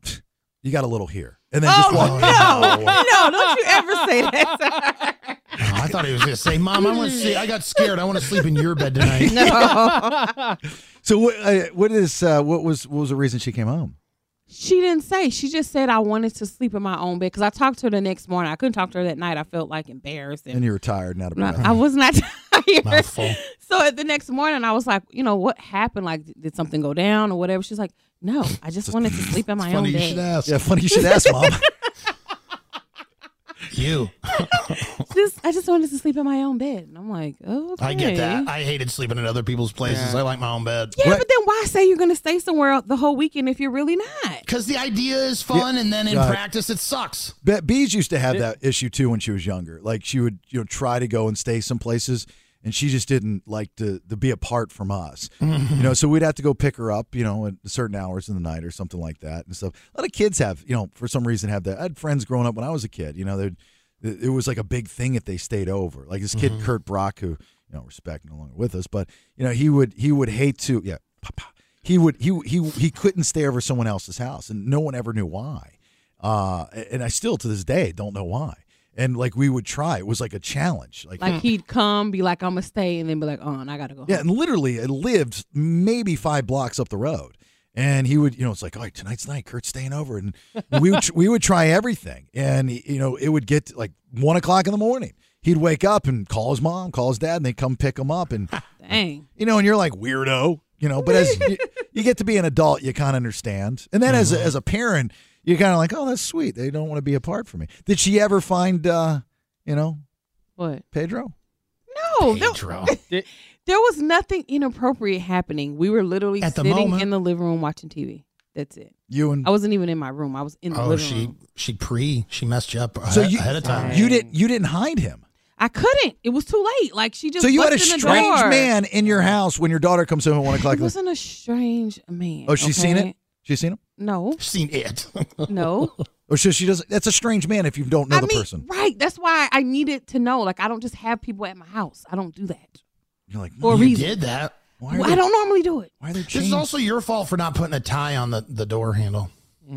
Speaker 8: you got a little here. And then just walk.
Speaker 7: no, don't you ever say that.
Speaker 10: Oh, I thought he was going to say, mom, I want to see. I got scared. I want to sleep in your bed tonight.
Speaker 8: Uh-huh.
Speaker 7: No.
Speaker 8: So what? Uh, what is? Uh, what was? What was the reason she came home?
Speaker 7: She didn't say. She just said I wanted to sleep in my own bed because I talked to her the next morning. I couldn't talk to her that night. I felt like embarrassed. And
Speaker 8: And you were tired, not a
Speaker 7: No,
Speaker 8: breath.
Speaker 7: I was not tired.
Speaker 8: Mouthful.
Speaker 7: So the next morning, I was like, you know, what happened? Like, did something go down or whatever? She's like, no, I just wanted to sleep in my own
Speaker 10: funny you
Speaker 7: bed.
Speaker 10: should ask.
Speaker 8: Yeah, funny you should ask, mom.
Speaker 10: you.
Speaker 7: just, I just wanted to sleep in my own bed. And I'm like, oh, okay.
Speaker 10: I get that. I hated sleeping in other people's places. I like my own bed.
Speaker 7: yeah, but then why say you're going to stay somewhere the whole weekend if you're really not?
Speaker 10: Because the idea is fun, and then in
Speaker 8: Right.
Speaker 10: practice, it sucks.
Speaker 8: But Bees used to have that issue too when she was younger. Like she would, you know, try to go and stay some places, and she just didn't like to, to be apart from us. you know, so we'd have to go pick her up, you know, at certain hours in the night or something like that and stuff. A lot of kids have, you know, for some reason have that. I had friends growing up when I was a kid. You know, they'd it it was like a big thing if they stayed over. Like this kid
Speaker 10: Mhm.
Speaker 8: Kurt Brock, who you know, respect no longer with us, but you know, he would he would hate to yeah. Papa, he would he he he couldn't stay over someone else's house, and no one ever knew why. Uh, and I still to this day don't know why. And like we would try, it was like a challenge. Like,
Speaker 7: Like, he'd come, be like, I'm going to stay, and then be like, oh, and I got to go.
Speaker 8: Hmm. yeah, and literally it lived maybe five blocks up the road. And he would, you know, it's like, all right, tonight's night, Kurt's staying over, and we would, we would try everything, and you know, it would get to, like one o'clock in the morning. He'd wake up and call his mom, call his dad, and they come pick him up, and
Speaker 7: Dang.
Speaker 8: you know, and you're like weirdo, you know. But as you, you get to be an adult, you kind of understand, and then
Speaker 10: Mm-hmm.
Speaker 8: as a, as a parent, you're kind of like, oh, that's sweet. They don't want to be apart from me. Did she ever find, uh, you know,
Speaker 7: what
Speaker 8: Pedro?
Speaker 7: No, there, there was nothing inappropriate happening. We were literally
Speaker 10: At the
Speaker 7: sitting
Speaker 10: moment.
Speaker 7: in the living room watching TV. That's it.
Speaker 8: You and
Speaker 7: I wasn't even in my room. I was in the
Speaker 10: Oh,
Speaker 7: living
Speaker 10: she
Speaker 7: room.
Speaker 10: she pre she messed you up ahe-
Speaker 8: So you-
Speaker 10: ahead of time.
Speaker 8: You didn't you didn't hide him.
Speaker 7: I couldn't. It was too late. Like she just.
Speaker 8: so you had a
Speaker 7: busted in the
Speaker 8: strange
Speaker 7: door.
Speaker 8: man in your house when your daughter comes home at one o'clock.
Speaker 7: It wasn't a strange man.
Speaker 8: oh, she's seen
Speaker 7: okay?
Speaker 8: it. She's seen him.
Speaker 7: No,
Speaker 10: seen it.
Speaker 7: no.
Speaker 8: Oh, so she doesn't. That's a strange man if you don't know
Speaker 7: I
Speaker 8: the
Speaker 7: mean,
Speaker 8: person.
Speaker 7: right. That's why I needed to know. Like I don't just have people at my house. I don't do that.
Speaker 8: You're like,
Speaker 7: For a
Speaker 10: you
Speaker 7: reason.
Speaker 10: did that.
Speaker 8: Why
Speaker 7: I don't normally do it.
Speaker 8: Why are they
Speaker 7: Mm-hmm.
Speaker 10: This is also your fault for not putting a tie on the, the door handle.
Speaker 7: Oh,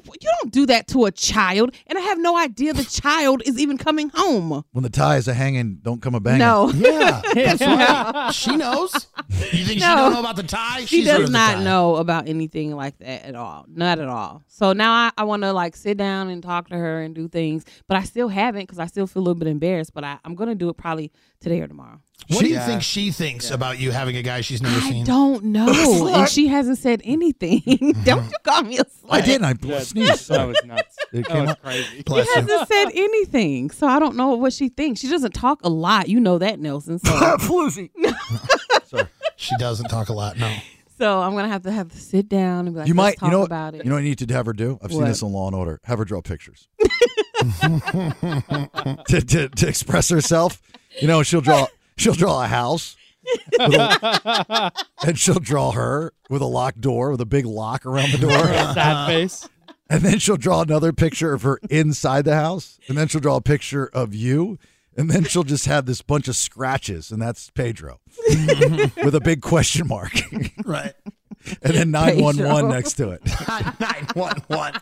Speaker 7: You don't do that to a child, and I have no idea the child is even coming home.
Speaker 8: When the ties are hanging, don't come a banging.
Speaker 7: No.
Speaker 10: Yeah, that's right. She knows. You think she don't know about the tie?
Speaker 7: She
Speaker 10: She's heard
Speaker 7: does
Speaker 10: of the
Speaker 7: not
Speaker 10: tie.
Speaker 7: know about anything like that at all. Not at all. So now I, I want to like sit down and talk to her and do things, but I still haven't because I still feel a little bit embarrassed. But I, I'm gonna do it probably today or tomorrow.
Speaker 10: What do you think she thinks about you having a guy she's never seen?
Speaker 7: Don't know, and she hasn't said anything. don't you call me a slut?
Speaker 8: I didn't. I sneezed.
Speaker 9: that was nuts.
Speaker 8: It
Speaker 9: That
Speaker 8: came
Speaker 9: was
Speaker 8: out.
Speaker 9: crazy.
Speaker 7: She hasn't said anything, so I don't know what she thinks. She doesn't talk a lot, you know that, Nelson. So,
Speaker 8: Floozy.
Speaker 10: She doesn't talk a lot. No.
Speaker 7: so I'm gonna have to have to sit down and be like,
Speaker 8: you
Speaker 7: Let's
Speaker 8: might.
Speaker 7: talk
Speaker 8: You know. what-
Speaker 7: about it.
Speaker 8: You know what you need to have her do? I've seen
Speaker 7: What?
Speaker 8: this on Law and Order. Have her draw pictures to, to to express herself. You know, she'll draw. She'll draw a house. with a- and she'll draw her with a locked door with a big lock around the door.
Speaker 9: Sad face.
Speaker 8: And then she'll draw another picture of her inside the house. And then she'll draw a picture of you. And then she'll just have this bunch of scratches. And that's Pedro with a big question mark.
Speaker 10: Right.
Speaker 8: And then 911
Speaker 10: Pedro.
Speaker 8: next to it.
Speaker 10: Nine one one.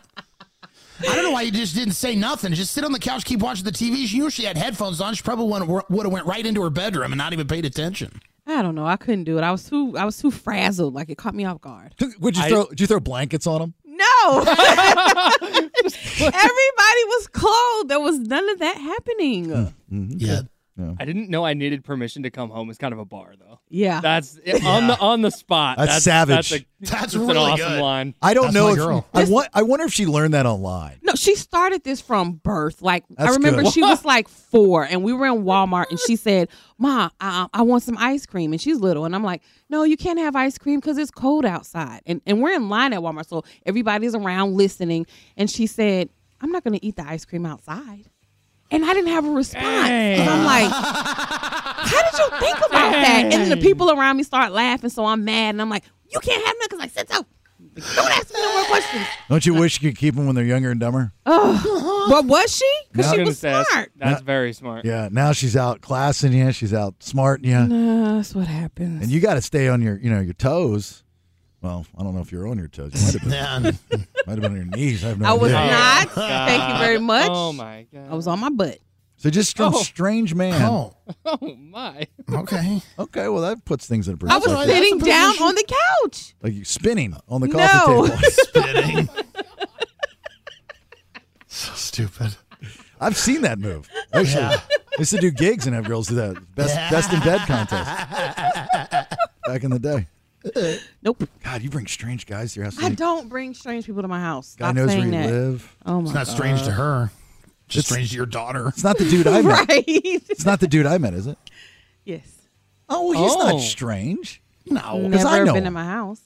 Speaker 10: I don't know why you just didn't say nothing. Just sit on the couch, keep watching the TV. She knew she had headphones on. She probably would have went right into her bedroom and not even paid attention.
Speaker 7: I don't know. I couldn't do it. I was too. I was too frazzled. Like it caught me off guard.
Speaker 8: Would you
Speaker 7: I-
Speaker 8: throw did you throw blankets on them?
Speaker 7: No. Everybody was cold. There was none of that happening.
Speaker 8: Mm-hmm.
Speaker 10: Yeah.
Speaker 9: I didn't know I needed permission to come home. It's kind of a bar though.
Speaker 7: Yeah.
Speaker 9: That's on the on the spot.
Speaker 8: That's savage.
Speaker 9: That's, a,
Speaker 10: That's
Speaker 9: an
Speaker 10: really
Speaker 9: awesome
Speaker 10: good.
Speaker 9: line.
Speaker 8: I don't
Speaker 9: That's
Speaker 8: know
Speaker 9: my
Speaker 8: if
Speaker 9: girl.
Speaker 8: I, wa- I wonder if she learned that online.
Speaker 7: No, she started this from birth. Like I
Speaker 8: That's
Speaker 7: remember
Speaker 8: good.
Speaker 7: she was like four, and we were in Walmart, and she said, "Ma, I, I want some ice cream." And she's little, and I'm like, "No, you can't have ice cream because it's cold outside." And and we're in line at Walmart, so everybody's around listening. And she said, "I'm not going to eat the ice cream outside." And I didn't have a response. 'Cause I'm like, how did you think about that? And then the people around me start laughing, so I'm mad, and I'm like, you can't have none because I said so. Don't ask me no more questions.
Speaker 8: Don't you wish you could keep them when they're younger and dumber?
Speaker 7: Oh, but was she? Because
Speaker 8: No.
Speaker 7: she
Speaker 8: I was
Speaker 7: was
Speaker 9: gonna say, that's-
Speaker 7: smart.
Speaker 9: That's very smart.
Speaker 8: Yeah, now she's out classing you, she's out smarting you.
Speaker 7: No, that's what happens.
Speaker 8: And you got to stay on your, you know, your toes. Well, I don't know if you're on your toes. You might have been, might have been on your knees. I have no
Speaker 7: I was
Speaker 8: idea.
Speaker 7: not. Thank you very much.
Speaker 9: Oh my god.
Speaker 7: I was on my butt.
Speaker 8: So just some
Speaker 9: Oh.
Speaker 8: strange man.
Speaker 10: Oh,
Speaker 9: Oh my.
Speaker 10: okay.
Speaker 8: Okay, well that puts things in a
Speaker 7: I was
Speaker 8: perspective.
Speaker 7: sitting down on the couch.
Speaker 8: like you spinning on the coffee
Speaker 7: No.
Speaker 8: table.
Speaker 10: Spitting. so stupid.
Speaker 8: I've seen that move. Actually, I used to do gigs and have girls do that. Best best in bed contest back in the day.
Speaker 7: Nope.
Speaker 8: God, you bring strange guys to your house.
Speaker 7: I don't bring strange people to my house.
Speaker 8: Guy
Speaker 7: Stop
Speaker 8: knows where
Speaker 7: saying
Speaker 8: you
Speaker 7: that.
Speaker 8: live.
Speaker 7: Oh my
Speaker 10: It's not
Speaker 7: God.
Speaker 10: strange to her. Just
Speaker 8: It's-
Speaker 10: strange to your daughter.
Speaker 8: It's not the dude I met.
Speaker 7: Right.
Speaker 8: It's not the dude I met, is it?
Speaker 7: yes.
Speaker 8: Oh, well, he's
Speaker 9: Oh.
Speaker 8: not strange.
Speaker 10: No.
Speaker 8: 'Cause I
Speaker 7: Never
Speaker 8: know
Speaker 7: been
Speaker 8: him.
Speaker 7: in my house.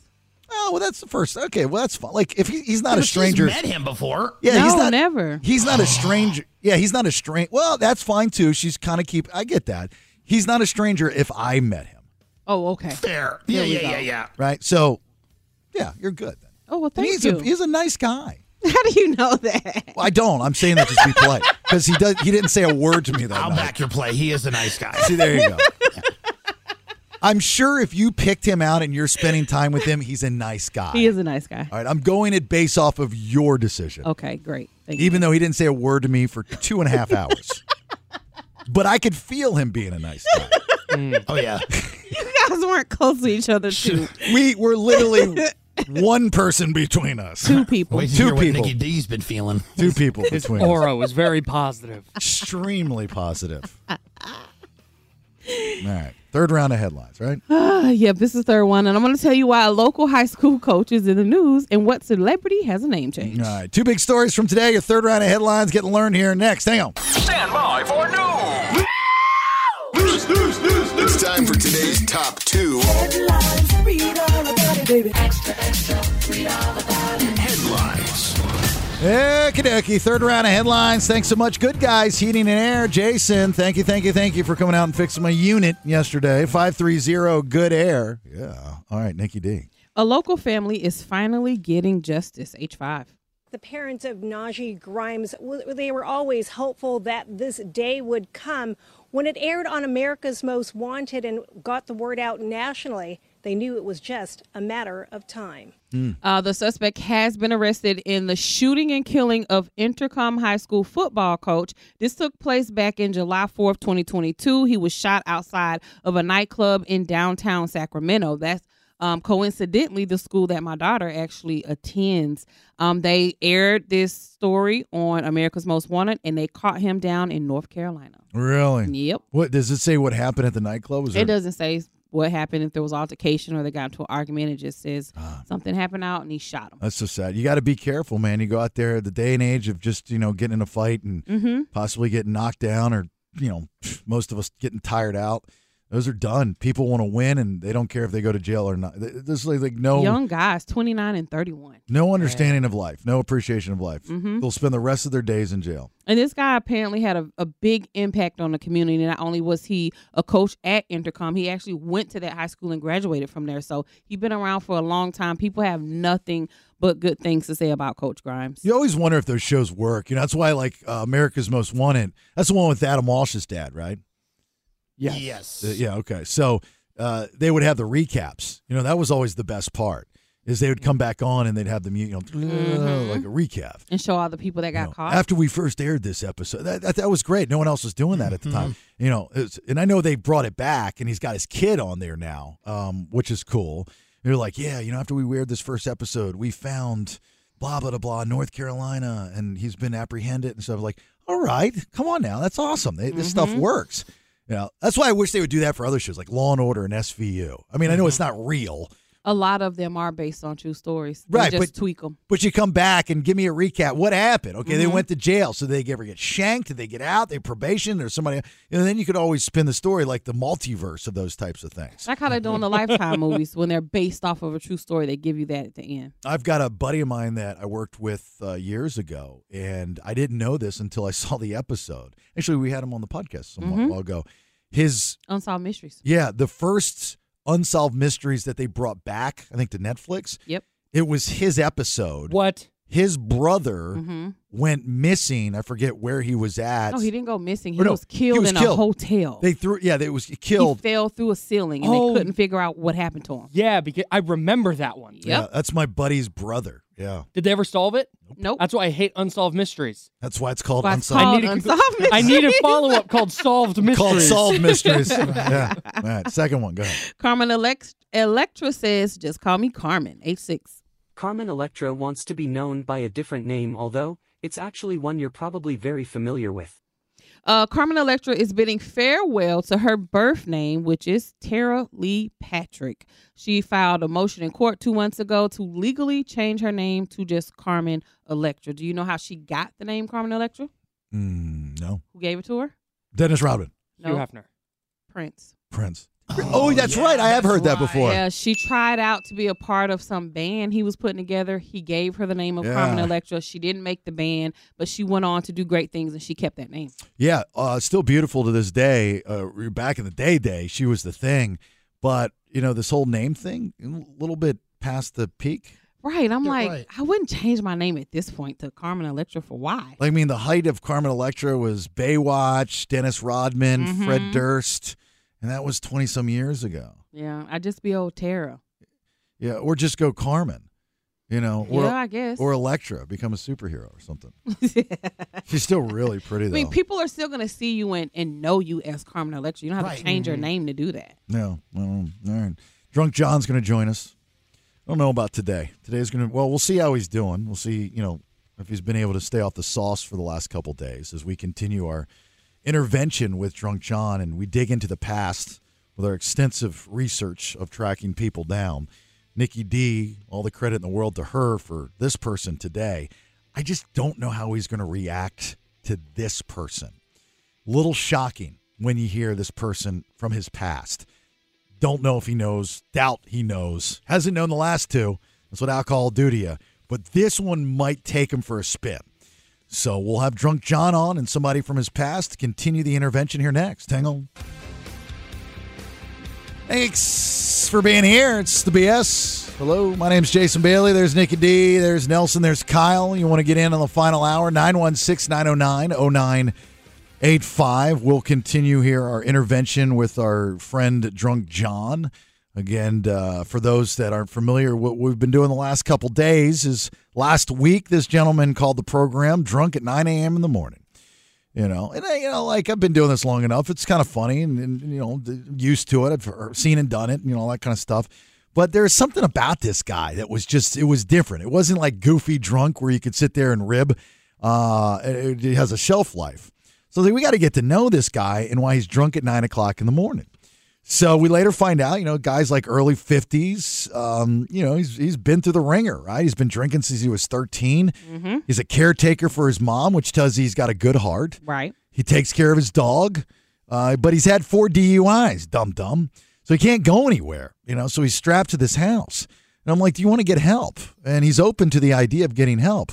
Speaker 8: Oh, well, that's the first. Okay, well, that's fine. Like if he, he's not
Speaker 10: But
Speaker 8: a stranger.
Speaker 10: She's met him before.
Speaker 8: Yeah,
Speaker 7: no,
Speaker 8: he's not.
Speaker 7: never.
Speaker 8: He's
Speaker 10: Oh.
Speaker 8: not a stranger. Yeah, he's not a stranger. Well, that's fine too. She's kind of keep. I get that. He's not a stranger if I met him,
Speaker 7: Oh, okay.
Speaker 10: Fair. Yeah,
Speaker 7: we
Speaker 10: yeah,
Speaker 7: go.
Speaker 10: yeah, yeah.
Speaker 8: right? So, yeah, you're good. Then.
Speaker 7: Oh well,
Speaker 8: And
Speaker 7: thank
Speaker 8: he's
Speaker 7: you.
Speaker 8: a he's a nice guy.
Speaker 7: How do you know that?
Speaker 8: Well, I don't. I'm saying that just to be polite because he does. He didn't say a word to me that
Speaker 10: I'll
Speaker 8: night.
Speaker 10: back your play. He is a nice guy.
Speaker 8: See, there you go. I'm sure if you picked him out and you're spending time with him, he's a nice guy.
Speaker 7: He is a nice guy.
Speaker 8: All right, I'm going it based off of your decision.
Speaker 7: Okay, great. Thank you.
Speaker 8: even though he didn't say a word to me for two and a half hours. but I could feel him being a nice guy.
Speaker 10: Oh yeah.
Speaker 7: You guys weren't close to each other too.
Speaker 8: We were literally one person between us.
Speaker 7: Two people.
Speaker 10: Wait to
Speaker 8: Two
Speaker 10: hear what
Speaker 8: people.
Speaker 10: Nikki D's been feeling.
Speaker 8: Two people
Speaker 9: His
Speaker 8: between us.
Speaker 9: aura was very positive.
Speaker 8: Extremely positive. All right. Third round of headlines, right?
Speaker 7: Ah, yep, this is the third one, and I'm going to tell you why a local high school coach is in the news and what celebrity has a name change.
Speaker 8: All right. Two big stories from today. Your third round of headlines getting learned here next. Hang on.
Speaker 4: Stand by for news. News, news, news, news.
Speaker 2: It's time for today's top two. Headlines.
Speaker 8: Hey, Kaduki. Third round of headlines. Thanks so much. Good guys, heating and air. Jason, thank you, thank you, thank you for coming out and fixing my unit yesterday. 530 good air. Yeah. All right, Nikki D.
Speaker 7: A local family is finally getting justice. H5.
Speaker 19: The parents of Najee Grimes, w- they were always hopeful that this day would come. When it aired on America's Most Wanted and got the word out nationally, They knew it was just a matter of time.
Speaker 7: Uh, the suspect has been arrested in the shooting and killing of Intercom High School football coach. This took place back in July 4th, 2022. He was shot outside of a nightclub in downtown Sacramento. That's um, coincidentally the school that my daughter actually attends. Um, they aired this story on America's Most Wanted and they caught him down in North Carolina.
Speaker 8: Really?
Speaker 7: Yep.
Speaker 8: What does it say? What happened at the nightclub? Was
Speaker 7: It
Speaker 8: there-
Speaker 7: doesn't say what happened if there was altercation or they got into an argument. It just says something happened out and he shot him.
Speaker 8: That's so sad. You got to be careful, man. You go out there the day and age of just you know getting in a fight and
Speaker 7: Mhm.
Speaker 8: possibly getting knocked down, or you know most of us getting tired out. Those are done. People want to win, and they don't care if they go to jail or not. Th- There's like, like no
Speaker 7: Young guys, 29 and 31.
Speaker 8: no understanding of life, no appreciation of life.
Speaker 7: Mhm.
Speaker 8: They'll spend the rest of their days in jail.
Speaker 7: And this guy apparently had a, a big impact on the community. Not only was he a coach at Intercom, he actually went to that high school and graduated from there. So he's been around for a long time. People have nothing but good things to say about Coach Grimes.
Speaker 8: You always wonder if those shows work. You know that's why like uh, America's Most Wanted. That's the one with Adam Walsh's dad, right?
Speaker 9: Yes.
Speaker 10: Yes.
Speaker 8: Uh, yeah. Okay. So uh, they would have the recaps. You know, that was always the best part is they would come back on and they'd have the mute, you know, like a recap.
Speaker 7: And show all the people that got caught.
Speaker 8: After we first aired this episode, that, that, that was great. No one else was doing that at the time. You know, it's, and I know they brought it back, and he's got his kid on there now, um, which is cool. They're like, yeah, you know, after we aired this first episode, we found blah blah blah blah North Carolina, and he's been apprehended and stuff. Like, all right, come on now, that's awesome. They, this stuff
Speaker 10: Mhm.
Speaker 8: works. You know, that's why I wish they would do that for other shows like Law and Order and SVU. I mean, I know it's not real,
Speaker 7: a lot of them are based on true stories. They
Speaker 8: Right,
Speaker 7: Just
Speaker 8: but-
Speaker 7: tweak them.
Speaker 8: but you come back and give me a recap. What happened? Okay, they
Speaker 7: Mhm.
Speaker 8: went to jail. So they ever get shanked? Did they get out? They probation or somebody? And then you could always spin the story like the multiverse of those types of things.
Speaker 7: Like how they do in the Lifetime movies when they're based off of a true story. They give you that at the end.
Speaker 8: I've got a buddy of mine that I worked with uh, years ago, and I didn't know this until I saw the episode. Actually, we had him on the podcast some
Speaker 7: Mhm.
Speaker 8: while ago. His
Speaker 7: Unsolved mysteries.
Speaker 8: yeah, the first unsolved mysteries that they brought back, I think, to Netflix.
Speaker 7: Yep.
Speaker 8: It was his episode.
Speaker 9: What?
Speaker 8: His brother
Speaker 7: Mm-hmm.
Speaker 8: went missing. I forget where he was at.
Speaker 7: No, he didn't go missing. He
Speaker 8: Or Oh, no,
Speaker 7: was killed
Speaker 8: was
Speaker 7: in a
Speaker 8: killed.
Speaker 7: hotel.
Speaker 8: They threw yeah, they was
Speaker 7: He
Speaker 8: killed.
Speaker 7: fell through a ceiling and
Speaker 9: Oh.
Speaker 7: they couldn't figure out what happened to him.
Speaker 9: Yeah, because I remember that one.
Speaker 8: Yeah, that's my buddy's brother. Yeah.
Speaker 9: Did they ever solve it?
Speaker 7: Nope.
Speaker 9: That's why I hate unsolved mysteries.
Speaker 8: That's why it's called
Speaker 9: Why it's
Speaker 8: unsolved.
Speaker 9: I need a called conclu- unsolved I need a mysteries. follow-up called solved mysteries.
Speaker 8: Called solved mysteries. yeah. All right. Second one. Go ahead.
Speaker 7: Carmen Elect- Electra says, just call me Carmen, age six.
Speaker 1: Carmen Electra wants to be known by a different name, although, it's actually one you're probably very familiar with.
Speaker 7: Uh, Carmen Electra is bidding farewell to her birth name, which is Tara Lee Patrick. She filed a motion in court two months ago to legally change her name to just Carmen Electra. Do you know how she got the name Carmen Electra?
Speaker 8: Mm, no.
Speaker 7: Who gave it to her?
Speaker 8: Dennis Rodman.
Speaker 7: No.
Speaker 9: Hefner.
Speaker 7: Prince.
Speaker 8: Prince. Oh, that's right. I have heard that before.
Speaker 7: Yeah, she tried out to be a part of some band he was putting together. He gave her the name of
Speaker 8: Yeah.
Speaker 7: Carmen Electra. She didn't make the band, but she went on to do great things and she kept that name.
Speaker 8: Yeah, uh, still beautiful to this day. Uh, back in the day, day she was the thing, but you know this whole name thing, a little bit past the peak.
Speaker 7: Right. I'm
Speaker 1: You're
Speaker 7: like,
Speaker 1: right.
Speaker 7: I wouldn't change my name at this point to Carmen Electra for why?
Speaker 8: Like, I mean, the height of Carmen Electra was Baywatch, Dennis Rodman, Fred
Speaker 7: Mhm.
Speaker 8: Durst, and that was twenty some years ago.
Speaker 7: Yeah, I'd just be old Tara.
Speaker 8: Yeah, or just go Carmen, you know, or
Speaker 7: Yeah, I guess.
Speaker 8: or Electra, become a superhero or something. She's still really pretty
Speaker 7: I
Speaker 8: though.
Speaker 7: mean, people are still going to see you and, and know you as Carmen Electra. You don't have to
Speaker 8: Right.
Speaker 7: change your
Speaker 8: Mhm.
Speaker 7: name to do that.
Speaker 8: No. Um, all right. Drunk John's going to join us. I don't know about today. Today's going to, well, we'll see how he's doing. We'll see, you know, if he's been able to stay off the sauce for the last couple days as we continue our intervention with Drunk John and we dig into the past with our extensive research of tracking people down. Nikki D, all the credit in the world to her for this person today. I just don't know how he's going to react to this person. Little shocking when you hear this person from his past. Don't know if he knows. Doubt he knows. Hasn't known the last two. That's what alcohol will do to you. But this one might take him for a spin. So we'll have Drunk John on and somebody from his past to continue the intervention here next. Hang on. Thanks for being here. It's the BS. Hello, my name's Jason Bailey. There's Nikki D. There's Nelson. There's Kyle. You want to get in on the final hour? 916 909 0985. We'll continue here our intervention with our friend Drunk John Again, uh, for those that aren't familiar, what we've been doing the last couple days is last week, this gentleman called the program drunk at 9 a.m. in the morning. You know, and I, you know, like I've been doing this long enough. It's kind of funny, and, and you know, d- used to it. I've er- seen and done it, and, you know, all that kind of stuff. But there's something about this guy that was just it was different. It wasn't like goofy drunk where you could sit there and rib. Uh, it, it has a shelf life. So I think we got to get to know this guy and why he's drunk at nine o'clock in the morning. So we later find out, you know, guys like early 50s, um, you know, he's he's been through the ringer, right? He's been drinking since he was 13.
Speaker 11: Mm-hmm.
Speaker 4: Mhm.
Speaker 8: He's a caretaker for his mom, which tells you he's got a good heart.
Speaker 7: Right.
Speaker 8: He takes care of his dog, uh, but he's had four DUIs, dumb dumb. So he can't go anywhere, you know, so he's strapped to this house. And I'm like, do you want to get help? And he's open to the idea of getting help.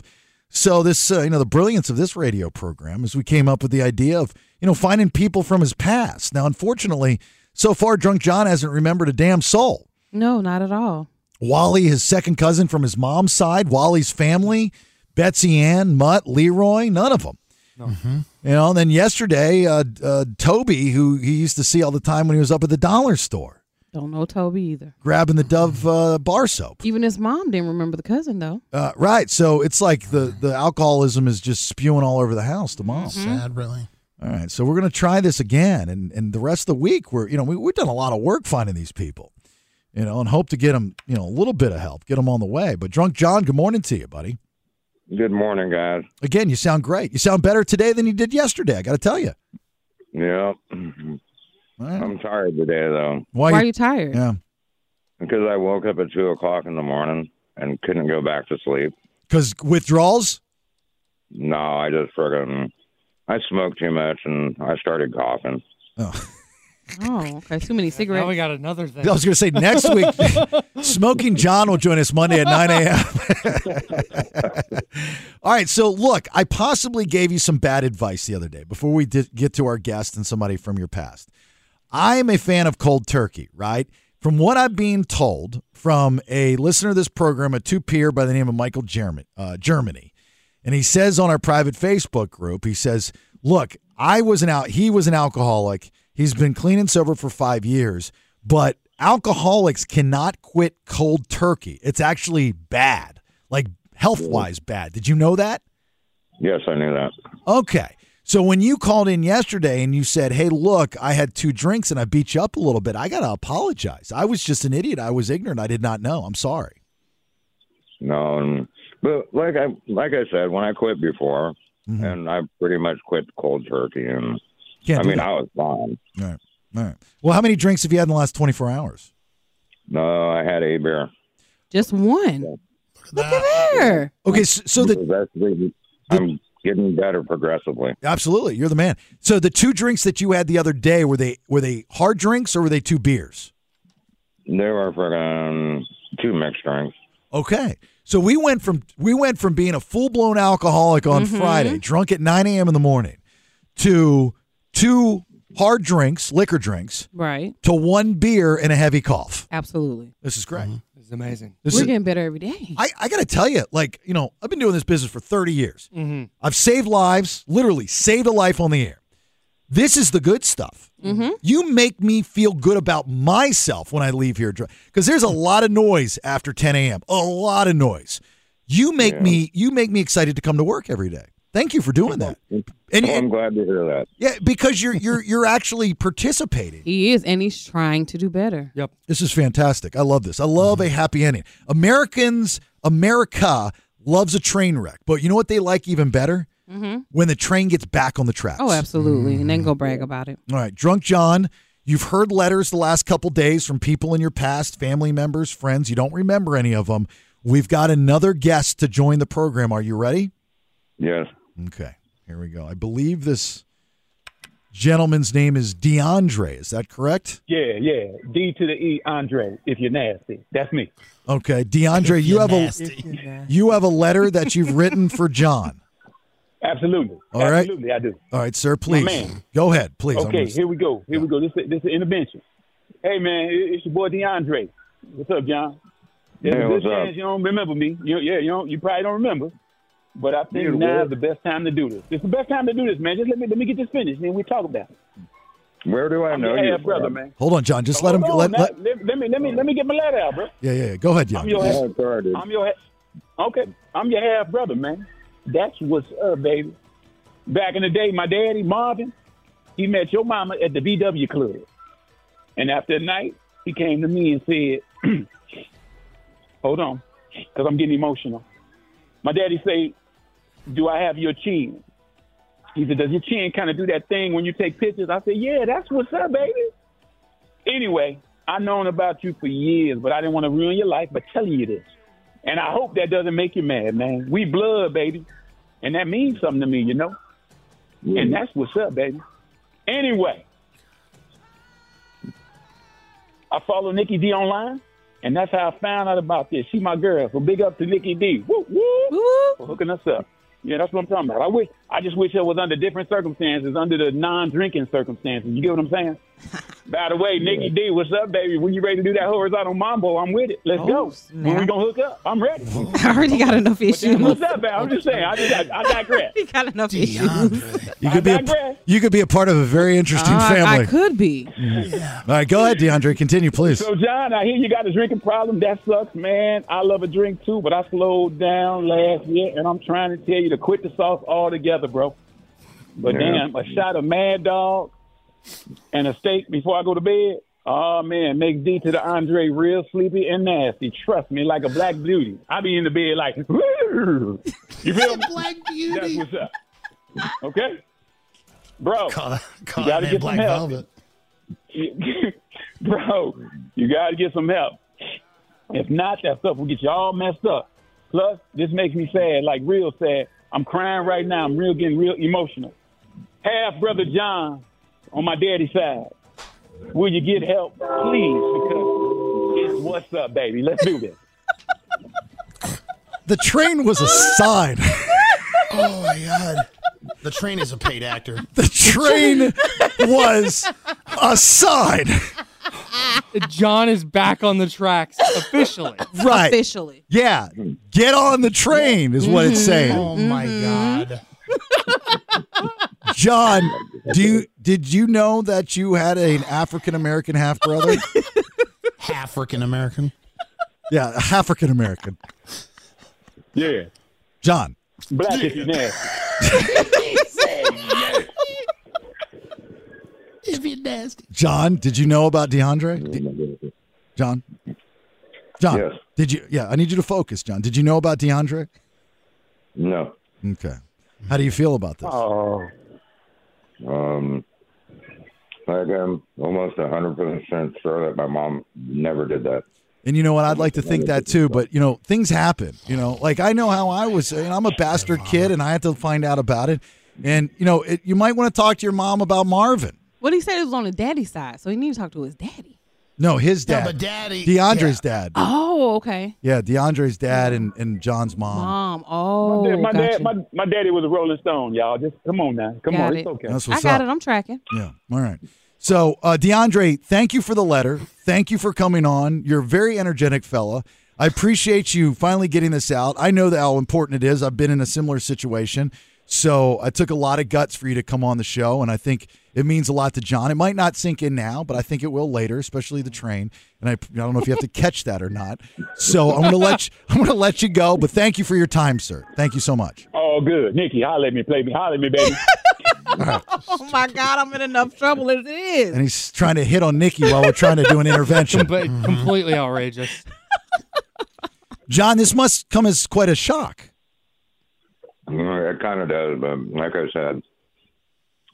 Speaker 8: So this, uh, you know, the brilliance of this radio program is we came up with the idea of, you know, finding people from his past. Now, unfortunately, so far, Drunk John hasn't remembered a damn soul.
Speaker 7: No, not at all.
Speaker 8: Wally, his second cousin from his mom's side, Wally's family, Betsy Ann, Mutt, Leroy, none of them. You know, and then yesterday, uh, uh, Toby, who he used to see all the time when he was up at the dollar store,
Speaker 7: Don't know Toby either.
Speaker 8: grabbing the Dove uh, bar soap.
Speaker 7: Even his mom didn't remember the cousin though.
Speaker 8: Uh, right. So it's like the, the alcoholism is just spewing all over the house to mom.
Speaker 7: Mm-hmm.
Speaker 10: Sad, really.
Speaker 8: All right. So we're going to try this again. And, and the rest of the week, we're, you know, we, we've done a lot of work finding these people, you know, and hope to get them, you know, a little bit of help, get them on the way. But Drunk John, good morning to you, buddy.
Speaker 3: Good morning, guys.
Speaker 8: Again, you sound great. You sound better today than you did yesterday. I got to tell you.
Speaker 3: Yeah. I'm tired today, though.
Speaker 8: Why,
Speaker 7: Why are you tired?
Speaker 8: Yeah.
Speaker 3: Because I woke up at 2 o'clock in the morning and couldn't go back to sleep.
Speaker 8: Because withdrawals?
Speaker 3: No, I just friggin' I smoked too much and I started coughing.
Speaker 7: Oh, okay. Too many cigarettes.
Speaker 9: Now we got another thing.
Speaker 8: I was going to say next week, Smoking John will join us Monday at 9 a.m. All right. So, look, I possibly gave you some bad advice the other day before we did get to our guest and somebody from your past. I'm a fan of cold turkey, right? From what I'm being told from a listener of this program, a two peer by the name of Michael German, uh, Germany. And he says on our private Facebook group, he says, "Look, I was an out. He was an alcoholic. He's been clean and sober for five years, but alcoholics cannot quit cold turkey. It's actually bad, like health wise bad. Did you know that?
Speaker 3: Yes, I knew that.
Speaker 8: Okay." So when you called in yesterday and you said, "Hey, look, I had two drinks and I beat you up a little bit. I got to apologize. I was just an idiot. I was ignorant. I did not know. I'm sorry."
Speaker 3: No, and, but like I like I said, when I quit before,
Speaker 8: Mm-hmm.
Speaker 3: and I pretty much quit cold turkey, and
Speaker 8: Can't
Speaker 3: I
Speaker 8: do
Speaker 3: mean
Speaker 8: that.
Speaker 3: I was fine.
Speaker 8: All right. All right. Well, how many drinks have you had in the last 24 hours?
Speaker 3: No, I had a beer.
Speaker 7: Just one. Look at her.
Speaker 8: Okay, so, so the
Speaker 3: that's the, I'm getting better progressively.
Speaker 8: Absolutely, you're the man. So the two drinks that you had the other day were they were they hard drinks or were they two beers?
Speaker 3: There were friggin' two mixed drinks.
Speaker 8: Okay, so we went from we went from being a full blown alcoholic on
Speaker 7: Mm-hmm.
Speaker 3: Mhm.
Speaker 8: Friday, drunk at 9 a.m. in the morning, to two hard drinks, liquor drinks,
Speaker 7: Right.
Speaker 8: to one beer and a heavy cough.
Speaker 7: Absolutely.
Speaker 8: Mm-hmm. This is great.
Speaker 9: It's amazing.
Speaker 8: This
Speaker 7: We're
Speaker 8: is-
Speaker 7: getting better every day.
Speaker 8: I, I got to tell you, like, you know, I've been doing this business for 30 years. I've saved lives, literally saved a life on the air. This is the good stuff. You make me feel good about myself when I leave here because there's a lot of noise after 10 a.m. A lot of noise. You make me you make me excited to come to work every day. Thank you for doing that. And,
Speaker 3: Oh, I'm glad to hear that.
Speaker 8: Yeah, because you're you're you're actually participating.
Speaker 7: He is, and he's trying to do better.
Speaker 9: Yep.
Speaker 8: This is fantastic. I love this. I love
Speaker 7: Mm-hmm.
Speaker 8: a happy ending. Americans, America loves a train wreck, but you know what they like even better?
Speaker 7: Mm-hmm.
Speaker 8: When the train gets back on the tracks. Mm.
Speaker 7: Oh, absolutely. And then go brag about it.
Speaker 8: All right, Drunk John, you've heard letters the last couple days from people in your past, family members, friends. You don't remember any of them. We've got another guest to join the program. Are you ready?
Speaker 3: Yes.
Speaker 8: Okay, here we go. I believe this gentleman's name is DeAndre. Is that correct?
Speaker 22: Yeah, yeah. D to the E, Andre, if you're nasty. That's me.
Speaker 8: Okay, DeAndre, you have a you have a letter that you've written for John.
Speaker 22: Absolutely.
Speaker 8: All right.
Speaker 22: Absolutely, I do.
Speaker 8: All right, sir, please
Speaker 22: man.
Speaker 8: go ahead, please. I'm
Speaker 22: Okay,
Speaker 8: gonna-
Speaker 22: here we go. Here we go. This is, this is intervention. Hey, man, it- it's your boy DeAndre. What's up, John? There's
Speaker 3: Hey,
Speaker 22: a
Speaker 3: what's
Speaker 22: good chance
Speaker 3: up?
Speaker 22: you don't remember me. You, yeah, you don't, you probably don't remember. But I think
Speaker 3: Neither
Speaker 22: now
Speaker 3: will.
Speaker 22: is the best time to do this. It's the best time to do this, man. Just let me let me get this finished, and then we talk about it.
Speaker 3: Where do I know
Speaker 22: hey,
Speaker 3: you,
Speaker 22: uh, brother,
Speaker 3: from?
Speaker 22: man. Oh,
Speaker 8: Hold on, John. Just let him.
Speaker 22: Hold on,
Speaker 8: Let,
Speaker 22: now.
Speaker 8: let,
Speaker 22: let, let me let me let me get my letter out, bro.
Speaker 8: yeah, yeah, yeah. Go ahead, John.
Speaker 22: I'm your half,
Speaker 3: started.
Speaker 22: I'm your ha- okay. I'm your half brother, man. That's what's up, baby. Back in the day, my daddy Marvin, he met your mama at the VW club, and after a night, he came to me and said, "Hold on, because I'm getting emotional." My daddy say, "Do I have your chin?" He said, "Does your chin kind of do that thing when you take pictures?" I said, "Yeah, that's what's up, baby." Anyway, I've known about you for years, but I didn't want to ruin your life by telling you this. And I hope that doesn't make you mad, man. We blood, baby. And that means something to me, you know? And that's what's up, baby. Anyway, I follow Nikki D online, and that's how I found out about this. She my girl, so big up to Nikki D. Woo, woo, for hooking us up. Yeah, that's what I'm talking about. I wish, I just wish I was under different circumstances, under the non-drinking circumstances. You get what I'm saying? By the way, Nikki D, what's up, baby? When you ready to do that horizontal mambo, I'm with it. Let's go. When we gonna hook up? I'm ready.
Speaker 7: I already got enough issues.
Speaker 22: What's up, man? I'm just saying. I just, I, I digress.
Speaker 7: He got enough issues.
Speaker 8: You could be a, you could be a part of a very interesting
Speaker 7: Uh,
Speaker 8: family.
Speaker 7: I could be.
Speaker 8: Mhm. All right, go ahead, DeAndre. Continue, please.
Speaker 22: So, John, I hear you got a drinking problem. That sucks, man. I love a drink too, but I slowed down last year, and I'm trying to tell you to quit the sauce altogether, bro. But
Speaker 14: Yeah.
Speaker 22: damn, a shot of Mad Dog and a steak before I go to bed. Oh man, make D to the Andre real sleepy and nasty. Trust me, like a black beauty. I be in the bed like, "Woo!" you feel me?
Speaker 10: black beauty.
Speaker 22: That's what's up. Okay, bro.
Speaker 10: call
Speaker 22: you gotta
Speaker 10: that
Speaker 22: get
Speaker 10: Black
Speaker 22: some help.
Speaker 10: Velvet.
Speaker 22: bro, you got to get some help. If not, that stuff will get you all messed up. Plus, this makes me sad, like real sad. I'm crying right now. I'm real getting real emotional. Half brother John on my daddy's side. Will you get help, please? Because it's what's up, baby. Let's do this.
Speaker 8: The train was a sign.
Speaker 10: Oh my god. The train is a paid actor.
Speaker 8: The train was a sign.
Speaker 9: John is back on the tracks officially.
Speaker 8: Right. Yeah. Get on the train is what it's saying.
Speaker 10: Oh
Speaker 7: Mm-hmm.
Speaker 10: my god.
Speaker 8: John, do you, did you know that you had an African American half brother?
Speaker 10: African American.
Speaker 8: yeah, African American.
Speaker 22: Yeah.
Speaker 8: John.
Speaker 22: Black if you nasty.
Speaker 10: If you're nasty.
Speaker 8: John, did you know about DeAndre? D- John? John,
Speaker 10: Yes.
Speaker 8: did you? Yeah, I need you to focus, John. Did you know about DeAndre?
Speaker 3: No.
Speaker 8: Okay. How do you feel about this?
Speaker 22: Oh.
Speaker 3: Um, like I'm almost 100% sure that my mom never did that.
Speaker 8: And you know what? I'd like to think that too, but you know, things happen. You know, like I know how I was. You know, I'm a bastard kid, and I had to find out about it. And you know, it, you might want to talk to your mom about Marvin.
Speaker 7: What he said it was on the daddy's side, so he need to talk to his daddy.
Speaker 8: No, his
Speaker 10: No,
Speaker 8: dad,
Speaker 10: but daddy-
Speaker 8: DeAndre's dad.
Speaker 7: Oh, okay.
Speaker 8: Yeah, DeAndre's dad and, and John's mom.
Speaker 7: Mom. Um, Oh,
Speaker 22: my, dad, my,
Speaker 7: gotcha.
Speaker 22: dad, my, my daddy was a Rolling Stone, y'all. Just come on now. Come
Speaker 7: Got
Speaker 22: on.
Speaker 7: it.
Speaker 22: It's okay.
Speaker 8: That's
Speaker 7: I
Speaker 8: what's
Speaker 7: got
Speaker 8: up.
Speaker 7: it. I'm tracking.
Speaker 8: Yeah. All right. So, uh, DeAndre, thank you for the letter. Thank you for coming on. You're a very energetic fella. I appreciate you finally getting this out. I know that how important it is. I've been in a similar situation. So, I took a lot of guts for you to come on the show, and I think it means a lot to John. It might not sink in now, but I think it will later, especially the train. And I, I don't know if you have to catch that or not. So, I'm gonna let you, I'm gonna let you go. But thank you for your time, sir. Thank you so much.
Speaker 22: All good. Nikki, holler at me. Play me. Holler at me, baby.
Speaker 7: Oh my God, I'm in enough trouble as it is.
Speaker 8: And he's trying to hit on Nikki while we're trying to do an intervention.
Speaker 9: Com- Completely outrageous.
Speaker 8: John, this must come as quite a shock.
Speaker 3: Mm, It kind of does, but like I said,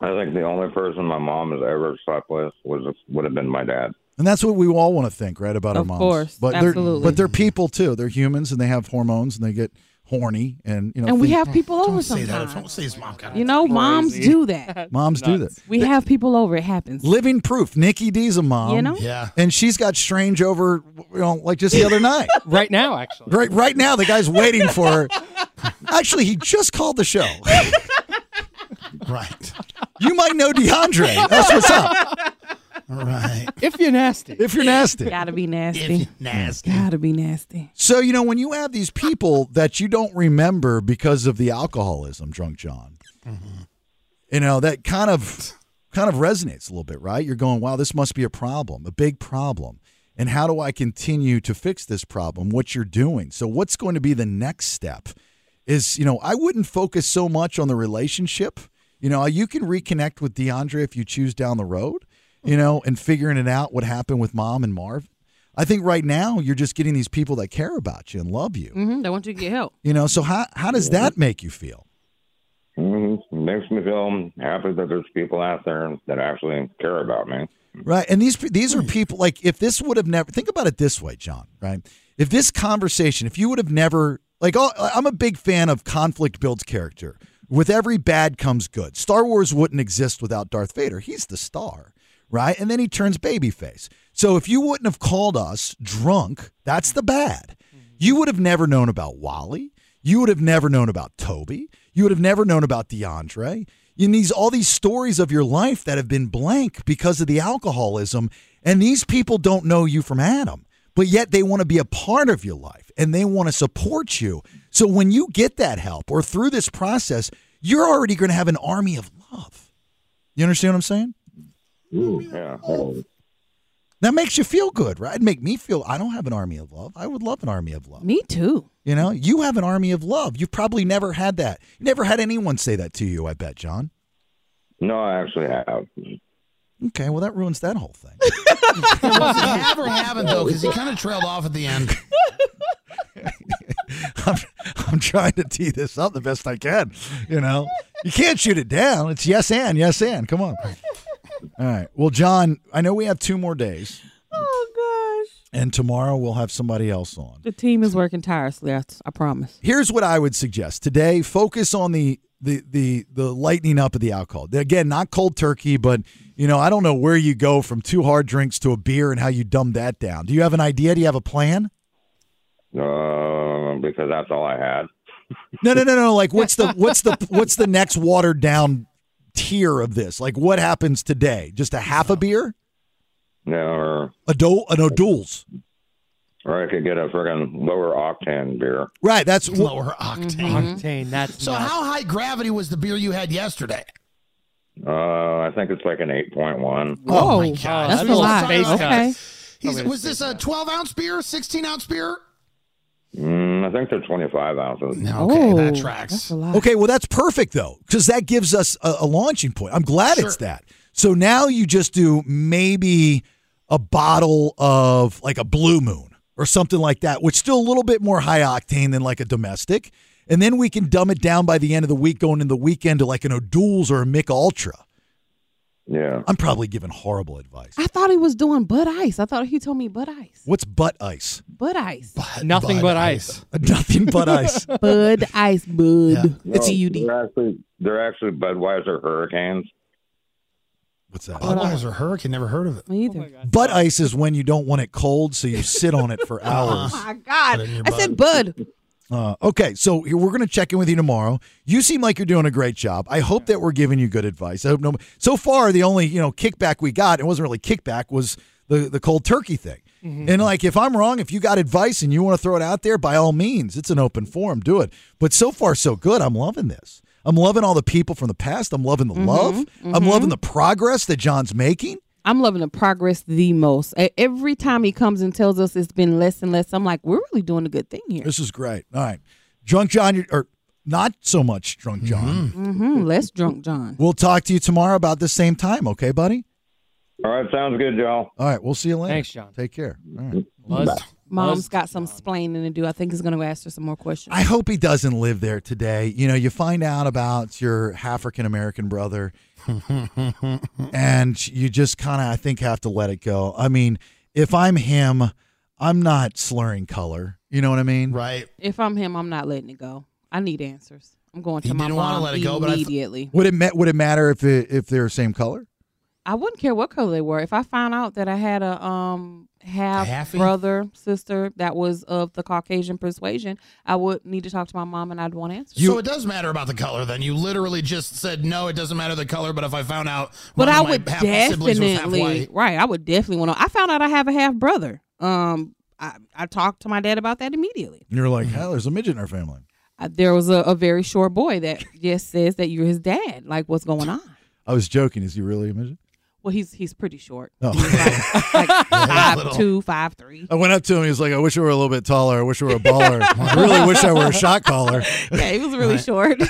Speaker 3: I think the only person my mom has ever slept with was would have been my dad.
Speaker 8: And that's what we all want to think, right, about our
Speaker 7: Of
Speaker 8: moms.
Speaker 7: course,
Speaker 8: but
Speaker 7: absolutely.
Speaker 8: They're, but they're people too. They're humans, and they have hormones, and they get horny, and you know.
Speaker 7: and we
Speaker 8: think-
Speaker 7: have people over
Speaker 10: Say that.
Speaker 7: sometimes.
Speaker 10: Don't say his mom got
Speaker 7: You know, moms do that.
Speaker 8: moms do that.
Speaker 7: We have people over. It happens.
Speaker 8: Living proof. Nikki D's a mom.
Speaker 7: You know?
Speaker 10: Yeah.
Speaker 8: And she's got strange over, you know, like just the other night.
Speaker 9: Right now, actually.
Speaker 8: Right, right now, the guy's waiting for her. Actually, he just called the show.
Speaker 10: Right.
Speaker 8: You might know DeAndre. That's what's up.
Speaker 10: Right.
Speaker 9: If you're nasty.
Speaker 8: If you're nasty.
Speaker 7: Gotta be
Speaker 10: If
Speaker 7: nasty.
Speaker 10: you're nasty.
Speaker 7: Gotta be nasty.
Speaker 8: So, you know, when you have these people that you don't remember
Speaker 10: Mm-hmm.
Speaker 8: because of the alcoholism, Drunk John, you know, that kind of kind of resonates a little bit, right? You're going, wow, this must be a problem, a big problem. And how do I continue to fix this problem? What you're doing. So, what's going to be the next step? Is, you know, I wouldn't focus so much on the relationship. You know, you can reconnect with DeAndre if you choose down the road, you know, and figuring it out what happened with mom and Marv. I think right now you're just getting these people that care about you and love you.
Speaker 7: Mm-hmm. They want you to get help.
Speaker 8: You know, so how how does that make you feel?
Speaker 3: hmm Makes me feel happy that there's people out there that actually care about me.
Speaker 8: Right. And these these are people like if this would have never think about it this way, John, right? If this conversation, if you would have never like oh, I'm a big fan of conflict builds character. With every bad comes good. Star Wars wouldn't exist without Darth Vader. He's the star, right? And then he turns babyface. So if you wouldn't have called us drunk, that's the bad. You would have never known about Wally. You would have never known about Toby. You would have never known about DeAndre. You need all these stories of your life that have been blank because of the alcoholism. And these people don't know you from Adam, but yet they want to be a part of your life and they want to support you. So when you get that help or through this process, you're already going to have an army of love. You understand what I'm saying?
Speaker 3: Ooh, yeah. totally.
Speaker 8: That makes you feel good, right? It'd make me feel I don't have an army of love. I would love an army of love.
Speaker 7: Me too.
Speaker 8: You know, you have an army of love. You've probably never had that. You never had anyone say that to you, I bet, John.
Speaker 3: No, I actually have.
Speaker 8: Okay, well that ruins that whole thing.
Speaker 10: have or haven't though, because he kind of trailed off at the end.
Speaker 8: I'm, I'm trying to tee this up the best I can. You know, you can't shoot it down. It's yes and yes and. Come on. All right. Well, John, I know we have two more days,
Speaker 7: Oh gosh.
Speaker 8: and tomorrow we'll have somebody else on.
Speaker 7: The team is working tirelessly. I, I promise.
Speaker 8: Here's what I would suggest today: focus on the the the the lightening up of the alcohol. Again, not cold turkey, but you know, I don't know where you go from two hard drinks to a beer and how you dumb that down. Do you have an idea? Do you have a plan?
Speaker 3: Uh, because that's all I had.
Speaker 8: No, no, no, no. Like, what's the what's the what's the next watered down tier of this? Like, what happens today? Just a half a beer,
Speaker 3: No, or,
Speaker 8: a do, an O'Doul's.
Speaker 3: or I could get a friggin' lower octane beer.
Speaker 8: Right. That's
Speaker 10: lower octane.
Speaker 7: Mm-hmm.
Speaker 9: Octane. That's
Speaker 10: so. How high gravity was the beer you had yesterday?
Speaker 3: Uh, I think it's like an eight point one.
Speaker 10: Oh, my god,
Speaker 9: that's
Speaker 10: what
Speaker 9: a lot.
Speaker 10: I'm talking about.
Speaker 9: Okay.
Speaker 10: He's, was this a 12 ounce beer, 16 ounce beer?
Speaker 3: Mm, I think they're twenty five ounces.
Speaker 10: Okay, that tracks.
Speaker 8: Okay, well that's perfect though, because that gives us a, a launching point. I'm glad it's that. So now you just do maybe a bottle of like a Blue Moon or something like that, which is still a little bit more high octane than like a domestic, and then we can dumb it down by the end of the week, going into the weekend to like an O'Doul's or a Mick Ultra.
Speaker 3: Yeah,
Speaker 8: I'm probably giving horrible advice.
Speaker 7: I thought he was doing Bud Ice. I thought he told me Bud Ice.
Speaker 8: What's butt ice?
Speaker 7: Bud Ice.
Speaker 9: Nothing
Speaker 8: Bud
Speaker 9: but ice.
Speaker 8: Nothing but ice.
Speaker 7: Bud Ice. Bud.
Speaker 3: No,
Speaker 7: It's B-U-D.
Speaker 3: They're actually they're actually Budweiser Hurricanes.
Speaker 8: What's that?
Speaker 10: Budweiser Hurricane. Never heard of it.
Speaker 7: Me either.
Speaker 8: Butt ice is when you don't want it cold, so you sit on it for hours.
Speaker 7: Oh my God. I said Bud.
Speaker 8: Uh, okay, so here- we're going to check in with you tomorrow. You seem like you're doing a great job. I hope that we're giving you good advice. I hope no. So far, the only you know kickback we got, it wasn't really kickback, was the the cold turkey thing. And like, if I'm wrong, if you got advice and you want to throw it out there, by all means, it's an open forum. Do it. But so far, so good. I'm loving this. I'm loving all the people from the past. I'm loving the love. I'm
Speaker 7: mhm.
Speaker 8: loving the progress that John's making.
Speaker 7: I'm loving the progress the most. E- Every time he comes and tells us it's been less and less, I'm like, we're really doing a good thing here.
Speaker 8: This is great. All right, drunk John, you're- or not so much drunk John.
Speaker 7: Mm-hmm. Less drunk John.
Speaker 8: We'll talk to you tomorrow about the same time, okay, buddy?
Speaker 3: All right, sounds good, y'all.
Speaker 8: All right, we'll see you later.
Speaker 9: Thanks, John.
Speaker 8: Take care. All right.
Speaker 7: Mom's got some splaining to do. I think he's going to ask her some more questions.
Speaker 8: I hope he doesn't live there today. You know, you find out about your African American brother, and you just kind of, I think, have to let it go. I mean, if I'm him, I'm not slurring color. You know what I mean?
Speaker 10: Right.
Speaker 7: If I'm him, I'm not letting it go. I need answers. I'm going to
Speaker 10: He
Speaker 7: my
Speaker 10: didn't wanna
Speaker 7: mom
Speaker 10: let it go, but I th-
Speaker 7: immediately.
Speaker 8: Would it ma- would it matter if it, if they're same color?
Speaker 7: I wouldn't care what color they were. If I found out that I had a um half
Speaker 10: halfie?
Speaker 7: brother sister that was of the Caucasian persuasion, I would need to talk to my mom and I'd want answers.
Speaker 10: so it does matter about the color then. You literally just said, no, it doesn't matter the color, but if I found out
Speaker 7: but
Speaker 10: one of
Speaker 7: I
Speaker 10: my
Speaker 7: would
Speaker 10: half siblings was half
Speaker 7: definitely
Speaker 10: white-
Speaker 7: right. I would definitely want to. I found out I have a half brother. Um, I, I talked to my dad about that immediately.
Speaker 8: And you're like, hell, there's a midget in our family.
Speaker 7: Uh, there was a, a very short boy that just says that you're his dad. Like, what's going on?
Speaker 8: I was joking. Is he really a midget?
Speaker 7: Well, he's he's pretty short.
Speaker 8: Oh.
Speaker 7: He's like, like five two, five three.
Speaker 8: I went up to him. He was like, "I wish I were a little bit taller. I wish I were a baller. I really wish I were a shot caller."
Speaker 7: Yeah, he was really short.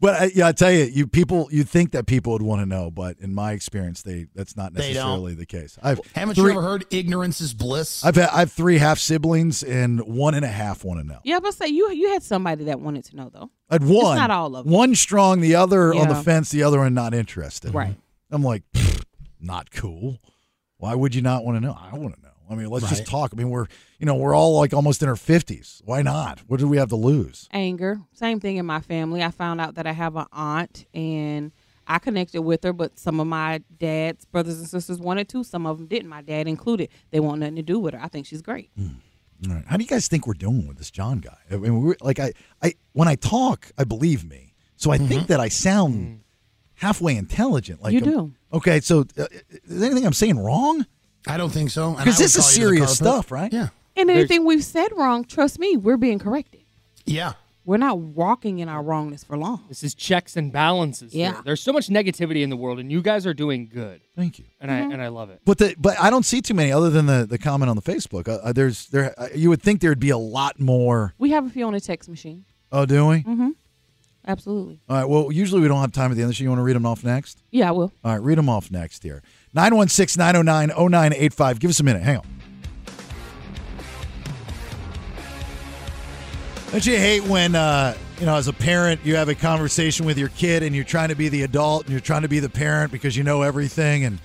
Speaker 8: But I, yeah, I tell you, you people, you think that people would want to know, but in my experience, they that's not
Speaker 10: They don't.
Speaker 8: necessarily the case. I've
Speaker 10: Haven't
Speaker 8: three,
Speaker 10: you ever heard ignorance is bliss?
Speaker 8: I've had, I've three half siblings, and one and a half want to know.
Speaker 7: yeah, but say you you had somebody that wanted to know though.
Speaker 8: I'd one,
Speaker 7: It's not all of them.
Speaker 8: one strong, the other on the
Speaker 7: Yeah.
Speaker 8: fence, the other one not interested.
Speaker 7: Right.
Speaker 8: I'm like, "Pfft, not cool. Why would you not want to know? I want to know. I mean, let's just
Speaker 7: Right.
Speaker 8: talk. I mean, we're you know we're all like almost in our fifties. Why not? What do we have to lose?
Speaker 7: Anger. Same thing in my family. I found out that I have an aunt and I connected with her, but some of my dad's brothers and sisters wanted to. Some of them didn't. My dad included. They want nothing to do with her. I think she's great.
Speaker 8: All right. How do you guys think we're doing with this John guy? I mean, we're, like I, I when I talk, I believe me. So I
Speaker 7: Mm-hmm.
Speaker 8: think that I sound
Speaker 7: Mm.
Speaker 8: halfway intelligent. Like
Speaker 10: You
Speaker 8: I'm-
Speaker 10: do.
Speaker 8: Okay, so uh, is anything I'm saying wrong?
Speaker 10: I don't think so. and I
Speaker 8: Because this
Speaker 10: would
Speaker 8: is
Speaker 10: call you the
Speaker 8: serious
Speaker 10: carpet.
Speaker 8: stuff, right?
Speaker 10: Yeah.
Speaker 7: And
Speaker 10: There's-
Speaker 7: anything we've said wrong, trust me, we're being corrected.
Speaker 10: Yeah.
Speaker 7: We're not walking in our wrongness for long.
Speaker 9: This is checks and balances. here.
Speaker 7: Yeah.
Speaker 9: There's so much negativity in the world, and you guys are doing good.
Speaker 8: Thank you.
Speaker 9: And
Speaker 7: Mm-hmm.
Speaker 9: I and I love it.
Speaker 8: But the but I don't see too many other than the the comment on the Facebook. Uh, uh, there's there uh, you would think there'd be a lot more.
Speaker 7: We have a few on the text machine.
Speaker 8: Oh, do we?
Speaker 7: Mm-hmm. Absolutely.
Speaker 8: All right. Well, usually we don't have time at the end of the show. You want to read them off next?
Speaker 7: Yeah, I will.
Speaker 8: All right, read them off next here. 916 909 0985. Give us a minute. Hang on. Don't you hate when, uh, you know, as a parent, you have a conversation with your kid and you're trying to be the adult and you're trying to be the parent because you know everything and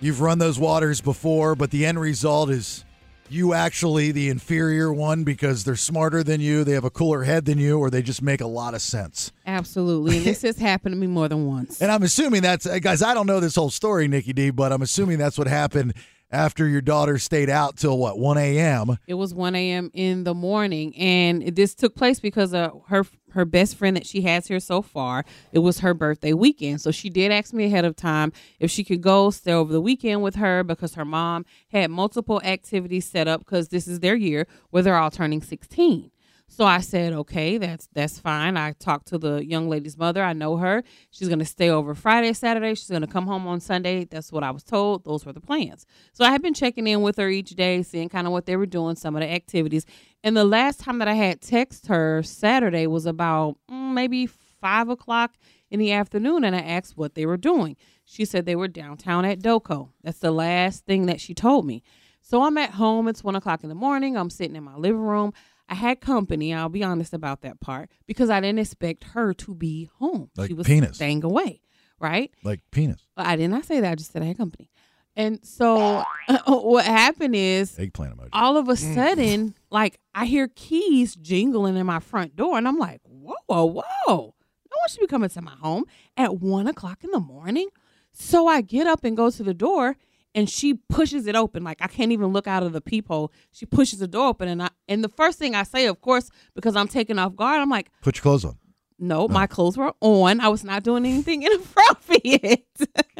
Speaker 8: you've run those waters before, but the end result is you actually the inferior one because they're smarter than you, they have a cooler head than you, or they just make a lot of sense.
Speaker 7: Absolutely. And this has happened to me more than once.
Speaker 8: And I'm assuming that's uh, guys. I don't know this whole story, Nikki D, but I'm assuming that's what happened after your daughter stayed out till what 1 a.m.
Speaker 7: It was 1 a.m. in the morning, and this took place because uh, her her best friend that she has here so far. It was her birthday weekend, so she did ask me ahead of time if she could go stay over the weekend with her because her mom had multiple activities set up because this is their year where they're all turning 16. So I said, okay, that's that's fine. I talked to the young lady's mother. I know her. She's gonna stay over Friday, Saturday. She's gonna come home on Sunday. That's what I was told. Those were the plans. So I had been checking in with her each day, seeing kind of what they were doing, some of the activities. And the last time that I had text her Saturday was about mm, maybe five o'clock in the afternoon, and I asked what they were doing. She said they were downtown at Doco. That's the last thing that she told me. So I'm at home. It's one o'clock in the morning. I'm sitting in my living room. I had company. I'll be honest about that part because I didn't expect her to be home.
Speaker 8: Like
Speaker 7: she was
Speaker 8: penis.
Speaker 7: staying away, right?
Speaker 8: Like penis,
Speaker 7: Well, I did not say that. I just said I had company. And so what happened is
Speaker 8: eggplant emoji.
Speaker 7: all of a sudden, like I hear keys jingling in my front door, and I'm like, whoa, whoa, whoa. No one should be coming to my home at one o'clock in the morning. So I get up and go to the door, and she pushes it open. Like I can't even look out of the peephole. She pushes the door open, and I and the first thing I say, of course, because I'm taken off guard, I'm like,
Speaker 8: Put your clothes on.
Speaker 7: no, my clothes were on. I was not doing anything inappropriate.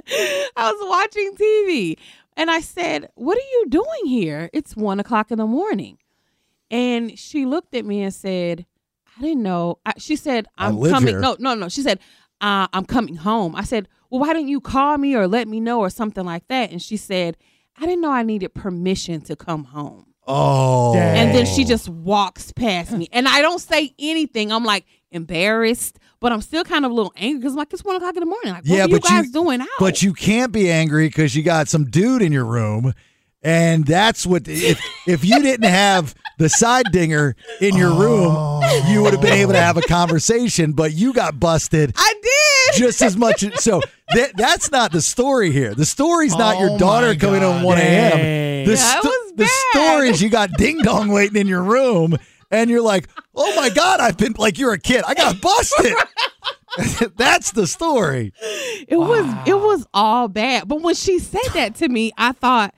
Speaker 7: I was watching TV. And I said, What are you doing here? It's one o'clock in the morning. And she looked at me and said, I didn't know. I, she said,
Speaker 4: I
Speaker 7: I'm
Speaker 4: live
Speaker 7: coming.
Speaker 4: here.
Speaker 7: No, no, no. She said, uh, I'm coming home. I said, Well, why didn't you call me or let me know or something like that? And she said, I didn't know I needed permission to come home.
Speaker 8: Oh,
Speaker 7: And then she just walks past me. And I don't say anything. I'm like embarrassed, but I'm still kind of a little angry because I'm like, it's one o'clock in the morning. Like, what
Speaker 8: Yeah,
Speaker 7: are you
Speaker 8: but you-
Speaker 7: guys doing out?
Speaker 8: But you can't be angry because you got some dude in your room, and that's what if if you didn't have the side dinger in your room, you would have been able to have a conversation. But you got busted.
Speaker 7: I did
Speaker 8: just as much. So that that's not the story here. The story's not your daughter coming on one a.m. The,
Speaker 4: That
Speaker 8: sto- the story is you got ding dong waiting in your room. And you're like, oh my God, I've been like, you're a kid. I got busted. That's the story.
Speaker 7: it was it was all bad. But when she said that to me, I thought,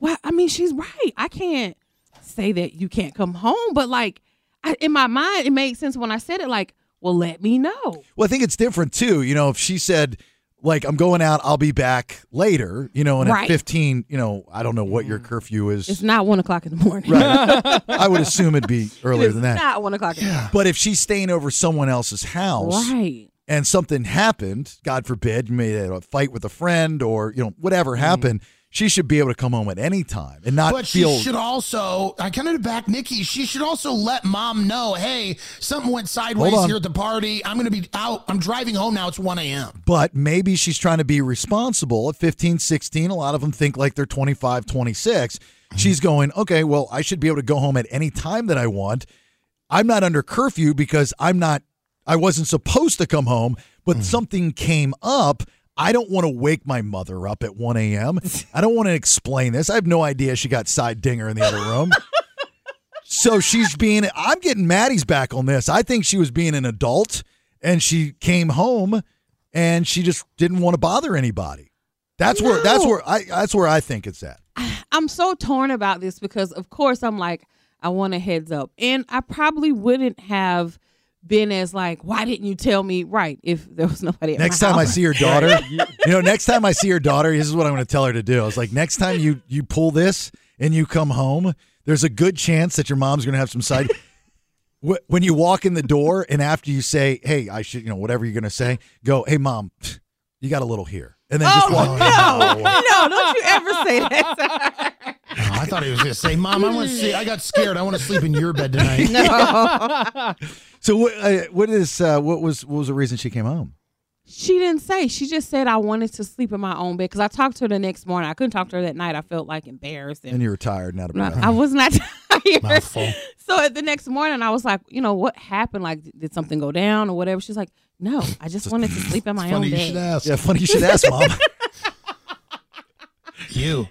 Speaker 7: well, I mean, she's right. I can't say that you can't come home, but like I, in my mind, it made sense when I said it. Like, well, let me know.
Speaker 8: Well, I think it's different too. You know, if she said, like, I'm going out, I'll be back later, you know, and
Speaker 7: Right.
Speaker 8: at 15, you know, I don't know what
Speaker 10: Mm.
Speaker 8: your curfew is.
Speaker 7: It's not one o'clock in the morning.
Speaker 8: Right. I would assume it'd be earlier
Speaker 7: It's
Speaker 8: than that.
Speaker 7: not one o'clock. In the morning.
Speaker 8: But if she's staying over someone else's house
Speaker 7: Right.
Speaker 8: and something happened, God forbid, you made a fight with a friend or you know whatever
Speaker 7: Mm.
Speaker 8: happened, she should be able to come home at any time and not
Speaker 10: but
Speaker 8: feel.
Speaker 10: she should also. I kind of back Nikki. She should also let mom know, hey, something went sideways
Speaker 8: on.
Speaker 10: here at the party. I'm going to be out. I'm driving home now. It's 1 a.m.
Speaker 8: but maybe she's trying to be responsible at 15 16 a lot of them think like they're 25 26 she's going okay well i should be able to go home at any time that i want i'm not under curfew because i'm not i wasn't supposed to come home but something came up I don't want to wake my mother up at 1 a.m. I don't want to explain this. I have no idea she got side dinger in the other room. So she's being, I'm getting Maddie's back on this. I think she was being an adult and she came home and she just didn't want to bother anybody. That's where, that's where I, that's where I think it's at.
Speaker 7: I'm so torn about this because, of course, I'm like, I want a heads up. And I probably wouldn't have been as like, why didn't you tell me? Right. If there was nobody at my
Speaker 8: Next time I
Speaker 7: house.
Speaker 8: see your daughter, you know, next time I see your daughter, this is what I'm going to tell her to do. I was like, next time you, you pull this and you come home, there's a good chance that your mom's going to have some side. Wh- when you walk in the door and after you say, "Hey, I should," you know, whatever you're gonna say, go, "Hey, mom, you got a little here," and then
Speaker 11: Oh,
Speaker 8: just walk.
Speaker 7: no, don't you ever say that.
Speaker 10: Oh, I thought he was going to say, mom, I want to see. I got scared. I want to sleep in your bed tonight.
Speaker 7: No.
Speaker 8: So what? Uh, what is? Uh, what was? What was the reason she came home?
Speaker 7: She didn't say. She just said I wanted to sleep in my own bed because I talked to her the next morning. I couldn't talk to her that night. I felt like embarrassed. And
Speaker 8: And you were tired, not a
Speaker 7: No,
Speaker 8: breath.
Speaker 7: I was not tired. So the next morning, I was like, you know, what happened? Like, did something go down or whatever? She's like, no, I just wanted to sleep in my own
Speaker 10: funny you
Speaker 7: bed.
Speaker 10: should ask.
Speaker 8: Yeah, funny you should ask, mom.
Speaker 10: you.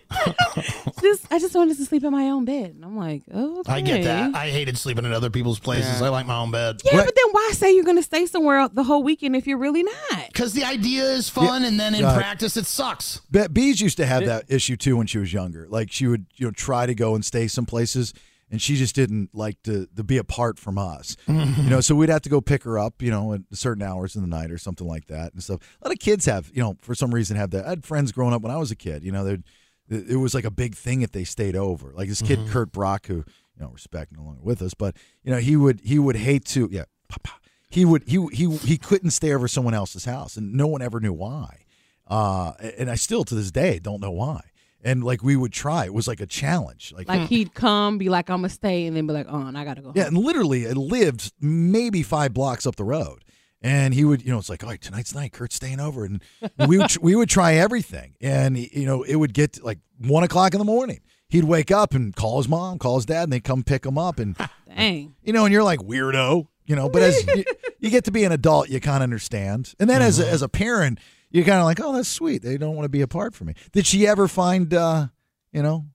Speaker 7: just, I just wanted to sleep in my own bed. And I'm like, oh, okay.
Speaker 10: I get that. I hated sleeping in other people's places. I like my own bed.
Speaker 7: Yeah, but then why say you're going to stay somewhere the whole weekend if you're really not?
Speaker 10: Because the idea is fun, and then in
Speaker 8: Right.
Speaker 10: practice, it sucks.
Speaker 8: Be- Bees used to have that issue too when she was younger. Like she would, you know, try to go and stay some places, and she just didn't like to, to be apart from us. you know, so we'd have to go pick her up, you know, at certain hours in the night or something like that and stuff. A lot of kids have, you know, for some reason have that. I had friends growing up when I was a kid. You know, they'd it it was like a big thing if they stayed over. Like this kid
Speaker 10: Mhm.
Speaker 8: Kurt Brock, who you know, respect no longer with us, but you know, he would he would hate to yeah. Papa. He would he he he couldn't stay over someone else's house, and no one ever knew why uh, and I still to this day don't know why. And like we would try, it was like a challenge. Like,
Speaker 10: hmm.
Speaker 7: Like, he'd come, be like, I'm going to stay, and then be like, oh, and I got to go.
Speaker 8: yeah, and literally, it lived maybe five blocks up the road. And he would, you know, it's like, all right, tonight's night, Kurt's staying over, and we would tr- we would try everything, and you know, it would get to, like one o'clock in the morning. He'd wake up and call his mom, call his dad, and they come pick him up, and
Speaker 7: Dang.
Speaker 8: you know, and you're like weirdo, you know. But as you, you get to be an adult, you kind of understand. And then
Speaker 10: Mm-hmm.
Speaker 8: as a, as a parent, you're kind of like, oh, that's sweet. They don't want to be apart from me. Did she ever find, uh, you know,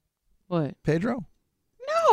Speaker 7: what
Speaker 8: Pedro?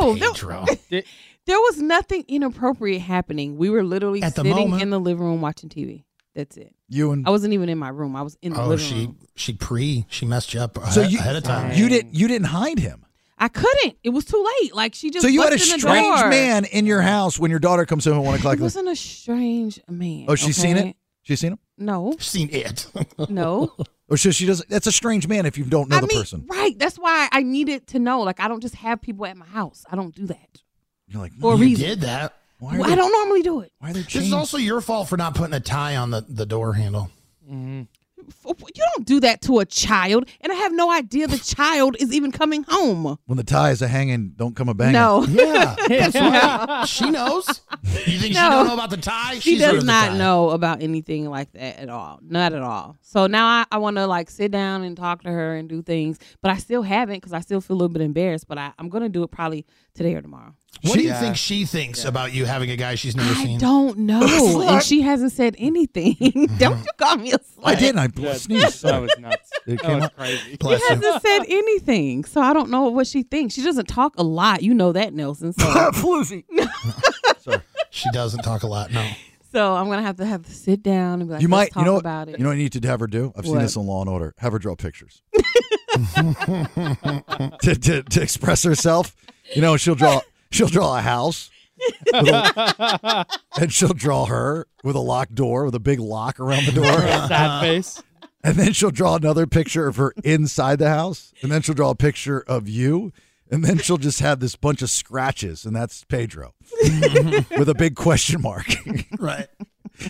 Speaker 7: No, there- there, was nothing inappropriate happening. We were literally
Speaker 10: At the
Speaker 7: sitting
Speaker 10: moment.
Speaker 7: in the living room watching TV. That's it.
Speaker 8: You and
Speaker 7: I wasn't even in my room. I was in the
Speaker 10: Oh,
Speaker 7: living
Speaker 10: she
Speaker 7: room.
Speaker 10: she pre she messed you up ahe-
Speaker 8: So you-
Speaker 10: ahead of time.
Speaker 8: You didn't you didn't hide him.
Speaker 7: I couldn't. It was too late. Like she just.
Speaker 8: so you had a
Speaker 7: busted in the
Speaker 8: strange
Speaker 7: door.
Speaker 8: man in your house when your daughter comes home at one o'clock.
Speaker 7: It wasn't a strange man.
Speaker 8: oh, she's seen
Speaker 7: okay?
Speaker 8: it. She's seen him.
Speaker 7: No,
Speaker 10: seen it.
Speaker 7: no.
Speaker 8: Oh, so she doesn't. That's a strange man if you don't know
Speaker 7: I
Speaker 8: the
Speaker 7: mean,
Speaker 8: person.
Speaker 7: right? That's why I needed to know. Like I don't just have people at my house. I don't do that.
Speaker 8: You're like,
Speaker 7: For a
Speaker 10: you
Speaker 7: reason.
Speaker 10: did that.
Speaker 8: Why
Speaker 7: I don't normally do it.
Speaker 8: Why are they
Speaker 10: This is also your fault for not putting a tie on the, the door handle.
Speaker 8: Mm-hmm.
Speaker 7: Oh, You don't do that to a child, and I have no idea the child is even coming home.
Speaker 8: when the ties are hanging, don't come a banging.
Speaker 7: No.
Speaker 10: Yeah, that's right. She knows. You think she
Speaker 7: No.
Speaker 10: don't know about the tie?
Speaker 7: She
Speaker 10: She's heard of
Speaker 7: does
Speaker 10: the
Speaker 7: not
Speaker 10: tie.
Speaker 7: know about anything like that at all. Not at all. So now I, I want to like sit down and talk to her and do things, but I still haven't because I still feel a little bit embarrassed. But I, I'm going to do it probably today or tomorrow.
Speaker 10: What do you think she thinks about you having a guy she's never
Speaker 7: I
Speaker 10: seen?
Speaker 7: don't know. and she hasn't said anything. don't you call me a slut.
Speaker 8: I didn't. I
Speaker 10: Yeah,
Speaker 8: sneezed.
Speaker 10: that was
Speaker 9: nuts.
Speaker 8: It
Speaker 9: That
Speaker 8: came
Speaker 9: was
Speaker 8: out.
Speaker 9: crazy.
Speaker 7: She hasn't said anything. So I don't know what she thinks. She doesn't talk a lot. You know that, Nelson. So,
Speaker 10: She doesn't talk a lot. No.
Speaker 7: so I'm going to have to have to sit down and be like,
Speaker 8: you
Speaker 7: Let's
Speaker 8: might,
Speaker 7: talk
Speaker 8: you know, what-
Speaker 7: about it.
Speaker 8: you know, what you need to have her do. I've seen
Speaker 7: What?
Speaker 8: this on Law and Order. Have her draw pictures to, to to express herself. You know, she'll draw she'll draw a house, with a- and she'll draw her with a locked door with a big lock around the door.
Speaker 9: Sad face.
Speaker 8: And then she'll draw another picture of her inside the house, and then she'll draw a picture of you, and then she'll just have this bunch of scratches, and that's Pedro with a big question mark.
Speaker 10: Right.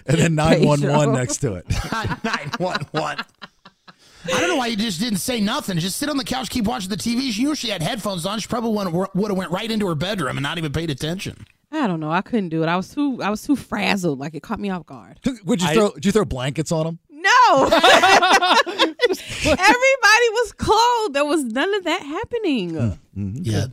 Speaker 8: and then nine one one
Speaker 10: Pedro.
Speaker 8: next to it.
Speaker 10: Nine one one. I don't know why you just didn't say nothing. Just sit on the couch, keep watching the TV. She knew she had headphones on. She probably would have went right into her bedroom and not even paid attention.
Speaker 7: I don't know. I couldn't do it. I was too. I was too frazzled. Like it caught me off guard.
Speaker 8: Would you throw? Did you throw blankets on them?
Speaker 7: No. Everybody was clothed. There was none of that happening.
Speaker 8: Hmm. Mm-hmm.
Speaker 10: Yeah.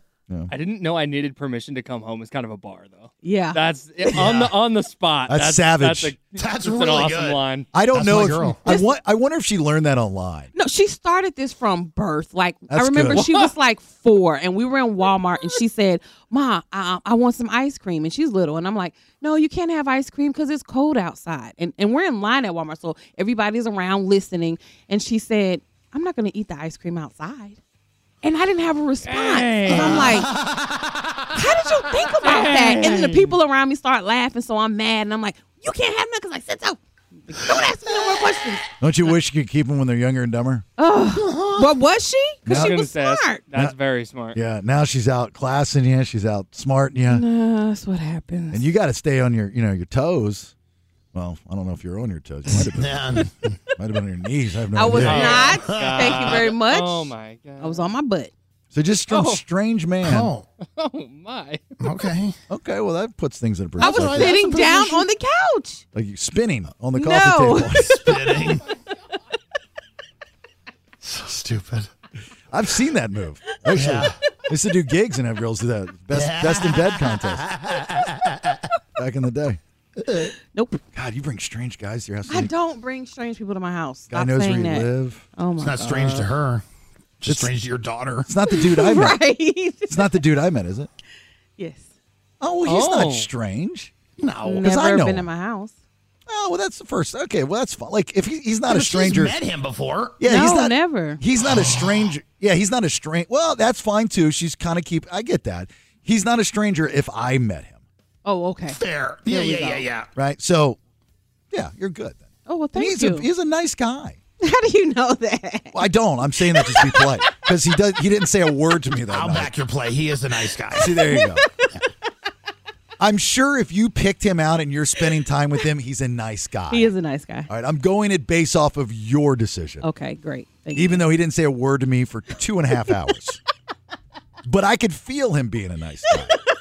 Speaker 9: I didn't know I needed permission to come home. It's kind of a bar though.
Speaker 7: Yeah.
Speaker 9: That's on the on the spot.
Speaker 8: That's savage.
Speaker 9: That's, a,
Speaker 10: That's
Speaker 9: an
Speaker 10: really
Speaker 9: awesome
Speaker 10: good.
Speaker 9: line.
Speaker 8: I don't know if I, wa- I wonder if she learned that online.
Speaker 7: No, she started this from birth. Like I
Speaker 8: That's
Speaker 7: remember,
Speaker 8: good.
Speaker 7: she was like four, and we were in Walmart, and she said, "Mom, I, I want some ice cream." And she's little, and I'm like, "No, you can't have ice cream because it's cold outside." And and we're in line at Walmart, so everybody's around listening. And she said, "I'm not going to eat the ice cream outside." And I didn't have a response. 'Cause I'm like, "How did you think about that?" And then the people around me start laughing, so I'm mad, and I'm like, "You can't have none because I said so." Don't ask me no more questions.
Speaker 8: Don't you wish you could keep them when they're younger and dumber?
Speaker 7: Oh, but was she? Because
Speaker 8: No.
Speaker 7: she
Speaker 8: I was
Speaker 7: was
Speaker 8: gonna say,
Speaker 7: smart.
Speaker 8: that's-
Speaker 9: That's
Speaker 8: Yeah.
Speaker 9: very smart.
Speaker 8: Yeah. Now she's out classing you. She's out smarting you.
Speaker 7: No, that's what happens.
Speaker 8: And you got to stay on your, you know, your toes. Well, I don't know if you're on your toes. You might have been, might have been on your knees. I have no
Speaker 7: I was
Speaker 8: idea.
Speaker 7: not. Thank you very much.
Speaker 9: Oh my god.
Speaker 7: I was on my butt.
Speaker 8: So just some
Speaker 7: Oh.
Speaker 8: strange man.
Speaker 10: Oh.
Speaker 9: Oh my.
Speaker 10: Okay.
Speaker 8: Okay. Well, that puts things in a
Speaker 7: I was
Speaker 8: perspective.
Speaker 7: sitting down on the couch.
Speaker 8: Like you spinning on the coffee
Speaker 7: No.
Speaker 8: table.
Speaker 10: spinning. so stupid.
Speaker 8: I've seen that move. Actually, I used to do gigs and have girls do that. Best best in bed contest back in the day.
Speaker 7: Nope.
Speaker 8: God, you bring strange guys to your house.
Speaker 7: I don't bring strange people to my house.
Speaker 8: Guy
Speaker 7: Stop
Speaker 8: knows where
Speaker 7: saying
Speaker 8: you
Speaker 7: that.
Speaker 8: live.
Speaker 7: Oh my
Speaker 10: It's not
Speaker 7: God.
Speaker 10: strange to her. Just
Speaker 8: It's-
Speaker 10: strange to your daughter.
Speaker 8: It's not the dude I met.
Speaker 7: Right.
Speaker 8: It's not the dude I met, is it?
Speaker 7: yes.
Speaker 8: Oh, well, he's
Speaker 10: Oh.
Speaker 8: not strange.
Speaker 10: No.
Speaker 8: 'Cause
Speaker 7: Never
Speaker 8: I know
Speaker 7: been
Speaker 8: him.
Speaker 7: in my house.
Speaker 8: Oh, well, that's the first. Okay, well, that's fine. Like if he, he's not
Speaker 10: But
Speaker 8: a stranger.
Speaker 10: She's met him before.
Speaker 8: Yeah,
Speaker 7: no,
Speaker 8: he's not.
Speaker 7: never.
Speaker 8: He's not a stranger. Yeah, he's not a stranger. Well, that's fine too. She's kind of keep. I get that. He's not a stranger if I met him,
Speaker 7: Oh, okay.
Speaker 10: Fair. Yeah,
Speaker 7: we
Speaker 10: yeah,
Speaker 7: go.
Speaker 10: yeah, yeah.
Speaker 8: right? So, yeah, you're good then.
Speaker 7: Oh well,
Speaker 8: And
Speaker 7: thank
Speaker 8: he's
Speaker 7: you.
Speaker 8: a he's a nice guy.
Speaker 7: How do you know that?
Speaker 8: Well, I don't. I'm saying that just to be polite because he does. He didn't say a word to me that
Speaker 10: I'll
Speaker 8: night.
Speaker 10: back your play. He is a nice guy.
Speaker 8: See, there you go. I'm sure if you picked him out and you're spending time with him, he's a nice guy.
Speaker 7: He is a nice guy.
Speaker 8: All right, I'm going it based off of your decision.
Speaker 7: Okay, great. Thank you.
Speaker 8: even though he didn't say a word to me for two and a half hours. but I could feel him being a nice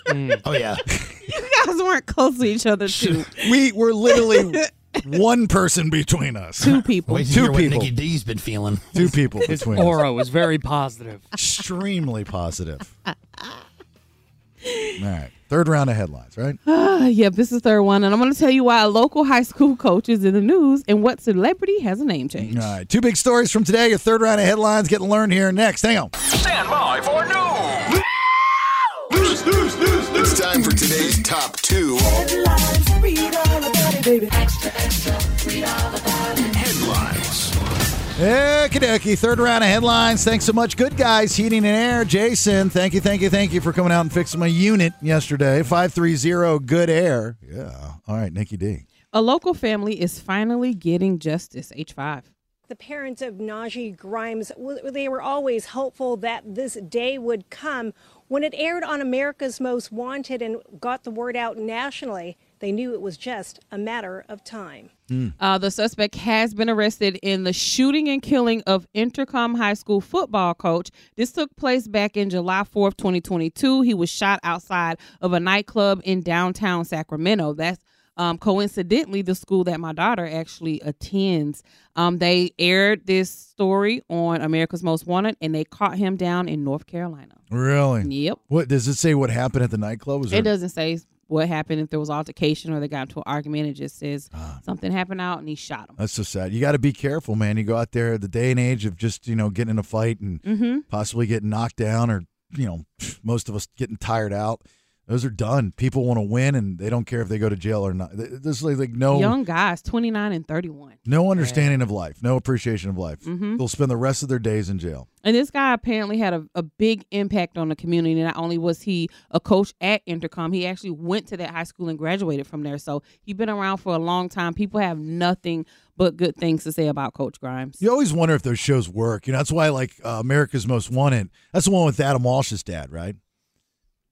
Speaker 8: guy.
Speaker 10: Oh yeah.
Speaker 7: You guys weren't close to each other too.
Speaker 8: We were literally one person between us.
Speaker 7: Two people.
Speaker 10: Wait to
Speaker 8: Two
Speaker 10: hear what
Speaker 8: people.
Speaker 10: Nikki D's been feeling.
Speaker 8: Two people
Speaker 9: His
Speaker 8: between us.
Speaker 9: aura was very positive.
Speaker 8: Extremely positive. All right. Third round of headlines, right?
Speaker 7: Ah, yep, this is the third one, and I'm going to tell you why a local high school coach is in the news and what celebrity has a name change.
Speaker 8: All right. Two big stories from today. Your third round of headlines getting learned here next. Hang on.
Speaker 4: Stand by for news.
Speaker 17: News, news, news, news.
Speaker 4: It's time for today's top two.
Speaker 2: Headlines.
Speaker 8: Hey, Kaduki. Third round of headlines. Thanks so much. Good guys, heating and air. Jason, thank you, thank you, thank you for coming out and fixing my unit yesterday. 530 good air. Yeah. All right, Nikki D.
Speaker 7: A local family is finally getting justice. H5.
Speaker 19: The parents of Najee Grimes, w- they were always hopeful that this day would come. When it aired on America's Most Wanted and got the word out nationally, they knew it was just a matter of time.
Speaker 7: Uh, the suspect has been arrested in the shooting and killing of Intercom High School football coach. This took place back in July 4th, 2022. He was shot outside of a nightclub in downtown Sacramento. That's um, coincidentally the school that my daughter actually attends. Um, they aired this story on America's Most Wanted and they caught him down in North Carolina.
Speaker 8: Really?
Speaker 7: Yep.
Speaker 8: What does it say? What happened at the nightclub? Was
Speaker 7: It
Speaker 8: there-
Speaker 7: doesn't say what happened if there was altercation or they got into an argument. It just says something happened out and he shot him.
Speaker 8: That's so sad. You got to be careful, man. You go out there the day and age of just you know getting in a fight and
Speaker 7: Mm-hmm.
Speaker 8: possibly getting knocked down, or you know most of us getting tired out. Those are done. People want to win, and they don't care if they go to jail or not. Th- There's like, like no
Speaker 7: Young guys, 29 and 31.
Speaker 8: no understanding of life, no appreciation of life.
Speaker 7: Mhm.
Speaker 8: They'll spend the rest of their days in jail.
Speaker 7: And this guy apparently had a, a big impact on the community. Not only was he a coach at Intercom, he actually went to that high school and graduated from there. So he's been around for a long time. People have nothing but good things to say about Coach Grimes.
Speaker 8: You always wonder if those shows work. You know that's why like uh, America's Most Wanted. That's the one with Adam Walsh's dad, right?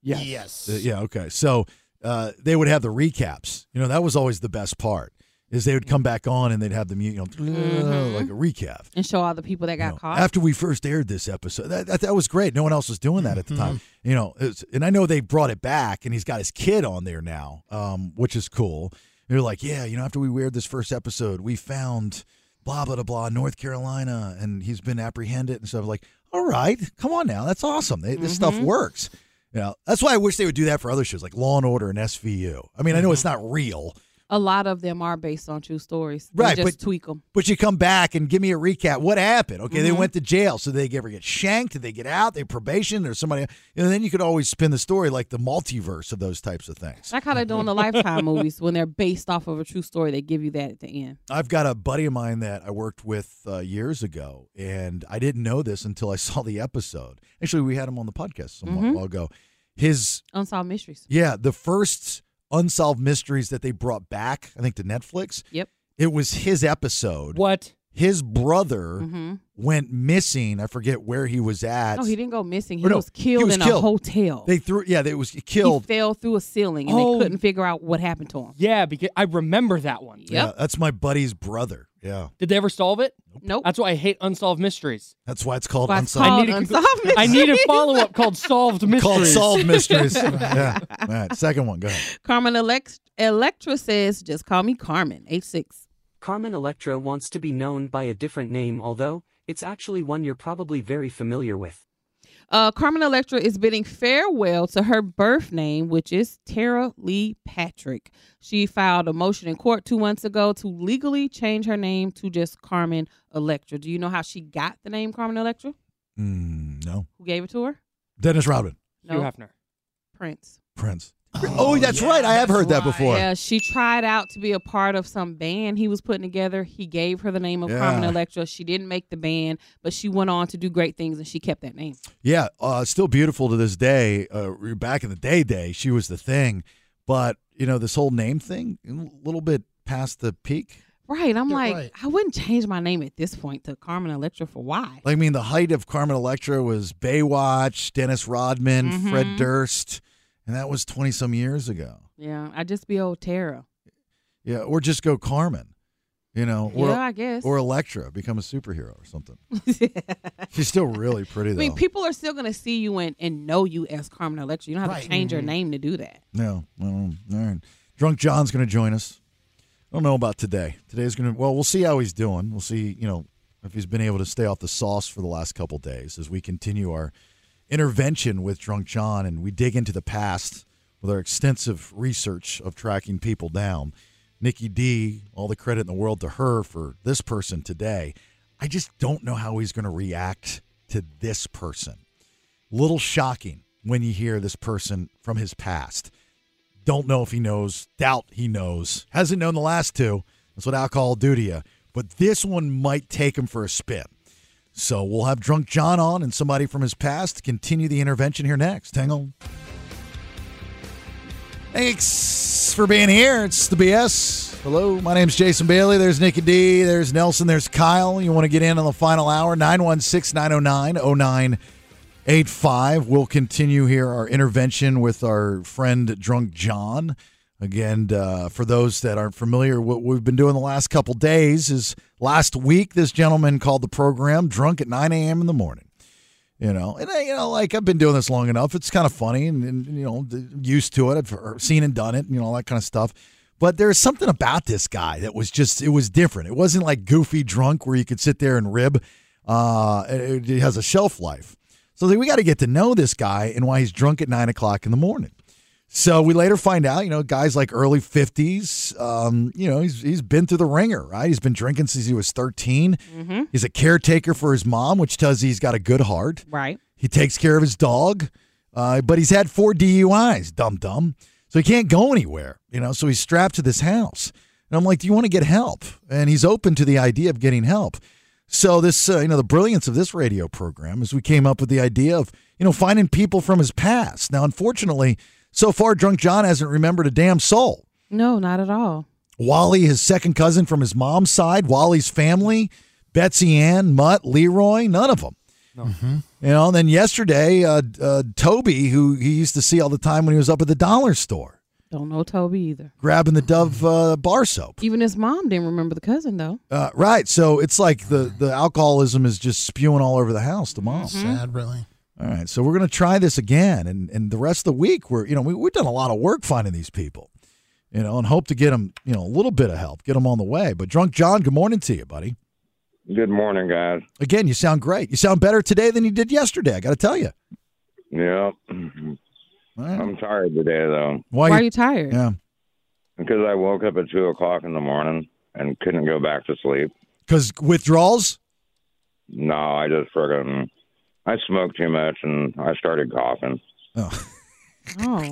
Speaker 9: Yes.
Speaker 10: Yes.
Speaker 8: Uh, yeah, okay. So uh, they would have the recaps. You know, that was always the best part. is they would come back on and they'd have the mu- you know
Speaker 7: Mhm.
Speaker 8: like a recap
Speaker 7: and show all the people that got caught.
Speaker 8: after we first aired this episode. That, that, that was great. No one else was doing that at the time. You know, it's, and I know they brought it back, and he's got his kid on there now, um, which is cool. They're like, yeah, you know, after we aired this first episode, we found blah blah blah blah North Carolina, and he's been apprehended and stuff. Like, all right, come on now, that's awesome. They, this stuff
Speaker 5: Mhm.
Speaker 8: works. You know, that's why I wish they would do that for other shows like Law and Order and SVU. I mean, I know it's not real,
Speaker 7: a lot of them are based on true stories. They
Speaker 8: Right,
Speaker 7: just
Speaker 8: but-
Speaker 7: tweak them.
Speaker 8: But you come back and give me a recap. What happened? Okay, they
Speaker 7: Mhm.
Speaker 8: went to jail. So did they ever get shanked? Did they get out? They probation or somebody? And then you could always spin the story like the multiverse of those types of things.
Speaker 7: Like how they do in the Lifetime movies when they're based off of a true story, they give you that at the end.
Speaker 8: I've got a buddy of mine that I worked with uh, years ago, and I didn't know this until I saw the episode. Actually, we had him on the podcast some
Speaker 7: Mhm.
Speaker 8: while ago. His
Speaker 7: Unsolved mysteries.
Speaker 8: yeah, the first unsolved mysteries that they brought back, I think, to Netflix.
Speaker 7: Yep.
Speaker 8: It was his episode.
Speaker 9: What?
Speaker 8: His brother
Speaker 7: Mm-hmm.
Speaker 8: went missing. I forget where he was at.
Speaker 7: No, he didn't go missing. He
Speaker 8: Or no,
Speaker 7: was killed
Speaker 8: was
Speaker 7: in a
Speaker 8: killed.
Speaker 7: hotel.
Speaker 8: They threw yeah, they was
Speaker 7: He
Speaker 8: killed.
Speaker 7: fell through a ceiling and
Speaker 9: Oh.
Speaker 7: they couldn't figure out what happened to him.
Speaker 9: Yeah, because I remember that one.
Speaker 8: Yeah, that's my buddy's brother. Yeah.
Speaker 9: Did they ever solve it?
Speaker 7: Nope.
Speaker 9: That's why I hate unsolved mysteries.
Speaker 8: That's why it's called
Speaker 9: Why it's
Speaker 8: unsolved.
Speaker 9: I need a called conclu- Unsolved I need a Mysteries. follow-up called solved mysteries.
Speaker 8: Called solved mysteries. yeah. All right. Second one. Go ahead.
Speaker 7: Carmen Elect- Electra says, just call me Carmen. H six.
Speaker 1: Carmen Electra wants to be known by a different name, although, it's actually one you're probably very familiar with.
Speaker 7: Uh, Carmen Electra is bidding farewell to her birth name, which is Tara Lee Patrick. She filed a motion in court two months ago to legally change her name to just Carmen Electra. Do you know how she got the name Carmen Electra?
Speaker 8: Mm, no.
Speaker 7: Who gave it to her?
Speaker 8: Dennis Rodman.
Speaker 7: No.
Speaker 9: Hefner. Prince.
Speaker 8: Prince. Oh, that's right. I have heard that before.
Speaker 7: Yeah, she tried out to be a part of some band he was putting together. He gave her the name of
Speaker 8: Yeah.
Speaker 7: Carmen Electra. She didn't make the band, but she went on to do great things and she kept that name.
Speaker 8: Yeah, uh, still beautiful to this day. Uh, back in the day, day she was the thing, but you know this whole name thing, a little bit past the peak.
Speaker 7: Right. I'm
Speaker 8: You're
Speaker 7: like,
Speaker 8: right.
Speaker 7: I wouldn't change my name at this point to Carmen Electra for why?
Speaker 8: Like, I mean, the height of Carmen Electra was Baywatch, Dennis Rodman, Fred
Speaker 7: Mhm.
Speaker 8: Durst, and that was twenty some years ago.
Speaker 7: Yeah, I just be old Tara.
Speaker 8: Yeah, or just go Carmen, you know, or
Speaker 7: Yeah, I guess.
Speaker 8: or Electra, become a superhero or something. She's still really pretty
Speaker 7: I
Speaker 8: though.
Speaker 7: mean, people are still gonna see you and, and know you as Carmen Electra. You don't have to
Speaker 8: Right.
Speaker 7: change your
Speaker 8: Mhm.
Speaker 7: name to do that.
Speaker 8: No. Mm, all right. Drunk John's going to join us. I don't know about today. Today's going to, well, we'll see how he's doing. We'll see, you know, if he's been able to stay off the sauce for the last couple days as we continue our intervention with Drunk John and we dig into the past with our extensive research of tracking people down. Nikki D, all the credit in the world to her for this person today. I just don't know how he's going to react to this person. Little shocking when you hear this person from his past. Don't know if he knows. Doubt he knows. Hasn't known the last two. That's what alcohol will do to you. But this one might take him for a spin. So we'll have Drunk John on and somebody from his past to continue the intervention here next. Hang on. Thanks for being here. It's the BS. Hello, my name's Jason Bailey. There's Nikki D. There's Nelson. There's Kyle. You want to get in on the final hour? 916 909 0985. We'll continue here our intervention with our friend Drunk John. Again, uh, for those that aren't familiar, what we've been doing the last couple days is last week, this gentleman called the program drunk at 9 a.m. in the morning you know and I, you know like i've been doing this long enough it's kind of funny and, and you know d- used to it i've er, seen and done it you know all that kind of stuff but there's something about this guy that was just it was different it wasn't like goofy drunk where you could sit there and rib uh it, it has a shelf life so like, we got to get to know this guy and why he's drunk at nine o'clock in the morning so we later find out, you know, guys like early 50s, um, you know, he's he's been through the ringer, right? He's been drinking since he was 13.
Speaker 11: Mm-hmm.
Speaker 7: Mhm.
Speaker 8: He's a caretaker for his mom, which tells you he's got a good heart.
Speaker 7: Right.
Speaker 8: He takes care of his dog, uh, but he's had four DUIs, dumb dumb. So he can't go anywhere, you know, so he's strapped to this house. And I'm like, do you want to get help? And he's open to the idea of getting help. So this, uh, you know, the brilliance of this radio program is we came up with the idea of, you know, finding people from his past. Now, unfortunately, so far, Drunk John hasn't remembered a damn soul.
Speaker 7: No, not at all.
Speaker 8: Wally, his second cousin from his mom's side, Wally's family, Betsy Ann, Mutt, Leroy, none of them.
Speaker 7: Mm-hmm.
Speaker 8: You know, and then yesterday, uh, uh, Toby, who he used to see all the time when he was up at the dollar store,
Speaker 7: Don't know Toby either.
Speaker 8: grabbing the Dove uh, bar soap.
Speaker 7: Even his mom didn't remember the cousin though.
Speaker 8: Uh, right. So it's like the, the alcoholism is just spewing all over the house to mom.
Speaker 7: Mm-hmm.
Speaker 10: Sad, really.
Speaker 8: All right. So we're going to try this again. And, and the rest of the week, we're, you know, we, we've done a lot of work finding these people, you know, and hope to get them, you know, a little bit of help, get them on the way. But Drunk John, good morning to you, buddy.
Speaker 3: Good morning, guys.
Speaker 8: Again, you sound great. You sound better today than you did yesterday. I got to tell you.
Speaker 3: Yeah. I'm tired today, though.
Speaker 8: Why,
Speaker 7: Why are you tired?
Speaker 8: Yeah.
Speaker 3: Because I woke up at 2 o'clock in the morning and couldn't go back to sleep.
Speaker 8: Because withdrawals?
Speaker 3: No, I just friggin' I smoked too much and I started coughing.
Speaker 7: Oh,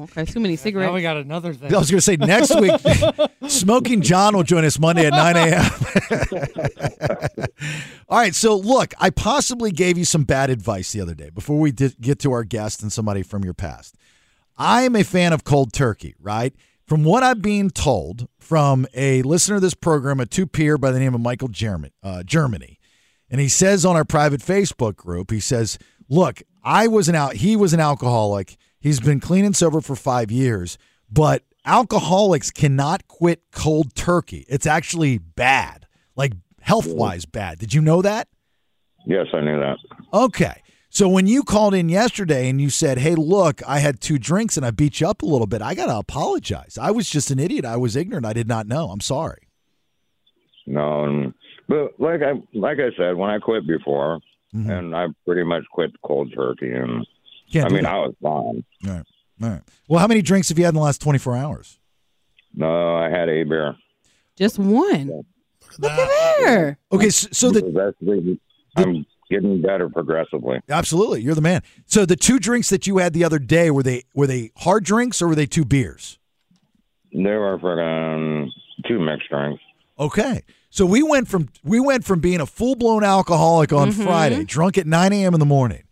Speaker 7: okay. Too many cigarettes.
Speaker 9: Now we got another thing.
Speaker 8: I was going to say next week, Smoking John will join us Monday at 9 a.m. All right. So, look, I possibly gave you some bad advice the other day before we did get to our guest and somebody from your past. I'm a fan of cold turkey, right? From what I'm being told from a listener of this program, a two peer by the name of Michael German, uh, Germany. And he says on our private Facebook group, he says, Look, I was an out, he was an alcoholic. He's been clean and sober for five years, but alcoholics cannot quit cold turkey. It's actually bad, like health wise bad. Did you know that?
Speaker 3: Yes, I knew that.
Speaker 8: Okay. So when you called in yesterday and you said, "Hey, look, I had two drinks and I beat you up a little bit. I got to apologize. I was just an idiot. I was ignorant. I did not know. I'm sorry."
Speaker 3: No, and, but like I like I said, when I quit before,
Speaker 8: Mm-hmm.
Speaker 3: and I pretty much quit cold turkey, and
Speaker 8: Can't
Speaker 3: I
Speaker 8: do
Speaker 3: mean
Speaker 8: that.
Speaker 3: I was fine.
Speaker 8: All right. All right. Well, how many drinks have you had in the last 24 hours?
Speaker 3: No, I had a beer.
Speaker 7: Just one. Look at there.
Speaker 8: Okay, so, so the
Speaker 3: that's the, I'm getting better progressively.
Speaker 8: Absolutely. You're the man. So the two drinks that you had the other day were they were they hard drinks or were they two beers?
Speaker 3: There were friggin' two mixed drinks.
Speaker 8: Okay. So we went from we went from being a full blown alcoholic on
Speaker 7: Mm-hmm.
Speaker 3: Mhm.
Speaker 8: Friday, drunk at 9 a.m. in the morning,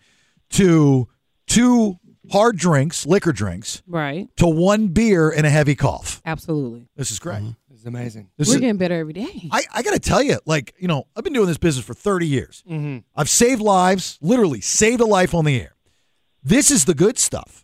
Speaker 8: to two hard drinks, liquor drinks,
Speaker 7: Right.
Speaker 8: to one beer and a heavy cough.
Speaker 7: Absolutely.
Speaker 8: This is great.
Speaker 9: Mm-hmm. This is amazing.
Speaker 8: This
Speaker 7: We're
Speaker 8: is-
Speaker 7: getting better every day.
Speaker 8: I, I got to tell you, like, you know, I've been doing this business for 30 years. I've saved lives, literally saved a life on the air. This is the good stuff.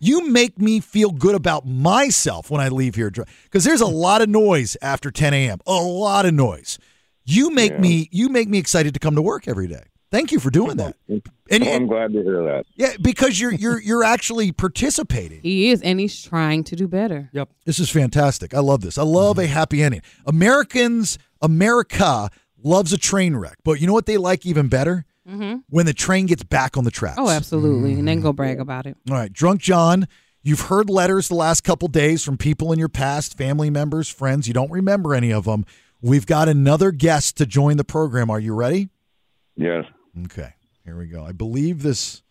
Speaker 8: You make me feel good about myself when I leave here because there's a lot of noise after 10 a.m. A lot of noise. You make me you make me excited to come to work every day. Thank you for doing that. And,
Speaker 3: I'm glad to hear that.
Speaker 8: Yeah, because you're you're you're actually participating.
Speaker 7: He is, and he's trying to do better.
Speaker 9: Yep.
Speaker 8: This is fantastic. I love this. I love
Speaker 7: Mm-hmm.
Speaker 8: a happy ending. Americans, America loves a train wreck, but you know what they like even better?
Speaker 7: Mm-hmm.
Speaker 8: When the train gets back on the tracks. Mm-hmm.
Speaker 7: Oh, absolutely. And then go brag about it.
Speaker 8: All right, Drunk John, you've heard letters the last couple days from people in your past, family members, friends. You don't remember any of them. We've got another guest to join the program. Are you ready?
Speaker 3: Yes.
Speaker 8: Okay, here we go. I believe this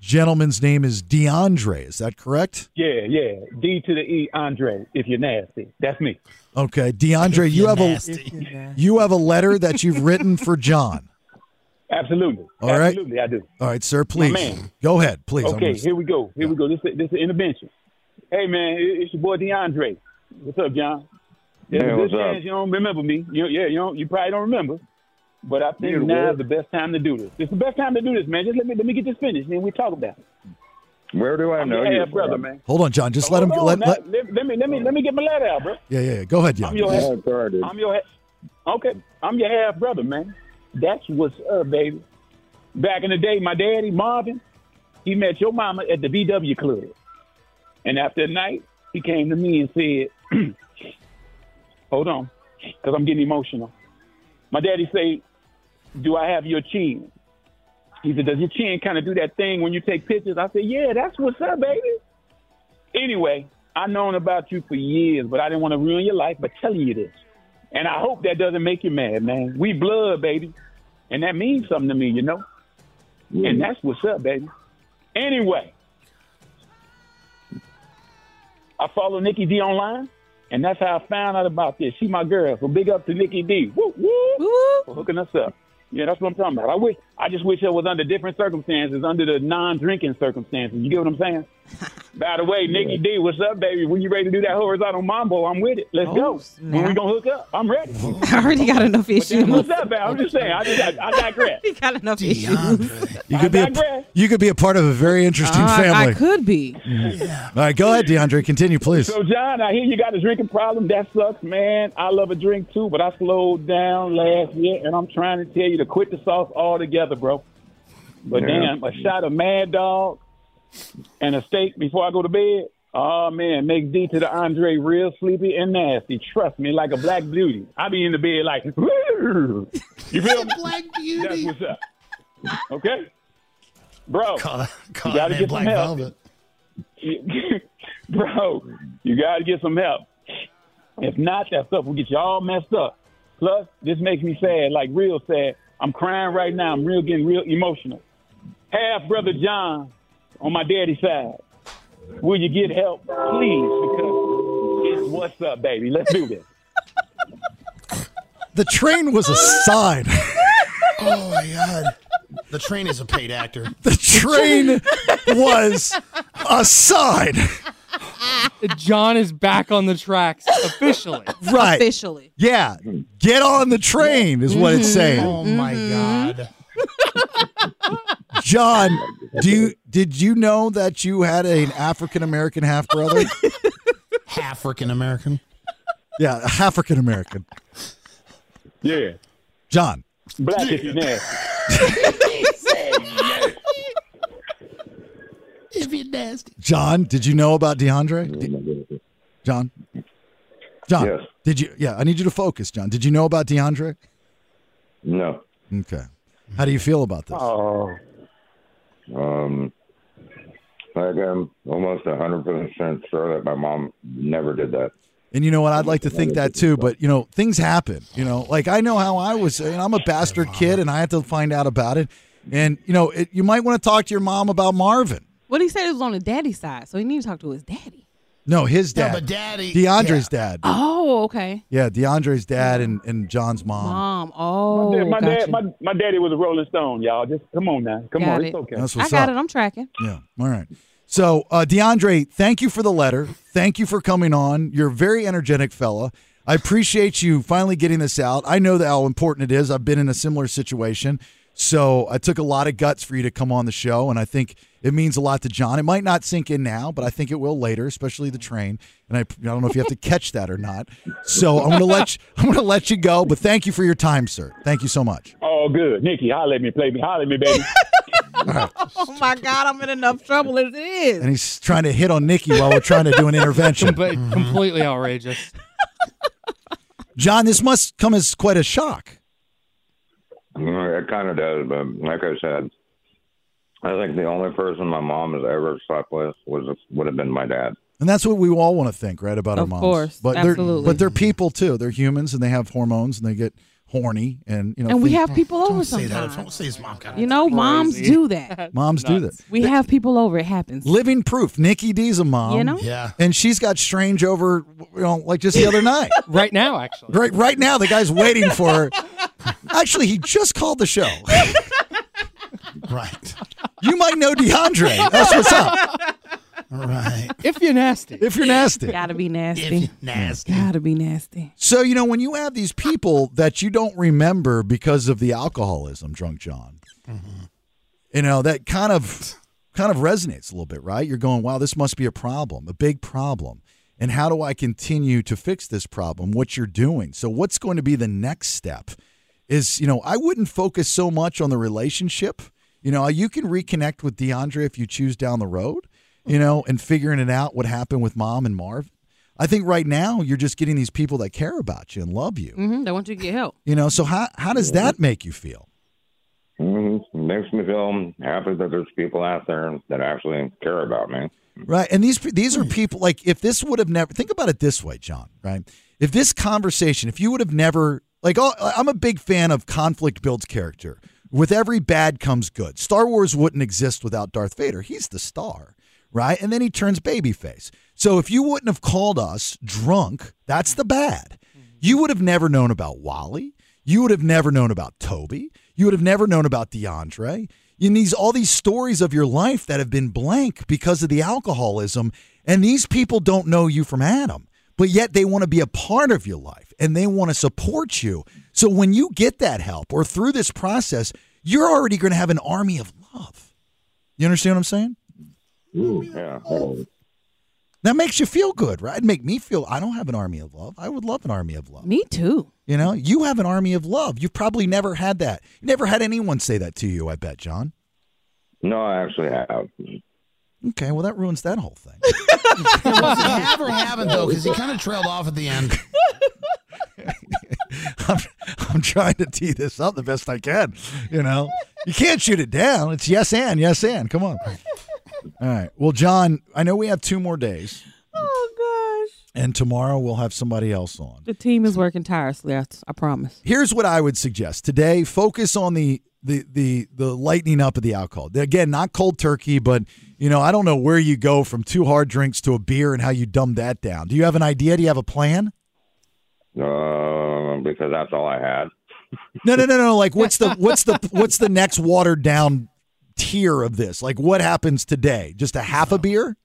Speaker 8: gentleman's name is DeAndre. Is that correct?
Speaker 22: Yeah, yeah. D to the E, Andre, if you're nasty. That's me.
Speaker 8: Okay, DeAndre, you have a you have a letter that you've written for John.
Speaker 22: Absolutely.
Speaker 8: All right.
Speaker 22: Absolutely, I do.
Speaker 8: All right, sir, please
Speaker 22: man.
Speaker 8: go ahead, please. I'm
Speaker 22: Okay,
Speaker 8: gonna-
Speaker 22: here we go. Here we go. This is, this is an intervention. Hey, man, it- it's your boy DeAndre. What's up, John? There's
Speaker 3: Hey,
Speaker 22: a good
Speaker 3: what's up?
Speaker 22: chance you don't remember me. You, yeah, you don't. You probably don't remember. But I think
Speaker 3: Neither
Speaker 22: now
Speaker 3: will.
Speaker 22: is the best time to do this. It's the best time to do this, man. Just let me let me get this finished, and we talk about it.
Speaker 3: Where do I
Speaker 22: I'm
Speaker 3: know
Speaker 22: your
Speaker 3: you,
Speaker 22: half brother,
Speaker 3: from?
Speaker 22: man.
Speaker 8: Hold on, John. Just let him.
Speaker 22: Hold on,
Speaker 8: Let,
Speaker 22: now.
Speaker 8: let,
Speaker 22: let, let me let me let me get my letter out, bro.
Speaker 8: yeah, yeah, yeah. Go ahead,
Speaker 22: I'm
Speaker 8: John.
Speaker 22: your half.
Speaker 3: brother.
Speaker 22: I'm your half. Okay, I'm your half brother, man. That's what's up, baby. Back in the day, my daddy Marvin, he met your mama at the VW club, and after a night, he came to me and said, "Hold on, because I'm getting emotional." My daddy said, "Do I have your chin?" He said, "Does your chin kind of do that thing when you take pictures?" I said, "Yeah, that's what's up, baby." Anyway, I've known about you for years, but I didn't want to ruin your life by telling you this. And I hope that doesn't make you mad, man. We blood, baby. And that means something to me, you know? And that's what's up, baby. Anyway, I follow Nikki D online, and that's how I found out about this. She my girl, so big up to Nikki D. Woo, woo, for hooking us up. Yeah, that's what I'm talking about. I wish, I just wish it was under different circumstances, under the non-drinking circumstances. You get what I'm saying? By the way, Nikki D, what's up, baby? When you ready to do that horizontal mambo, I'm with it. Let's go. When we gonna hook up? I'm ready.
Speaker 7: Oh, I already got enough issues.
Speaker 22: What's up, man? I'm just saying. I, just, I, I digress.
Speaker 7: he got enough issues.
Speaker 8: You could be a, you could be a part of a very interesting
Speaker 7: Uh,
Speaker 8: family.
Speaker 7: I could be.
Speaker 8: All right, go ahead, DeAndre. Continue, please.
Speaker 22: So, John, I hear you got a drinking problem. That sucks, man. I love a drink too, but I slowed down last year, and I'm trying to tell you to quit the sauce altogether, bro. But
Speaker 14: Yeah.
Speaker 22: damn, a shot of Mad Dog and a steak before I go to bed. Oh man, make D to the Andre real sleepy and nasty. Trust me, like a black beauty. I be in the bed like, "Woo!" you feel me? black beauty. That's what's up. Okay, bro.
Speaker 10: call
Speaker 22: you gotta
Speaker 10: that
Speaker 22: get
Speaker 10: Black
Speaker 22: some help.
Speaker 10: Velvet.
Speaker 22: bro, you got to get some help. If not, that stuff will get you all messed up. Plus, this makes me sad, like real sad. I'm crying right now. I'm real getting real emotional. Half brother John on my daddy's side. Will you get help, please? Because it's what's up, baby. Let's do this.
Speaker 8: The train was a sign.
Speaker 10: Oh my god. The train is a paid actor.
Speaker 8: The train was a sign.
Speaker 9: John is back on the tracks officially.
Speaker 8: Right. Yeah. Get on the train is what it's saying.
Speaker 10: Oh my god.
Speaker 8: John, do you, did you know that you had an African American half brother?
Speaker 10: African American.
Speaker 8: Yeah, African American.
Speaker 22: Yeah.
Speaker 8: John.
Speaker 22: Black if you're
Speaker 10: If you're nasty.
Speaker 8: John, did you know about DeAndre? D- John? John,
Speaker 22: Yes.
Speaker 8: did you? Yeah, I need you to focus, John. Did you know about DeAndre?
Speaker 22: No.
Speaker 8: Okay. How do you feel about this?
Speaker 22: Oh. Um, like I'm almost 100% sure that my mom never did that.
Speaker 8: And you know what? I'd like to think that too, but you know, things happen. You know, like I know how I was. You know, I'm a bastard kid, and I had to find out about it. And you know, it, you might want to talk to your mom about Marvin.
Speaker 7: What he said it was on the daddy's side, so he needed to talk to his daddy.
Speaker 8: No, his
Speaker 10: No,
Speaker 8: dad,
Speaker 10: but daddy-
Speaker 8: DeAndre's dad.
Speaker 7: Oh, okay.
Speaker 8: Yeah, DeAndre's dad and, and John's mom.
Speaker 7: Mom. Oh,
Speaker 22: Um, my, dad, my,
Speaker 7: gotcha.
Speaker 22: dad, my, my daddy was a Rolling Stone, y'all. Just come on now. Come
Speaker 7: Got
Speaker 22: on.
Speaker 7: it.
Speaker 22: It's okay.
Speaker 8: That's
Speaker 7: I
Speaker 8: what's
Speaker 7: got
Speaker 8: up.
Speaker 7: it. I'm tracking.
Speaker 8: Yeah. All right. So, uh, DeAndre, thank you for the letter. Thank you for coming on. You're a very energetic fella. I appreciate you finally getting this out. I know that how important it is. I've been in a similar situation. So, I took a lot of guts for you to come on the show, and I think it means a lot to John. It might not sink in now, but I think it will later, especially the train. And I, I don't know if you have to catch that or not. So, I'm gonna let you, I'm gonna let you go. But thank you for your time, sir. Thank you so much.
Speaker 22: All good. Nikki, holler at me. Play me. Holler at me, baby.
Speaker 7: Oh my God, I'm in enough trouble as it is.
Speaker 8: And he's trying to hit on Nikki while we're trying to do an intervention.
Speaker 9: Com- Completely outrageous.
Speaker 8: John, this must come as quite a shock.
Speaker 22: Mm, It kind of does, but like I said, I think the only person my mom has ever slept with was would have been my dad.
Speaker 8: And that's what we all want to think, right, about our
Speaker 7: Of
Speaker 8: moms.
Speaker 7: course,
Speaker 8: but
Speaker 7: absolutely.
Speaker 8: They're, but they're people too. They're humans, and they have hormones, and they get horny, and you know.
Speaker 7: And we
Speaker 8: think-
Speaker 7: have people over
Speaker 10: Say that.
Speaker 7: sometimes.
Speaker 10: Don't say his mom got
Speaker 7: You know, moms do that.
Speaker 8: moms do that.
Speaker 7: We have people over. It happens.
Speaker 8: Living proof. Nikki D's a mom.
Speaker 7: You know?
Speaker 10: Yeah.
Speaker 8: And she's got strange over, you know, like just the other night.
Speaker 9: Right now, actually.
Speaker 8: Right, right now, the guy's waiting for her. Actually, he just called the show.
Speaker 10: Right.
Speaker 8: You might know DeAndre. That's what's up.
Speaker 10: Right.
Speaker 9: If you're nasty.
Speaker 8: If you're nasty.
Speaker 7: Gotta be
Speaker 10: If
Speaker 7: nasty.
Speaker 10: you're nasty.
Speaker 7: Gotta be nasty.
Speaker 8: So, you know, when you have these people that you don't remember because of the alcoholism, drunk John,
Speaker 10: Mm-hmm.
Speaker 8: you know, that kind of kind of resonates a little bit, right? You're going, wow, this must be a problem, a big problem. And how do I continue to fix this problem? What you're doing. So what's going to be the next step is, you know, I wouldn't focus so much on the relationship. You know, you can reconnect with DeAndre if you choose down the road, you know, and figuring it out what happened with mom and Marv. I think right now you're just getting these people that care about you and love you.
Speaker 7: hmm They want you to get help.
Speaker 8: You know, so how how does that make you feel?
Speaker 22: Mm, makes me feel happy that there's people out there that actually care about me.
Speaker 8: Right. And these these are people like if this would have never think about it this way, John, right? If this conversation, if you would have never like oh, I'm a big fan of conflict builds character. With every bad comes good. Star Wars wouldn't exist without Darth Vader. He's the star, right? And then he turns babyface. So if you wouldn't have called us drunk, that's the bad. You would have never known about Wally. You would have never known about Toby. You would have never known about DeAndre. you need all these stories of your life that have been blank because of the alcoholism, and these people don't know you from Adam, but yet they want to be a part of your life and they want to support you. So when you get that help or through this process, you're already going to have an army of love. You understand what I'm saying?
Speaker 3: yeah.
Speaker 8: That makes you feel good, right? It'd make me feel I don't have an army of love. I would love an army of love.
Speaker 7: Me too.
Speaker 8: You know, you have an army of love. You've probably never had that. You never had anyone say that to you, I bet, John.
Speaker 3: No, I actually have.
Speaker 8: Okay, well that ruins that whole thing.
Speaker 10: have or haven't though, because he kind of trailed off at the end.
Speaker 8: I'm, I'm trying to tee this up the best I can. You know, you can't shoot it down. It's yes and yes and. Come on. All right. Well, John, I know we have two more days,
Speaker 7: Oh gosh.
Speaker 8: and tomorrow we'll have somebody else on.
Speaker 7: The team is working tirelessly. I, I promise.
Speaker 8: Here's what I would suggest today: focus on the the the the lightening up of the alcohol. Again, not cold turkey, but you know, I don't know where you go from two hard drinks to a beer and how you dumb that down. Do you have an idea? Do you have a plan?
Speaker 3: Uh, because that's all I had.
Speaker 8: No, no, no, no. Like, what's the what's the what's the next watered down tier of this? Like, what happens today? Just a half a beer,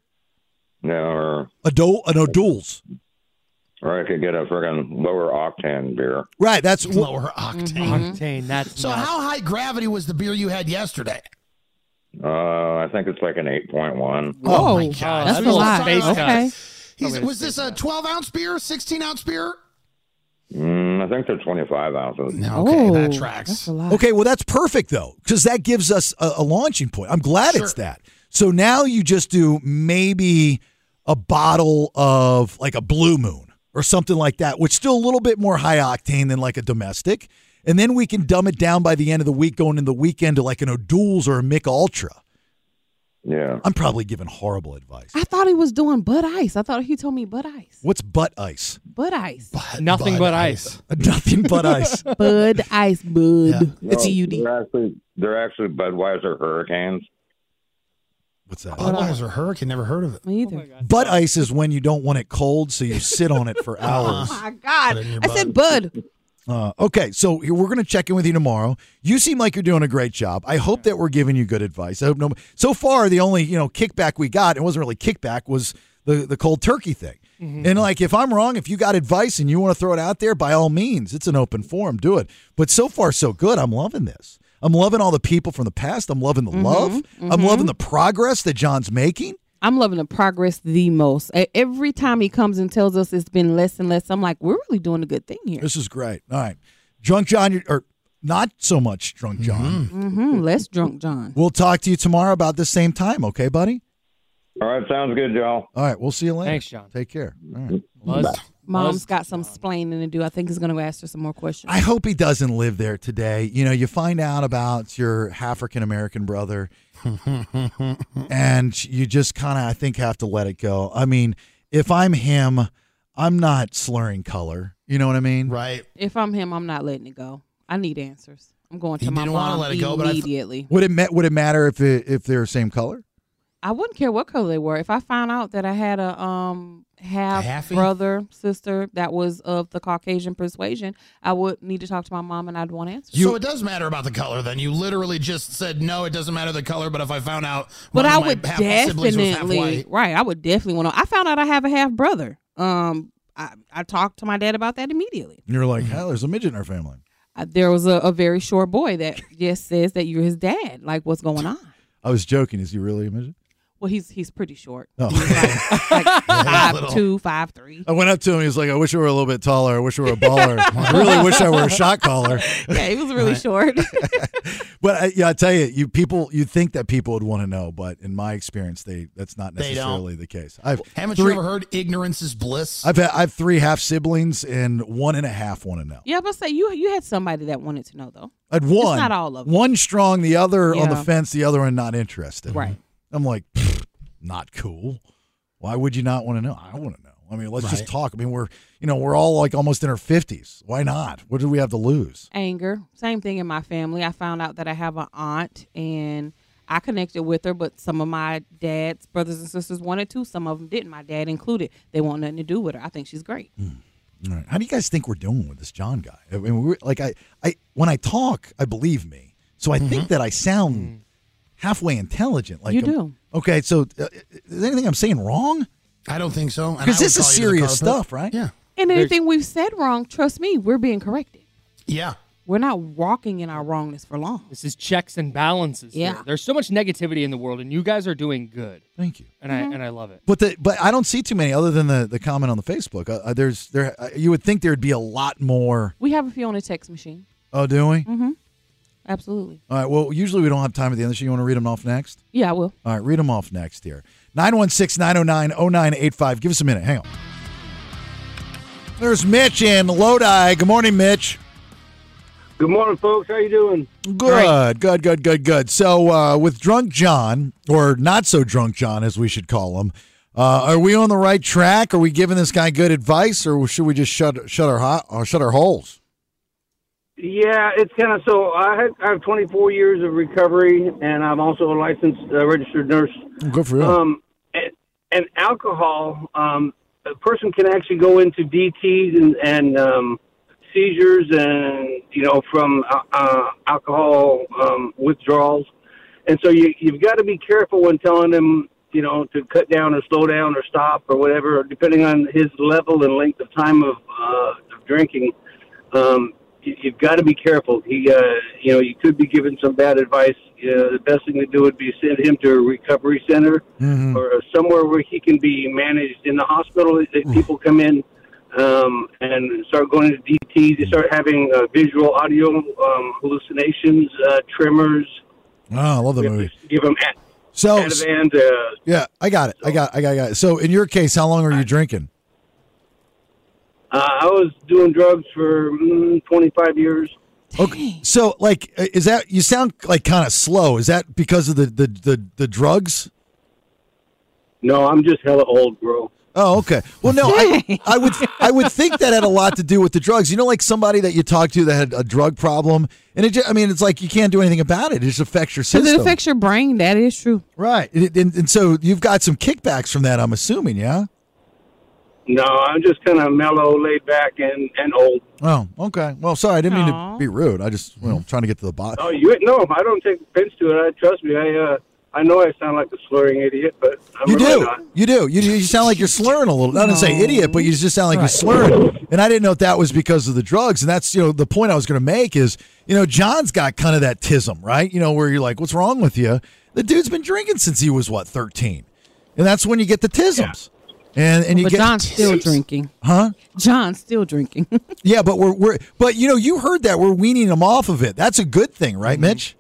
Speaker 3: No, or,
Speaker 8: a do, an O'Doul's.
Speaker 3: or I could get a friggin' lower octane beer.
Speaker 8: Right. That's
Speaker 10: lower Mm-hmm. octane.
Speaker 9: Octane. That's
Speaker 10: so. How high gravity was the beer you had yesterday?
Speaker 3: Uh, I think it's like an eight point one.
Speaker 10: Oh, my god,
Speaker 9: that's
Speaker 10: what
Speaker 9: a lot.
Speaker 10: I'm talking about.
Speaker 9: Okay.
Speaker 10: He's, was this a 12 ounce beer, 16 ounce beer?
Speaker 3: Mm, I think they're twenty five ounces.
Speaker 10: Okay, that tracks.
Speaker 8: Okay, well that's perfect though, because that gives us a, a launching point. I'm glad it's that. So now you just do maybe a bottle of like a Blue Moon or something like that, which is still a little bit more high octane than like a domestic, and then we can dumb it down by the end of the week, going into the weekend to like an O'Doul's or a Mick Ultra.
Speaker 3: Yeah,
Speaker 8: I'm probably giving horrible advice.
Speaker 7: I thought he was doing Bud Ice. I thought he told me Bud Ice.
Speaker 8: What's butt ice?
Speaker 7: Bud Ice.
Speaker 9: Nothing
Speaker 8: Bud
Speaker 9: but ice.
Speaker 8: Nothing but ice.
Speaker 7: Bud Ice. Bud.
Speaker 3: No,
Speaker 7: It's you.
Speaker 3: They're actually they're actually Budweiser Hurricanes.
Speaker 8: What's that?
Speaker 10: Budweiser Hurricane. Never heard of it.
Speaker 7: Me either.
Speaker 8: Butt ice is when you don't want it cold, so you sit on it for
Speaker 11: Uh-huh.
Speaker 8: hours.
Speaker 7: Oh my God. I said Bud.
Speaker 8: Uh, okay, so here- we're going to check in with you tomorrow. You seem like you're doing a great job. I hope that we're giving you good advice. I hope no. So far, the only you know kickback we got, it wasn't really kickback, was the the cold turkey thing. And like, if I'm wrong, if you got advice and you want to throw it out there, by all means, it's an open forum. Do it. But so far, so good. I'm loving this. I'm loving all the people from the past. I'm loving the love. I'm
Speaker 7: mhm.
Speaker 8: loving the progress that John's making.
Speaker 7: I'm loving the progress the most. E- Every time he comes and tells us it's been less and less, I'm like, we're really doing a good thing here.
Speaker 8: This is great. All right, drunk John, you're- or not so much drunk John.
Speaker 7: Mm-hmm. Less drunk John.
Speaker 8: We'll talk to you tomorrow about this same time, okay, buddy?
Speaker 3: All right, sounds good, y'all.
Speaker 8: All right, we'll see you later.
Speaker 9: Thanks, John.
Speaker 8: Take care. All right.
Speaker 7: Mom's got some splaining to do. I think he's going to ask her some more questions.
Speaker 8: I hope he doesn't live there today. You know, you find out about your African American brother, and you just kind of, I think, have to let it go. I mean, if I'm him, I'm not slurring color. You know what I mean?
Speaker 10: Right.
Speaker 7: If I'm him, I'm not letting it go. I need answers. I'm going to
Speaker 10: He
Speaker 7: my
Speaker 10: didn't wanna
Speaker 7: mom
Speaker 10: let it go, but I th-
Speaker 7: immediately.
Speaker 8: Would it ma- would it matter if it, if they're same color?
Speaker 7: I wouldn't care what color they were. If I found out that I had a um half
Speaker 8: halfie?
Speaker 7: brother sister that was of the Caucasian persuasion, I would need to talk to my mom and I'd want answers.
Speaker 10: so it does matter about the color. Then you literally just said no. It doesn't matter the color. But if I found out,
Speaker 7: but
Speaker 10: one of
Speaker 7: I
Speaker 10: my
Speaker 7: would
Speaker 10: half- siblings was half
Speaker 7: definitely
Speaker 10: white-
Speaker 7: right. I would definitely want to. I found out I have a half brother. Um, I, I talked to my dad about that immediately.
Speaker 8: And you're like, hell, there's a midget in our family.
Speaker 7: Uh, there was a, a very short boy that just says that you're his dad. Like, what's going on?
Speaker 8: I was joking. Is he really a midget?
Speaker 7: Well, he's he's pretty short.
Speaker 8: Oh.
Speaker 7: Like, like five two, five three.
Speaker 8: I went up to him. He was like, I wish I were a little bit taller. I wish I were a baller. I really wish I were a shot caller.
Speaker 7: Yeah, he was really short.
Speaker 8: But I, yeah, I tell you, you people, you think that people would want to know, but in my experience, they that's not
Speaker 10: They don't.
Speaker 8: necessarily the case. I've
Speaker 10: Haven't
Speaker 8: three,
Speaker 10: you ever heard ignorance is bliss?
Speaker 8: I've had, I've three half siblings and one and a half want to know.
Speaker 7: Yeah, but say you you had somebody that wanted to know though.
Speaker 8: I'd
Speaker 7: It's
Speaker 8: one,
Speaker 7: not all of them.
Speaker 8: one strong, the other on the
Speaker 7: Yeah.
Speaker 8: fence, the other one not interested.
Speaker 7: Right.
Speaker 8: I'm like, "Pfft, not cool. Why would you not want to know? I want to know. I mean, let's just
Speaker 10: Right.
Speaker 8: talk. I mean, we're you know we're all like almost in our fifties. Why not? What do we have to lose?
Speaker 7: Anger. Same thing in my family. I found out that I have an aunt and I connected with her, but some of my dad's brothers and sisters wanted to. Some of them didn't. My dad included. They want nothing to do with her. I think she's great.
Speaker 8: All right. How do you guys think we're doing with this John guy? I mean, we're, like I, I when I talk, I believe me. So I think that I sound halfway intelligent. Like
Speaker 7: Mm-hmm. Mm. You
Speaker 8: I'm-
Speaker 7: do.
Speaker 8: Okay, so uh, is anything I'm saying wrong?
Speaker 10: I don't think so.
Speaker 8: Because this is serious stuff, right?
Speaker 10: Yeah.
Speaker 7: And
Speaker 8: There's-
Speaker 7: anything we've said wrong, trust me, we're being corrected.
Speaker 10: Yeah.
Speaker 7: We're not walking in our wrongness for long.
Speaker 9: This is checks and balances. here.
Speaker 7: Yeah.
Speaker 9: There's so much negativity in the world, and you guys are doing good.
Speaker 8: Thank you.
Speaker 9: And
Speaker 7: Mm-hmm.
Speaker 9: I and I love it.
Speaker 8: But the but I don't see too many other than the, the comment on the Facebook. Uh, uh, there's there uh, you would think there'd be a lot more.
Speaker 7: We have a few on a text machine.
Speaker 8: Oh, do we?
Speaker 7: Mm-hmm. Absolutely.
Speaker 8: All right. Well, usually we don't have time at the end of the show. You want to read them off next?
Speaker 7: Yeah, I will.
Speaker 8: All right, read them off next here. 916 909 0985. Give us a minute. Hang on. There's Mitch in Lodi. Good morning, Mitch.
Speaker 5: Good morning, folks. How you doing?
Speaker 8: Good, good, good, good, good. So, uh, with drunk John, or not so drunk John, as we should call him, uh, are we on the right track? Are we giving this guy good advice, or should we just shut shut our hot or shut our holes?
Speaker 5: Yeah, it's kind of so. I had I have 24 years of recovery, and I'm also a licensed uh, registered nurse.
Speaker 8: Good for you.
Speaker 5: Um, and, and alcohol, um, a person can actually go into DTS and, and um, seizures, and you know from uh, uh, alcohol um, withdrawals. And so you you've got to be careful when telling them you know to cut down or slow down or stop or whatever, depending on his level and length of time of, uh, of drinking. Um, you, you've got to be careful. He, uh, you know, you could be given some bad advice. Uh, the best thing to do would be send him to a recovery center or uh, somewhere where he can be managed. In the hospital, that people come in um, and start going to DTs. They start having uh, visual, audio um, hallucinations, uh, tremors.
Speaker 8: Oh, I love the movie.
Speaker 5: Give them at,
Speaker 8: So-
Speaker 5: Ativan, uh,
Speaker 8: Yeah, I got it. I got, I got, I got it. So, in your case, how long are you drinking?
Speaker 5: uh, I was doing drugs for mm, 25 years.
Speaker 8: Okay. So, like, uh, is that you sound like kind of slow? Is that because of the the the, the drugs?
Speaker 5: No, I'm just hella old, bro.
Speaker 8: Oh, okay. Well, no, I, I would I would think that had a lot to do with the drugs. You know, like somebody that you talked to that had a drug problem, and it just, I mean, it's like you can't do anything about it. It just affects your
Speaker 7: Because
Speaker 8: system,
Speaker 7: it affects your brain. That is true.
Speaker 8: right? And, and- and so you've got some kickbacks from that, I'm assuming, yeah.
Speaker 5: No, I'm just kind of mellow, laid back, and, and old.
Speaker 8: Oh, okay. Well, sorry, I didn't mean to be rude. I just, you know, I'm trying to get to the bottom.
Speaker 5: Oh, you no, I don't take offense to it. I trust me. I uh, I know I sound like a slurring idiot, but I'm
Speaker 8: You
Speaker 5: really
Speaker 8: do.
Speaker 5: not.
Speaker 8: You do. You, you sound like you're slurring a little. Not to say idiot, but you just sound like you're slurring. And I didn't know if that was because of the drugs. And that's, you know, the point I was going to make is, you know, John's got kind of that tism, right? You know, where you're like, what's wrong with you? The dude's been drinking since he was, what, 13? And that's when you get the tisms. And, and you
Speaker 7: But
Speaker 8: get
Speaker 7: John's still drinking.
Speaker 8: Huh?
Speaker 7: John's still drinking.
Speaker 8: yeah, but we're, we're, but you know, you heard that. We're weaning him off of it. That's a good thing, right, Mitch?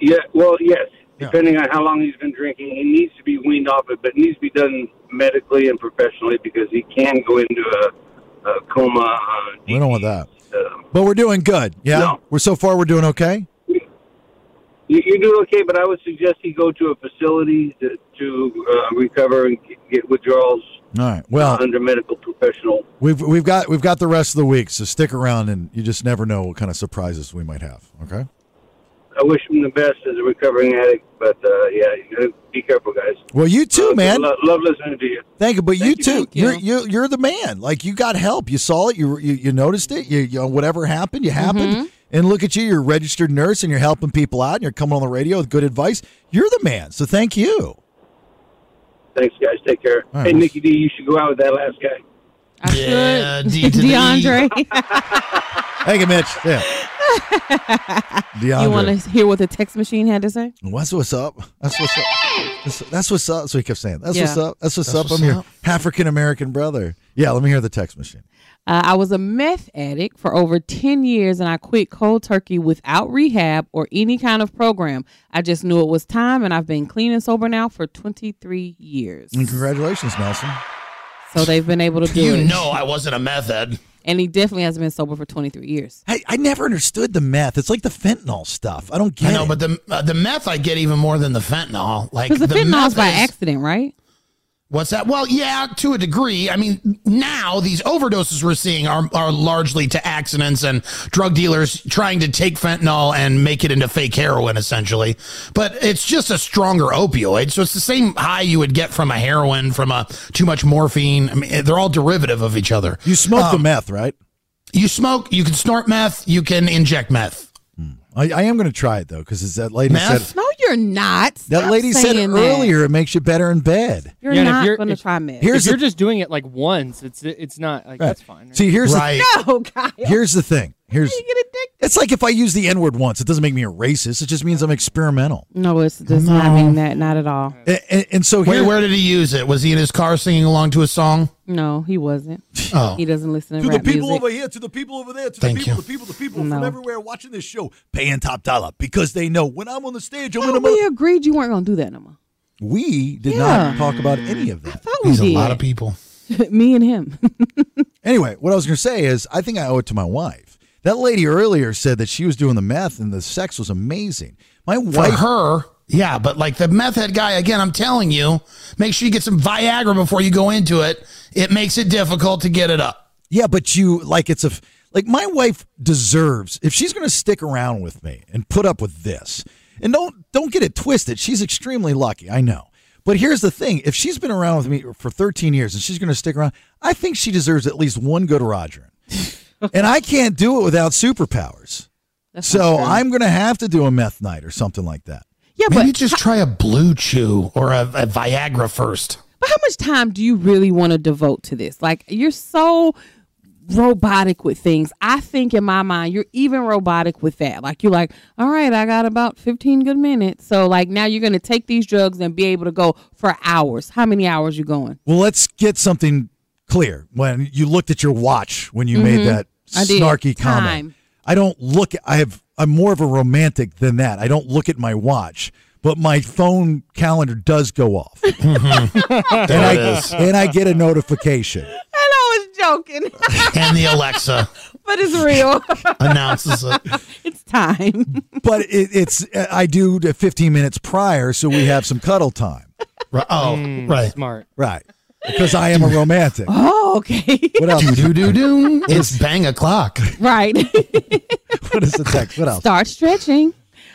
Speaker 5: Yeah, well, yes. Depending on how long he's been drinking, he needs to be weaned off it, but it needs to be done medically and professionally because he can go into a, a coma. Uh, um,
Speaker 8: We don't want that. But we're doing good. Yeah. We're so far, we're doing okay.
Speaker 5: you, you do okay, but I would suggest he go to a facility to, to uh, recover and get withdrawals
Speaker 8: All right. Well,
Speaker 5: under medical professional.
Speaker 8: We've we've got we've got the rest of the week, so stick around, and you just never know what kind of surprises we might have. Okay.
Speaker 5: I wish him the best as a recovering addict, but uh, yeah, you gotta be careful, guys.
Speaker 8: Well, you too,
Speaker 5: Love-
Speaker 8: man.
Speaker 5: Love, love listening to you.
Speaker 8: Thank you, but you too. You. are you're you're the man. Like you got help. You saw it. You you, you noticed it. You, you whatever happened, you happened.
Speaker 5: Mhm.
Speaker 8: And look at you. You're a registered nurse, and you're helping people out, and you're coming on the radio with good advice. You're the man. So thank you.
Speaker 5: Thanks, guys. Take care.
Speaker 8: All right.
Speaker 5: Hey, Nikki D, you should go out with that last guy.
Speaker 10: yeah, D to the E.
Speaker 7: DeAndre.
Speaker 8: Thank you, Mitch. Yeah. DeAndre.
Speaker 7: You want to hear what the text machine had to say?
Speaker 8: What's what's up? That's what's up. That's, that's what's up. That's what he kept saying. That's
Speaker 7: Yeah.
Speaker 8: what's up. That's what's
Speaker 7: That's
Speaker 8: up.
Speaker 7: what's
Speaker 8: I'm your
Speaker 7: up.
Speaker 8: African American brother. Yeah, let me hear the text machine.
Speaker 7: Uh, I was a meth addict for over 10 years and I quit cold turkey without rehab or any kind of program. I just knew it was time and I've been clean and sober now for 23 years.
Speaker 8: And congratulations, Nelson.
Speaker 7: So they've been able to do
Speaker 10: You
Speaker 7: it.
Speaker 10: know I wasn't a method.
Speaker 7: And he definitely hasn't been sober for 23 years.
Speaker 8: Hey, I never understood the meth. It's like the fentanyl stuff. I don't get
Speaker 10: I know, but the uh, the meth I get even more than the fentanyl. Like
Speaker 7: Because the, fentanyl's
Speaker 10: meth
Speaker 7: by
Speaker 10: is-
Speaker 7: accident, right?
Speaker 10: What's that? Well, yeah, to a degree. I mean, now these overdoses we're seeing are, are largely to accidents and drug dealers trying to take fentanyl and make it into fake heroin, essentially. But it's just a stronger opioid. So it's the same high you would get from a heroin, from a too much morphine. I mean, they're all derivative of each other. Um,
Speaker 8: You smoke the meth, right?
Speaker 10: You smoke, you can snort meth, you can inject meth.
Speaker 8: Hmm. I, I am going to try it though because it's that lady
Speaker 10: Meth?
Speaker 8: said.
Speaker 7: No, you're not.
Speaker 8: That
Speaker 7: Stop
Speaker 8: lady said
Speaker 7: saying that.
Speaker 8: earlier it makes you better in bed.
Speaker 7: You're
Speaker 9: and if
Speaker 7: not
Speaker 9: you're-
Speaker 7: going to
Speaker 9: if-
Speaker 7: try meth.
Speaker 8: Here's
Speaker 9: if you're
Speaker 8: the-
Speaker 9: just doing it like once, it's it's not like that's fine.
Speaker 8: See, here's
Speaker 9: Right.
Speaker 8: the,
Speaker 7: no, Kyle.
Speaker 8: Here's the thing. Here's it's like if I use the N word once, it doesn't make me a racist. It just means I'm experimental.
Speaker 7: No, it's does not mean that. Not at all.
Speaker 8: And, and, and so
Speaker 10: Wait,
Speaker 8: here,
Speaker 10: where did he use it? Was he in his car singing along to a song?
Speaker 7: No, he wasn't.
Speaker 10: Oh.
Speaker 7: He doesn't listen to,
Speaker 8: to the
Speaker 7: rap
Speaker 8: people
Speaker 7: music.
Speaker 8: over here, to the people over there, to
Speaker 10: Thank
Speaker 8: the people,
Speaker 10: you.
Speaker 8: the people, the people
Speaker 7: No.
Speaker 8: from everywhere watching this show, paying top dollar because they know when I'm on the stage, I'm in a.
Speaker 7: But
Speaker 8: Mother-
Speaker 7: we agreed you weren't going to do that no more.
Speaker 8: we did
Speaker 7: Yeah.
Speaker 8: not talk about any of that.
Speaker 7: thought we He's a did. lot of
Speaker 10: people.
Speaker 7: Me and him.
Speaker 8: Anyway, what I was going to say is, I think I owe it to my wife. That lady earlier said that she was doing the meth and the sex was amazing. My
Speaker 10: For
Speaker 8: wife,
Speaker 10: her, yeah, but like the meth head guy, again, I'm telling you, make sure you get some Viagra before you go into it. It makes it difficult to get it up.
Speaker 8: yeah, but you like it's a f- like my wife deserves if she's going to stick around with me and put up with this. And don't don't get it twisted. She's extremely lucky, I know. But here's the thing: if she's been around with me for 13 years and she's going to stick around, I think she deserves at least one good Roger. and I can't do it without superpowers. so I'm going to have to do a meth night or something like that.
Speaker 7: Yeah,
Speaker 10: Maybe just try a blue chew or a, a Viagra first.
Speaker 7: But how much time do you really want to devote to this? Like you're so robotic with things. I think in my mind you're even robotic with that. Like you're like, "All right, I got about 15 good minutes." So like now you're going to take these drugs and be able to go for hours. How many hours you going?
Speaker 8: Well, let's get something clear. When you looked at your watch when you
Speaker 7: Mhm.
Speaker 8: made that
Speaker 7: I did.
Speaker 8: snarky comment,
Speaker 7: Time.
Speaker 8: I don't look. I have. I'm more of a romantic than that. I don't look at my watch, but my phone calendar does go off, and
Speaker 10: There
Speaker 8: I
Speaker 10: it is.
Speaker 8: and I get a notification.
Speaker 7: I know it's joking,
Speaker 10: And the Alexa
Speaker 7: but it's real.
Speaker 10: announces it.
Speaker 7: it's time.
Speaker 8: But it, it's I do the 15 minutes prior, so we have some cuddle time.
Speaker 10: Right. Oh,
Speaker 9: Mm.
Speaker 10: right.
Speaker 9: Hmm, Smart.
Speaker 8: Right, because I am a romantic.
Speaker 7: Oh, okay.
Speaker 8: What else?
Speaker 10: Do do do do. It's bang o'clock.
Speaker 7: right.
Speaker 8: What is the text? What else?
Speaker 7: Start stretching.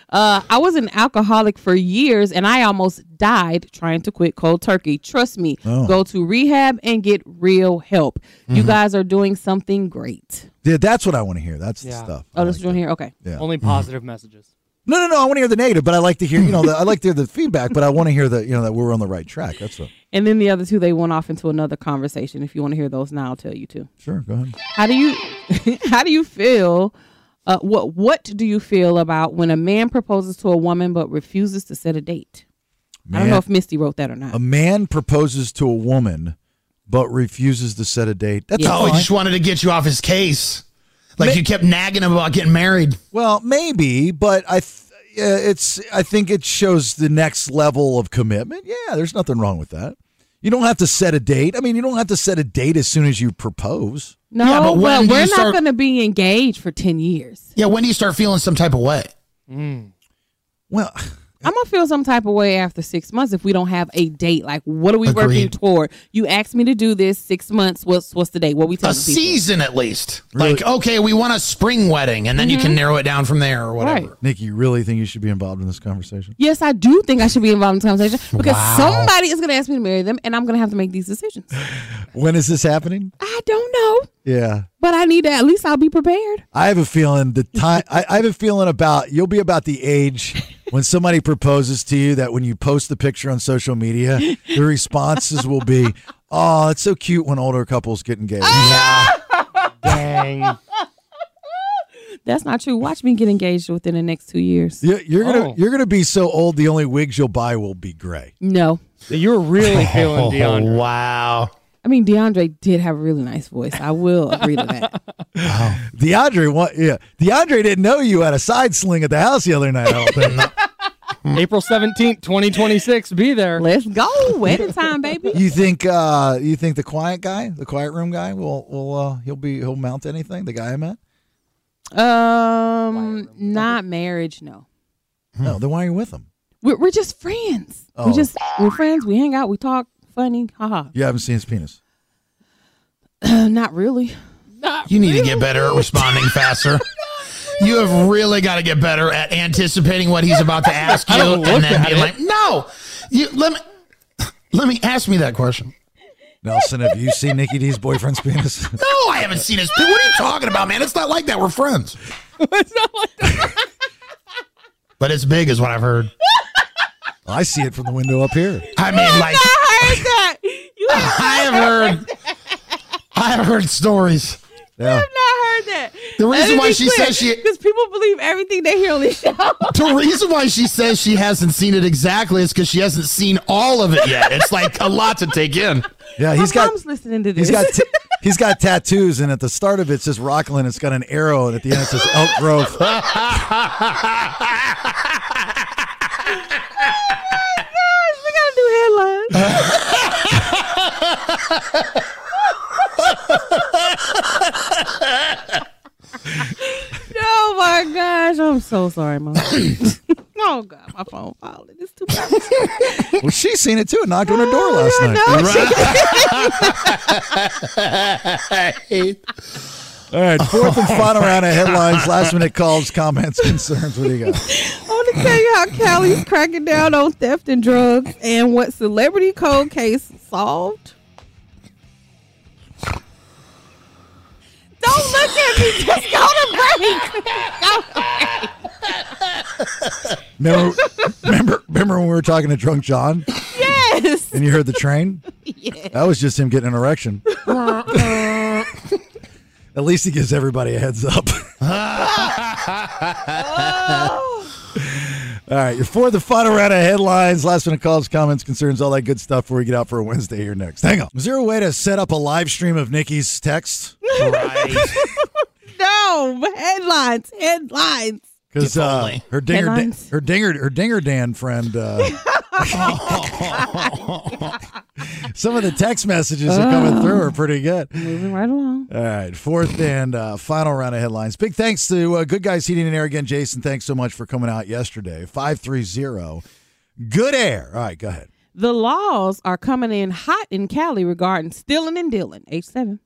Speaker 7: Uh, I was an alcoholic for years and I almost died trying to quit cold turkey. Trust me,
Speaker 8: Oh.
Speaker 7: go to rehab and get real help. You guys are doing something great.
Speaker 8: Yeah, that's what I want to hear. That's the stuff.
Speaker 7: Oh, this is doing here? Okay.
Speaker 8: Yeah. Mm-hmm.
Speaker 9: Only positive messages.
Speaker 8: No, no, no. I want to hear the negative, but I like to hear, you know, the, I like to hear the feedback, but I want to hear that, you know, that we're on the right track. That's what.
Speaker 7: And then the other two, they went off into another conversation. If you want to hear those now, I'll tell you too.
Speaker 8: Sure, go ahead.
Speaker 7: How do you how do you feel uh, what what do you feel about when a man proposes to a woman but refuses to set a date? I don't
Speaker 8: Man.
Speaker 7: know if Misty wrote that or
Speaker 10: Uh,
Speaker 7: not.
Speaker 8: A man proposes to a woman, but refuses to set a date. That's
Speaker 10: Oh, he
Speaker 8: fine.
Speaker 10: just wanted to get you off his case. Like you kept nagging him about getting married.
Speaker 8: Well, maybe, but I, th- yeah, it's. I think it shows the next level of commitment. Yeah, there's nothing wrong with that. You don't have to set a date. I mean, you don't have to set a date as soon as you propose.
Speaker 7: No,
Speaker 10: Yeah, but
Speaker 7: but,
Speaker 10: when do
Speaker 7: we're
Speaker 10: you
Speaker 7: not
Speaker 10: start-
Speaker 7: going to be engaged for 10 years.
Speaker 10: Yeah, when do you start feeling some type of way?
Speaker 8: Well,
Speaker 7: I'm going to feel some type of way after six months if we don't have a date. Like, what are we working
Speaker 10: Agreed.
Speaker 7: toward? You asked me to do this six months. What's what's the date? What we
Speaker 10: A
Speaker 7: talking people?
Speaker 10: season at least. Like, okay, we want a spring wedding, and then you
Speaker 9: Mm-hmm.
Speaker 10: can narrow it down from there or whatever.
Speaker 8: Nikki, you really think you should be involved in this conversation?
Speaker 7: Yes, I do think I should be involved in the conversation because
Speaker 8: Wow.
Speaker 7: somebody is going to ask me to marry them and I'm going to have to make these decisions.
Speaker 8: When is this happening?
Speaker 7: I don't know,
Speaker 8: Yeah.
Speaker 7: but I need to at least I'll be prepared.
Speaker 8: I have a feeling the time. I, I have a feeling about you'll be about the age when somebody proposes to you that when you post the picture on social media, the responses will be, "Oh, it's so cute when older couples get engaged."
Speaker 7: Ah!
Speaker 9: Dang.
Speaker 7: That's not true. Watch me get engaged within the next two years.
Speaker 8: You- You're gonna
Speaker 7: Oh.
Speaker 8: you're gonna be so old. The only wigs you'll buy will be gray.
Speaker 7: No.
Speaker 9: You're really feeling DeAndre.
Speaker 10: Wow.
Speaker 7: I mean, DeAndre did have a really nice voice. I will agree to that.
Speaker 8: DeAndre, what? Yeah, DeAndre didn't know you had a side sling at the house the other night. I don't think.
Speaker 9: April 17th, 2026. Be there.
Speaker 7: Let's go. Wedding time, baby.
Speaker 8: You think uh, you think the quiet guy, the quiet room guy, will will uh, he'll be he'll mount anything? The guy I met.
Speaker 7: Um, not marriage. No,
Speaker 8: No, then why are you with him?
Speaker 7: we're, we're just friends. We
Speaker 8: Oh.
Speaker 7: just we're friends. We hang out. We talk. Funny. Haha.
Speaker 8: You haven't seen his penis.
Speaker 7: not really.
Speaker 10: You need to get better at responding faster. You have really got to get better at anticipating what he's about to ask you,
Speaker 9: I don't
Speaker 10: and
Speaker 9: look
Speaker 10: then
Speaker 9: at
Speaker 10: be
Speaker 9: it.
Speaker 10: like, "No, you let me let me ask me that question."
Speaker 8: Nelson, have you seen Nikki D's boyfriend's penis?
Speaker 10: No, I haven't seen his. What are you talking about, man? It's not like that. We're friends. but it's big, is what I've heard.
Speaker 8: I see it from the window up here.
Speaker 10: I mean, like
Speaker 7: heard that. You have
Speaker 10: I have heard, I have heard stories.
Speaker 7: I have not heard that.
Speaker 10: The reason why she says she-
Speaker 7: because people believe everything they hear on this show.
Speaker 10: The reason why she says she hasn't seen it exactly is because she hasn't seen all of it yet. It's like a lot to take in.
Speaker 8: Yeah, he's got.
Speaker 7: mom's listening to
Speaker 8: He's
Speaker 7: this.
Speaker 8: got. T- he's got tattoos, and at the start of it says Rockland. It's got an arrow, and at the end it says Elk Grove.
Speaker 7: oh my gosh, we gotta do headlines. oh my gosh, I'm so sorry, mom. oh god, my phone falling. It's too bad.
Speaker 8: well, she's seen it too. and Knocked on her
Speaker 7: Oh,
Speaker 8: door last night. All right, fourth and final round of headlines. Last minute calls, comments, concerns. What do you got?
Speaker 7: I want to tell you how Cali's cracking down on theft and drugs, and what celebrity cold case solved. Don't look at me. Just go to break. Go to break.
Speaker 8: Remember, remember, remember when we were talking to drunk John
Speaker 7: Yes.
Speaker 8: and you heard the train?
Speaker 7: Yes.
Speaker 8: That was just him getting an erection. At least he gives everybody a heads up.
Speaker 10: Oh.
Speaker 8: All right, you're for the final round of headlines, last minute calls, comments, concerns, all that good stuff before we get out for a Wednesday here next. Hang on. Is there a way to set up a live stream of Nikki's texts?
Speaker 7: No headlines. Headlines.
Speaker 8: Because uh, her dinger,
Speaker 7: Headlines?
Speaker 8: her dinger, her dinger Dan friend. Uh, some of the text messages that are coming through are pretty good.
Speaker 7: Moving right along.
Speaker 8: All right, fourth and uh, final round of headlines. Big thanks to uh, Good Guys Heating and Air again, Jason. Thanks so much for coming out yesterday. Five three zero, good air. All right, go ahead.
Speaker 7: The laws are coming in hot in Cali regarding stealing and dealing. H7.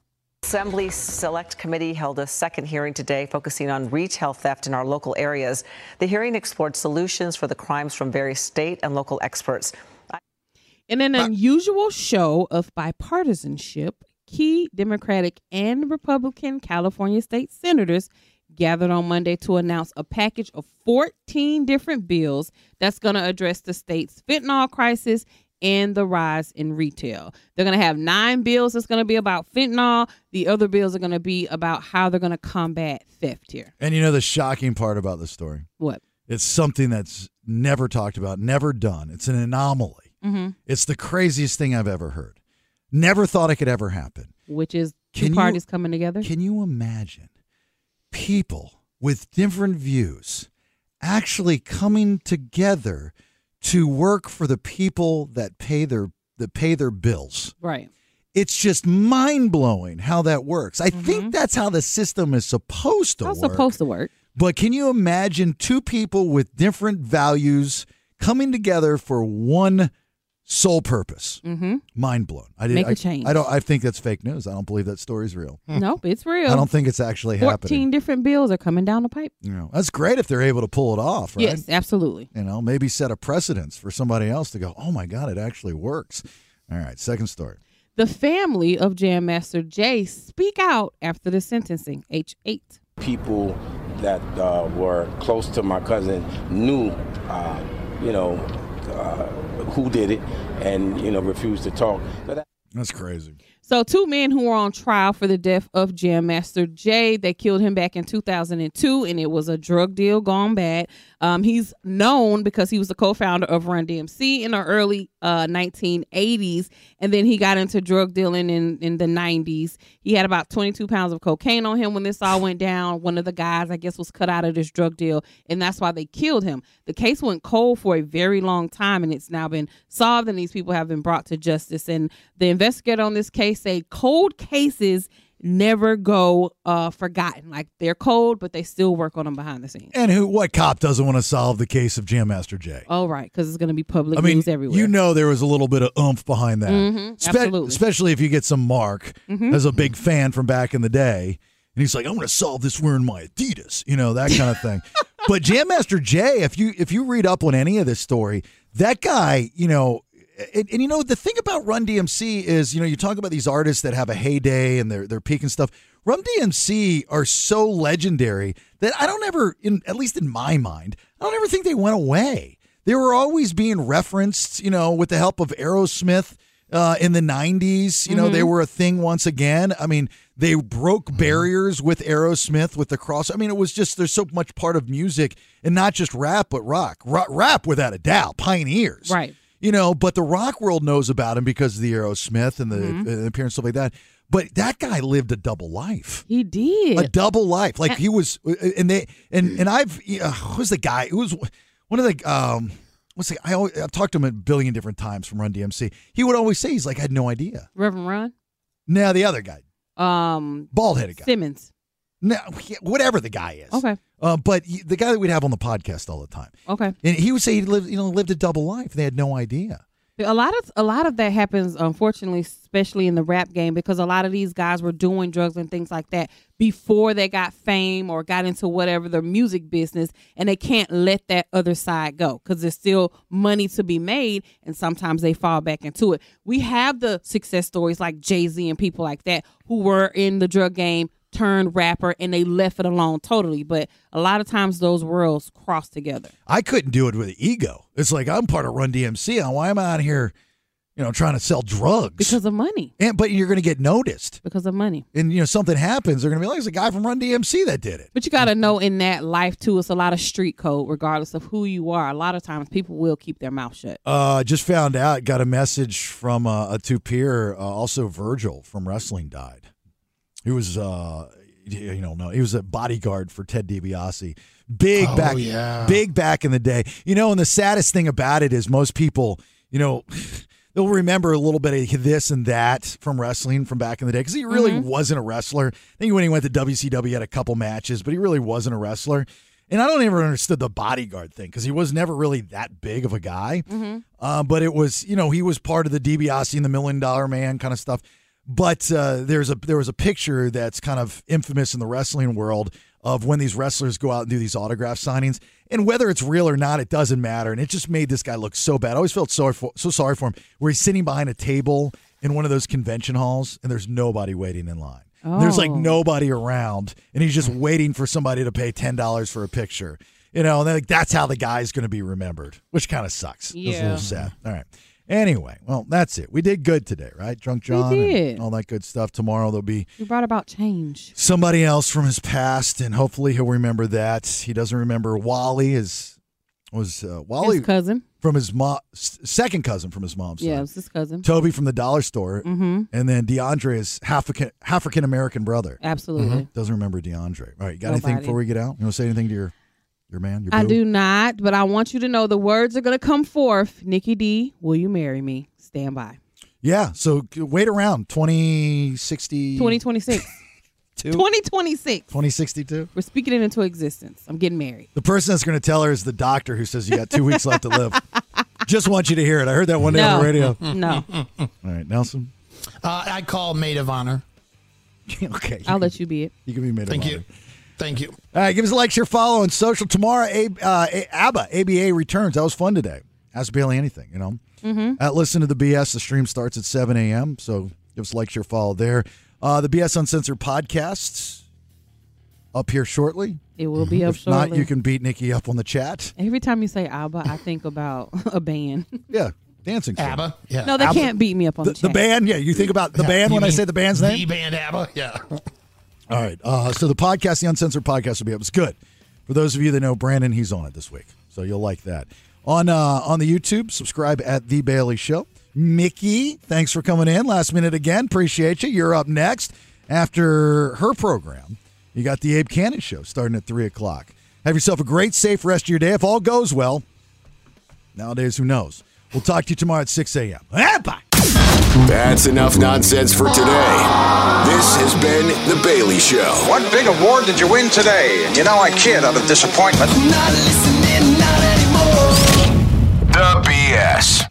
Speaker 6: Assembly Select Committee held a second hearing today focusing on retail theft in our local areas. The hearing explored solutions for the crimes from various state and local experts.
Speaker 7: In an unusual show of bipartisanship, key Democratic and Republican California state senators gathered on Monday to announce a package of 14 different bills that's going to address the state's fentanyl crisis and the rise in retail. They're going to have nine bills that's going to be about fentanyl. The other bills are going to be about how they're going to combat theft here.
Speaker 8: And you know the shocking part about this story?
Speaker 7: What?
Speaker 8: It's something that's never talked about, never done. It's an anomaly.
Speaker 7: Mm-hmm.
Speaker 8: It's the craziest thing I've ever heard. Never thought it could ever happen.
Speaker 7: Which is two
Speaker 8: Can you-
Speaker 7: parties coming together.
Speaker 8: Can you imagine people with different views actually coming together to work for the people that pay their that pay their bills?
Speaker 7: Right.
Speaker 8: It's just mind blowing how that works. I think that's how the system is supposed to
Speaker 7: Mm-hmm. It's
Speaker 8: work.
Speaker 7: supposed to work.
Speaker 8: But can you imagine two people with different values coming together for one sole purpose?
Speaker 7: Mm-hmm.
Speaker 8: Mind blown. I
Speaker 7: Make
Speaker 8: I-
Speaker 7: a change.
Speaker 8: I don't. I think that's fake news. I don't believe that story's real.
Speaker 7: Nope, it's real.
Speaker 8: Hmm. I don't think it's actually
Speaker 7: 14
Speaker 8: happening.
Speaker 7: different bills are coming down the pipe.
Speaker 8: You know, that's great if they're able to pull it off, right?
Speaker 7: Yes, absolutely.
Speaker 8: You know, maybe set a precedence for somebody else to go. Oh my God, it actually works. All right, second story.
Speaker 7: The family of Jam Master Jay speak out after the sentencing. H8.
Speaker 12: people that uh, were close to my cousin knew, uh, you know, uh, who did it, and you know, refused to talk. So that-
Speaker 8: That's crazy.
Speaker 7: So, two men who were on trial for the death of Jam Master Jay, they killed him back in 2002, and it was a drug deal gone bad. Um, he's known because he was the co founder of Run DMC in the early uh, 1980s, and then he got into drug dealing in, in the 90s. He had about 22 pounds of cocaine on him when this all went down. One of the guys, I guess, was cut out of this drug deal, and that's why they killed him. The case went cold for a very long time, and it's now been solved, and these people have been brought to justice. And the investigator on this case say cold cases never go uh, forgotten. Like they're cold, but they still work on them behind the scenes.
Speaker 8: And who? What cop doesn't want to solve the case of Jam Master Jay?
Speaker 7: All right, because it's going to be public
Speaker 8: I mean,
Speaker 7: news everywhere.
Speaker 8: you know there was a little bit of oomph behind that.
Speaker 7: Mhm, absolutely.
Speaker 8: Especially if you get some Mark
Speaker 7: Mhm.
Speaker 8: as a big fan from back in the day, and he's like, "I'm going to solve this wearing my Adidas," you know that kind of thing. but Jam Master Jay, if you if you read up on any of this story, that guy, you know. And, and you know the thing about Run DMC is you know you talk about these artists that have a heyday and they're they're peaking stuff. Run DMC are so legendary that I don't ever, in, at least in my mind, I don't ever think they went away. They were always being referenced, you know, with the help of Aerosmith uh, in the 90s. You know, they
Speaker 13: Mhm.
Speaker 8: were a thing once again. I mean, they broke barriers with Aerosmith, with the cross. I mean, it was just, there's so much part of music and not just rap, but rock. Ro- rap, without a doubt, pioneers.
Speaker 7: Right.
Speaker 8: You know, but the rock world knows about him because of the Aerosmith and the,
Speaker 7: Mhm.
Speaker 8: and the appearance, stuff like that. But that guy lived a double life
Speaker 7: He did.
Speaker 8: a double life. Like
Speaker 7: And-
Speaker 8: he was, uh, and they, and and I've uh, who's the guy? Who was one of the um? What's the? I always, I've talked to him a billion different times from Run DMC. He would always say he's like I had no idea.
Speaker 7: Reverend Ron.
Speaker 8: Now the other guy,
Speaker 7: Um,
Speaker 8: bald headed guy,
Speaker 7: Simmons.
Speaker 8: No, whatever the guy is.
Speaker 7: Okay.
Speaker 8: Uh, but he, the guy that we'd have on the podcast all the time,
Speaker 7: Okay.
Speaker 8: and he would say he lived, you know, lived a double life. They had no idea.
Speaker 7: A lot of a lot of that happens, unfortunately, especially in the rap game, because a lot of these guys were doing drugs and things like that before they got fame or got into whatever their music business, and they can't let that other side go because there's still money to be made, and sometimes they fall back into it. We have the success stories like Jay Z and people like that who were in the drug game, turned rapper, and they left it alone totally. But a lot of times those worlds cross together.
Speaker 8: I couldn't do it with an ego. It's like I'm part of Run DMC. and Why am I out here, you know, trying to sell drugs because
Speaker 7: of money?
Speaker 8: And but you're going to get noticed
Speaker 7: because of money.
Speaker 8: And you know something happens, they're going to be like, "It's a guy from Run DMC that did it."
Speaker 7: But you got to know in that life too, it's a lot of street code, regardless of who you are. A lot of times people will keep their mouth shut.
Speaker 8: Uh, just found out, got a message from uh, a two peer. Uh, also, Virgil from wrestling died. He was, uh, you you don't know, he was a bodyguard for Ted DiBiase. Big
Speaker 10: Oh,
Speaker 8: back,
Speaker 10: yeah.
Speaker 8: big back in the day. You know, and the saddest thing about it is most people, you know. They'll remember a little bit of this and that from wrestling from back in the day because he really wasn't a wrestler. I think when he went to WCW, he had a couple matches, but he really wasn't a wrestler. And I don't ever understood the bodyguard thing because he was never really that big of a guy. Uh, but it was, you know, he was part of the DiBiase and the Million Dollar Man kind of stuff. But uh, there's a there was a picture that's kind of infamous in the wrestling world of when these wrestlers go out and do these autograph signings, and whether it's real or not, it doesn't matter. And it just made this guy look so bad. I always felt sorry for so sorry for him, where he's sitting behind a table in one of those convention halls, and there's nobody waiting in line. There's like
Speaker 7: Oh.
Speaker 8: nobody around, and he's just waiting for somebody to pay ten dollars for a picture. You know, and then, like, that's how the guy's going to be remembered, which kind of sucks. It's a
Speaker 7: Yeah.
Speaker 8: little sad. All right. Anyway, well, that's it. We did good today, right? Drunk John, and
Speaker 7: did.
Speaker 8: all that good stuff. Tomorrow there'll be
Speaker 7: You brought about change.
Speaker 8: somebody else from his past, and hopefully he'll remember that. He doesn't remember Wally. His was uh, Wally
Speaker 7: His cousin.
Speaker 8: from his mom, second cousin from his mom's
Speaker 7: Yeah,
Speaker 8: side.
Speaker 7: it was his cousin.
Speaker 8: Toby from the dollar store,
Speaker 7: Mhm.
Speaker 8: and then DeAndre is African American brother. Mm-hmm.
Speaker 7: Absolutely. Mhm.
Speaker 8: doesn't remember DeAndre. All right, you got anything
Speaker 7: Nobody.
Speaker 8: before we get out? You want to say anything to your your man? Your
Speaker 7: I
Speaker 8: boo?
Speaker 7: do not, but I want you to know the words are going to come forth. Nikki D, will you marry me? Stand by.
Speaker 8: Yeah. So g- wait around 2060.
Speaker 7: 2026. 2026.
Speaker 8: 2062.
Speaker 7: We're speaking it into existence. I'm getting married.
Speaker 8: The person that's going to tell her is the doctor who says you got two weeks left to live. Just want you to hear it. I heard that one day on the radio.
Speaker 7: No.
Speaker 8: All right, Nelson.
Speaker 10: Uh, I call maid of honor.
Speaker 8: okay.
Speaker 7: I'll let you be it.
Speaker 8: You can be made
Speaker 10: Thank
Speaker 8: of
Speaker 10: you.
Speaker 8: honor.
Speaker 10: Thank you.
Speaker 8: All right, give us a like, share, follow on social. Tomorrow, A- uh, A- ABBA, ABA returns. That was fun today. Ask Bailey anything, you know.
Speaker 13: Mm-hmm.
Speaker 4: Mhm.
Speaker 8: At Listen to the BS, the stream starts at 7 a.m., so give us a like, share, follow there. Uh, the BS Uncensored podcasts up here shortly. Mm-hmm.
Speaker 7: It will be up
Speaker 8: If not,
Speaker 7: shortly.
Speaker 8: you can beat Nikki up on the chat.
Speaker 7: Every time you say ABBA, I think about a band.
Speaker 8: Yeah, dancing. show.
Speaker 10: ABBA, yeah.
Speaker 7: No, they
Speaker 8: ABBA.
Speaker 7: can't beat me up on
Speaker 8: The,
Speaker 7: the,
Speaker 8: the
Speaker 7: chat.
Speaker 8: band, yeah. You think about the
Speaker 10: Yeah,
Speaker 8: band
Speaker 10: you
Speaker 8: when I
Speaker 10: mean
Speaker 8: say the band's name?
Speaker 10: The band ABBA, yeah.
Speaker 8: All right. Uh, so the podcast, the Uncensored podcast, will be up. It's good. For those of you that know Brandon, he's on it this week, so you'll like that. On uh, on the YouTube, subscribe at the Bailey Show. Mickey, thanks for coming in last minute again. Appreciate you. You're up next after her program. You got the Abe Cannon Show starting at three o'clock. Have yourself a great, safe rest of your day. If all goes well, nowadays who knows? We'll talk to you tomorrow at six a.m. Ah, Bye.
Speaker 2: That's enough nonsense for today. This has been The Bailey Show.
Speaker 15: What big award did you win today? And you know I kid out of disappointment.
Speaker 2: The BS.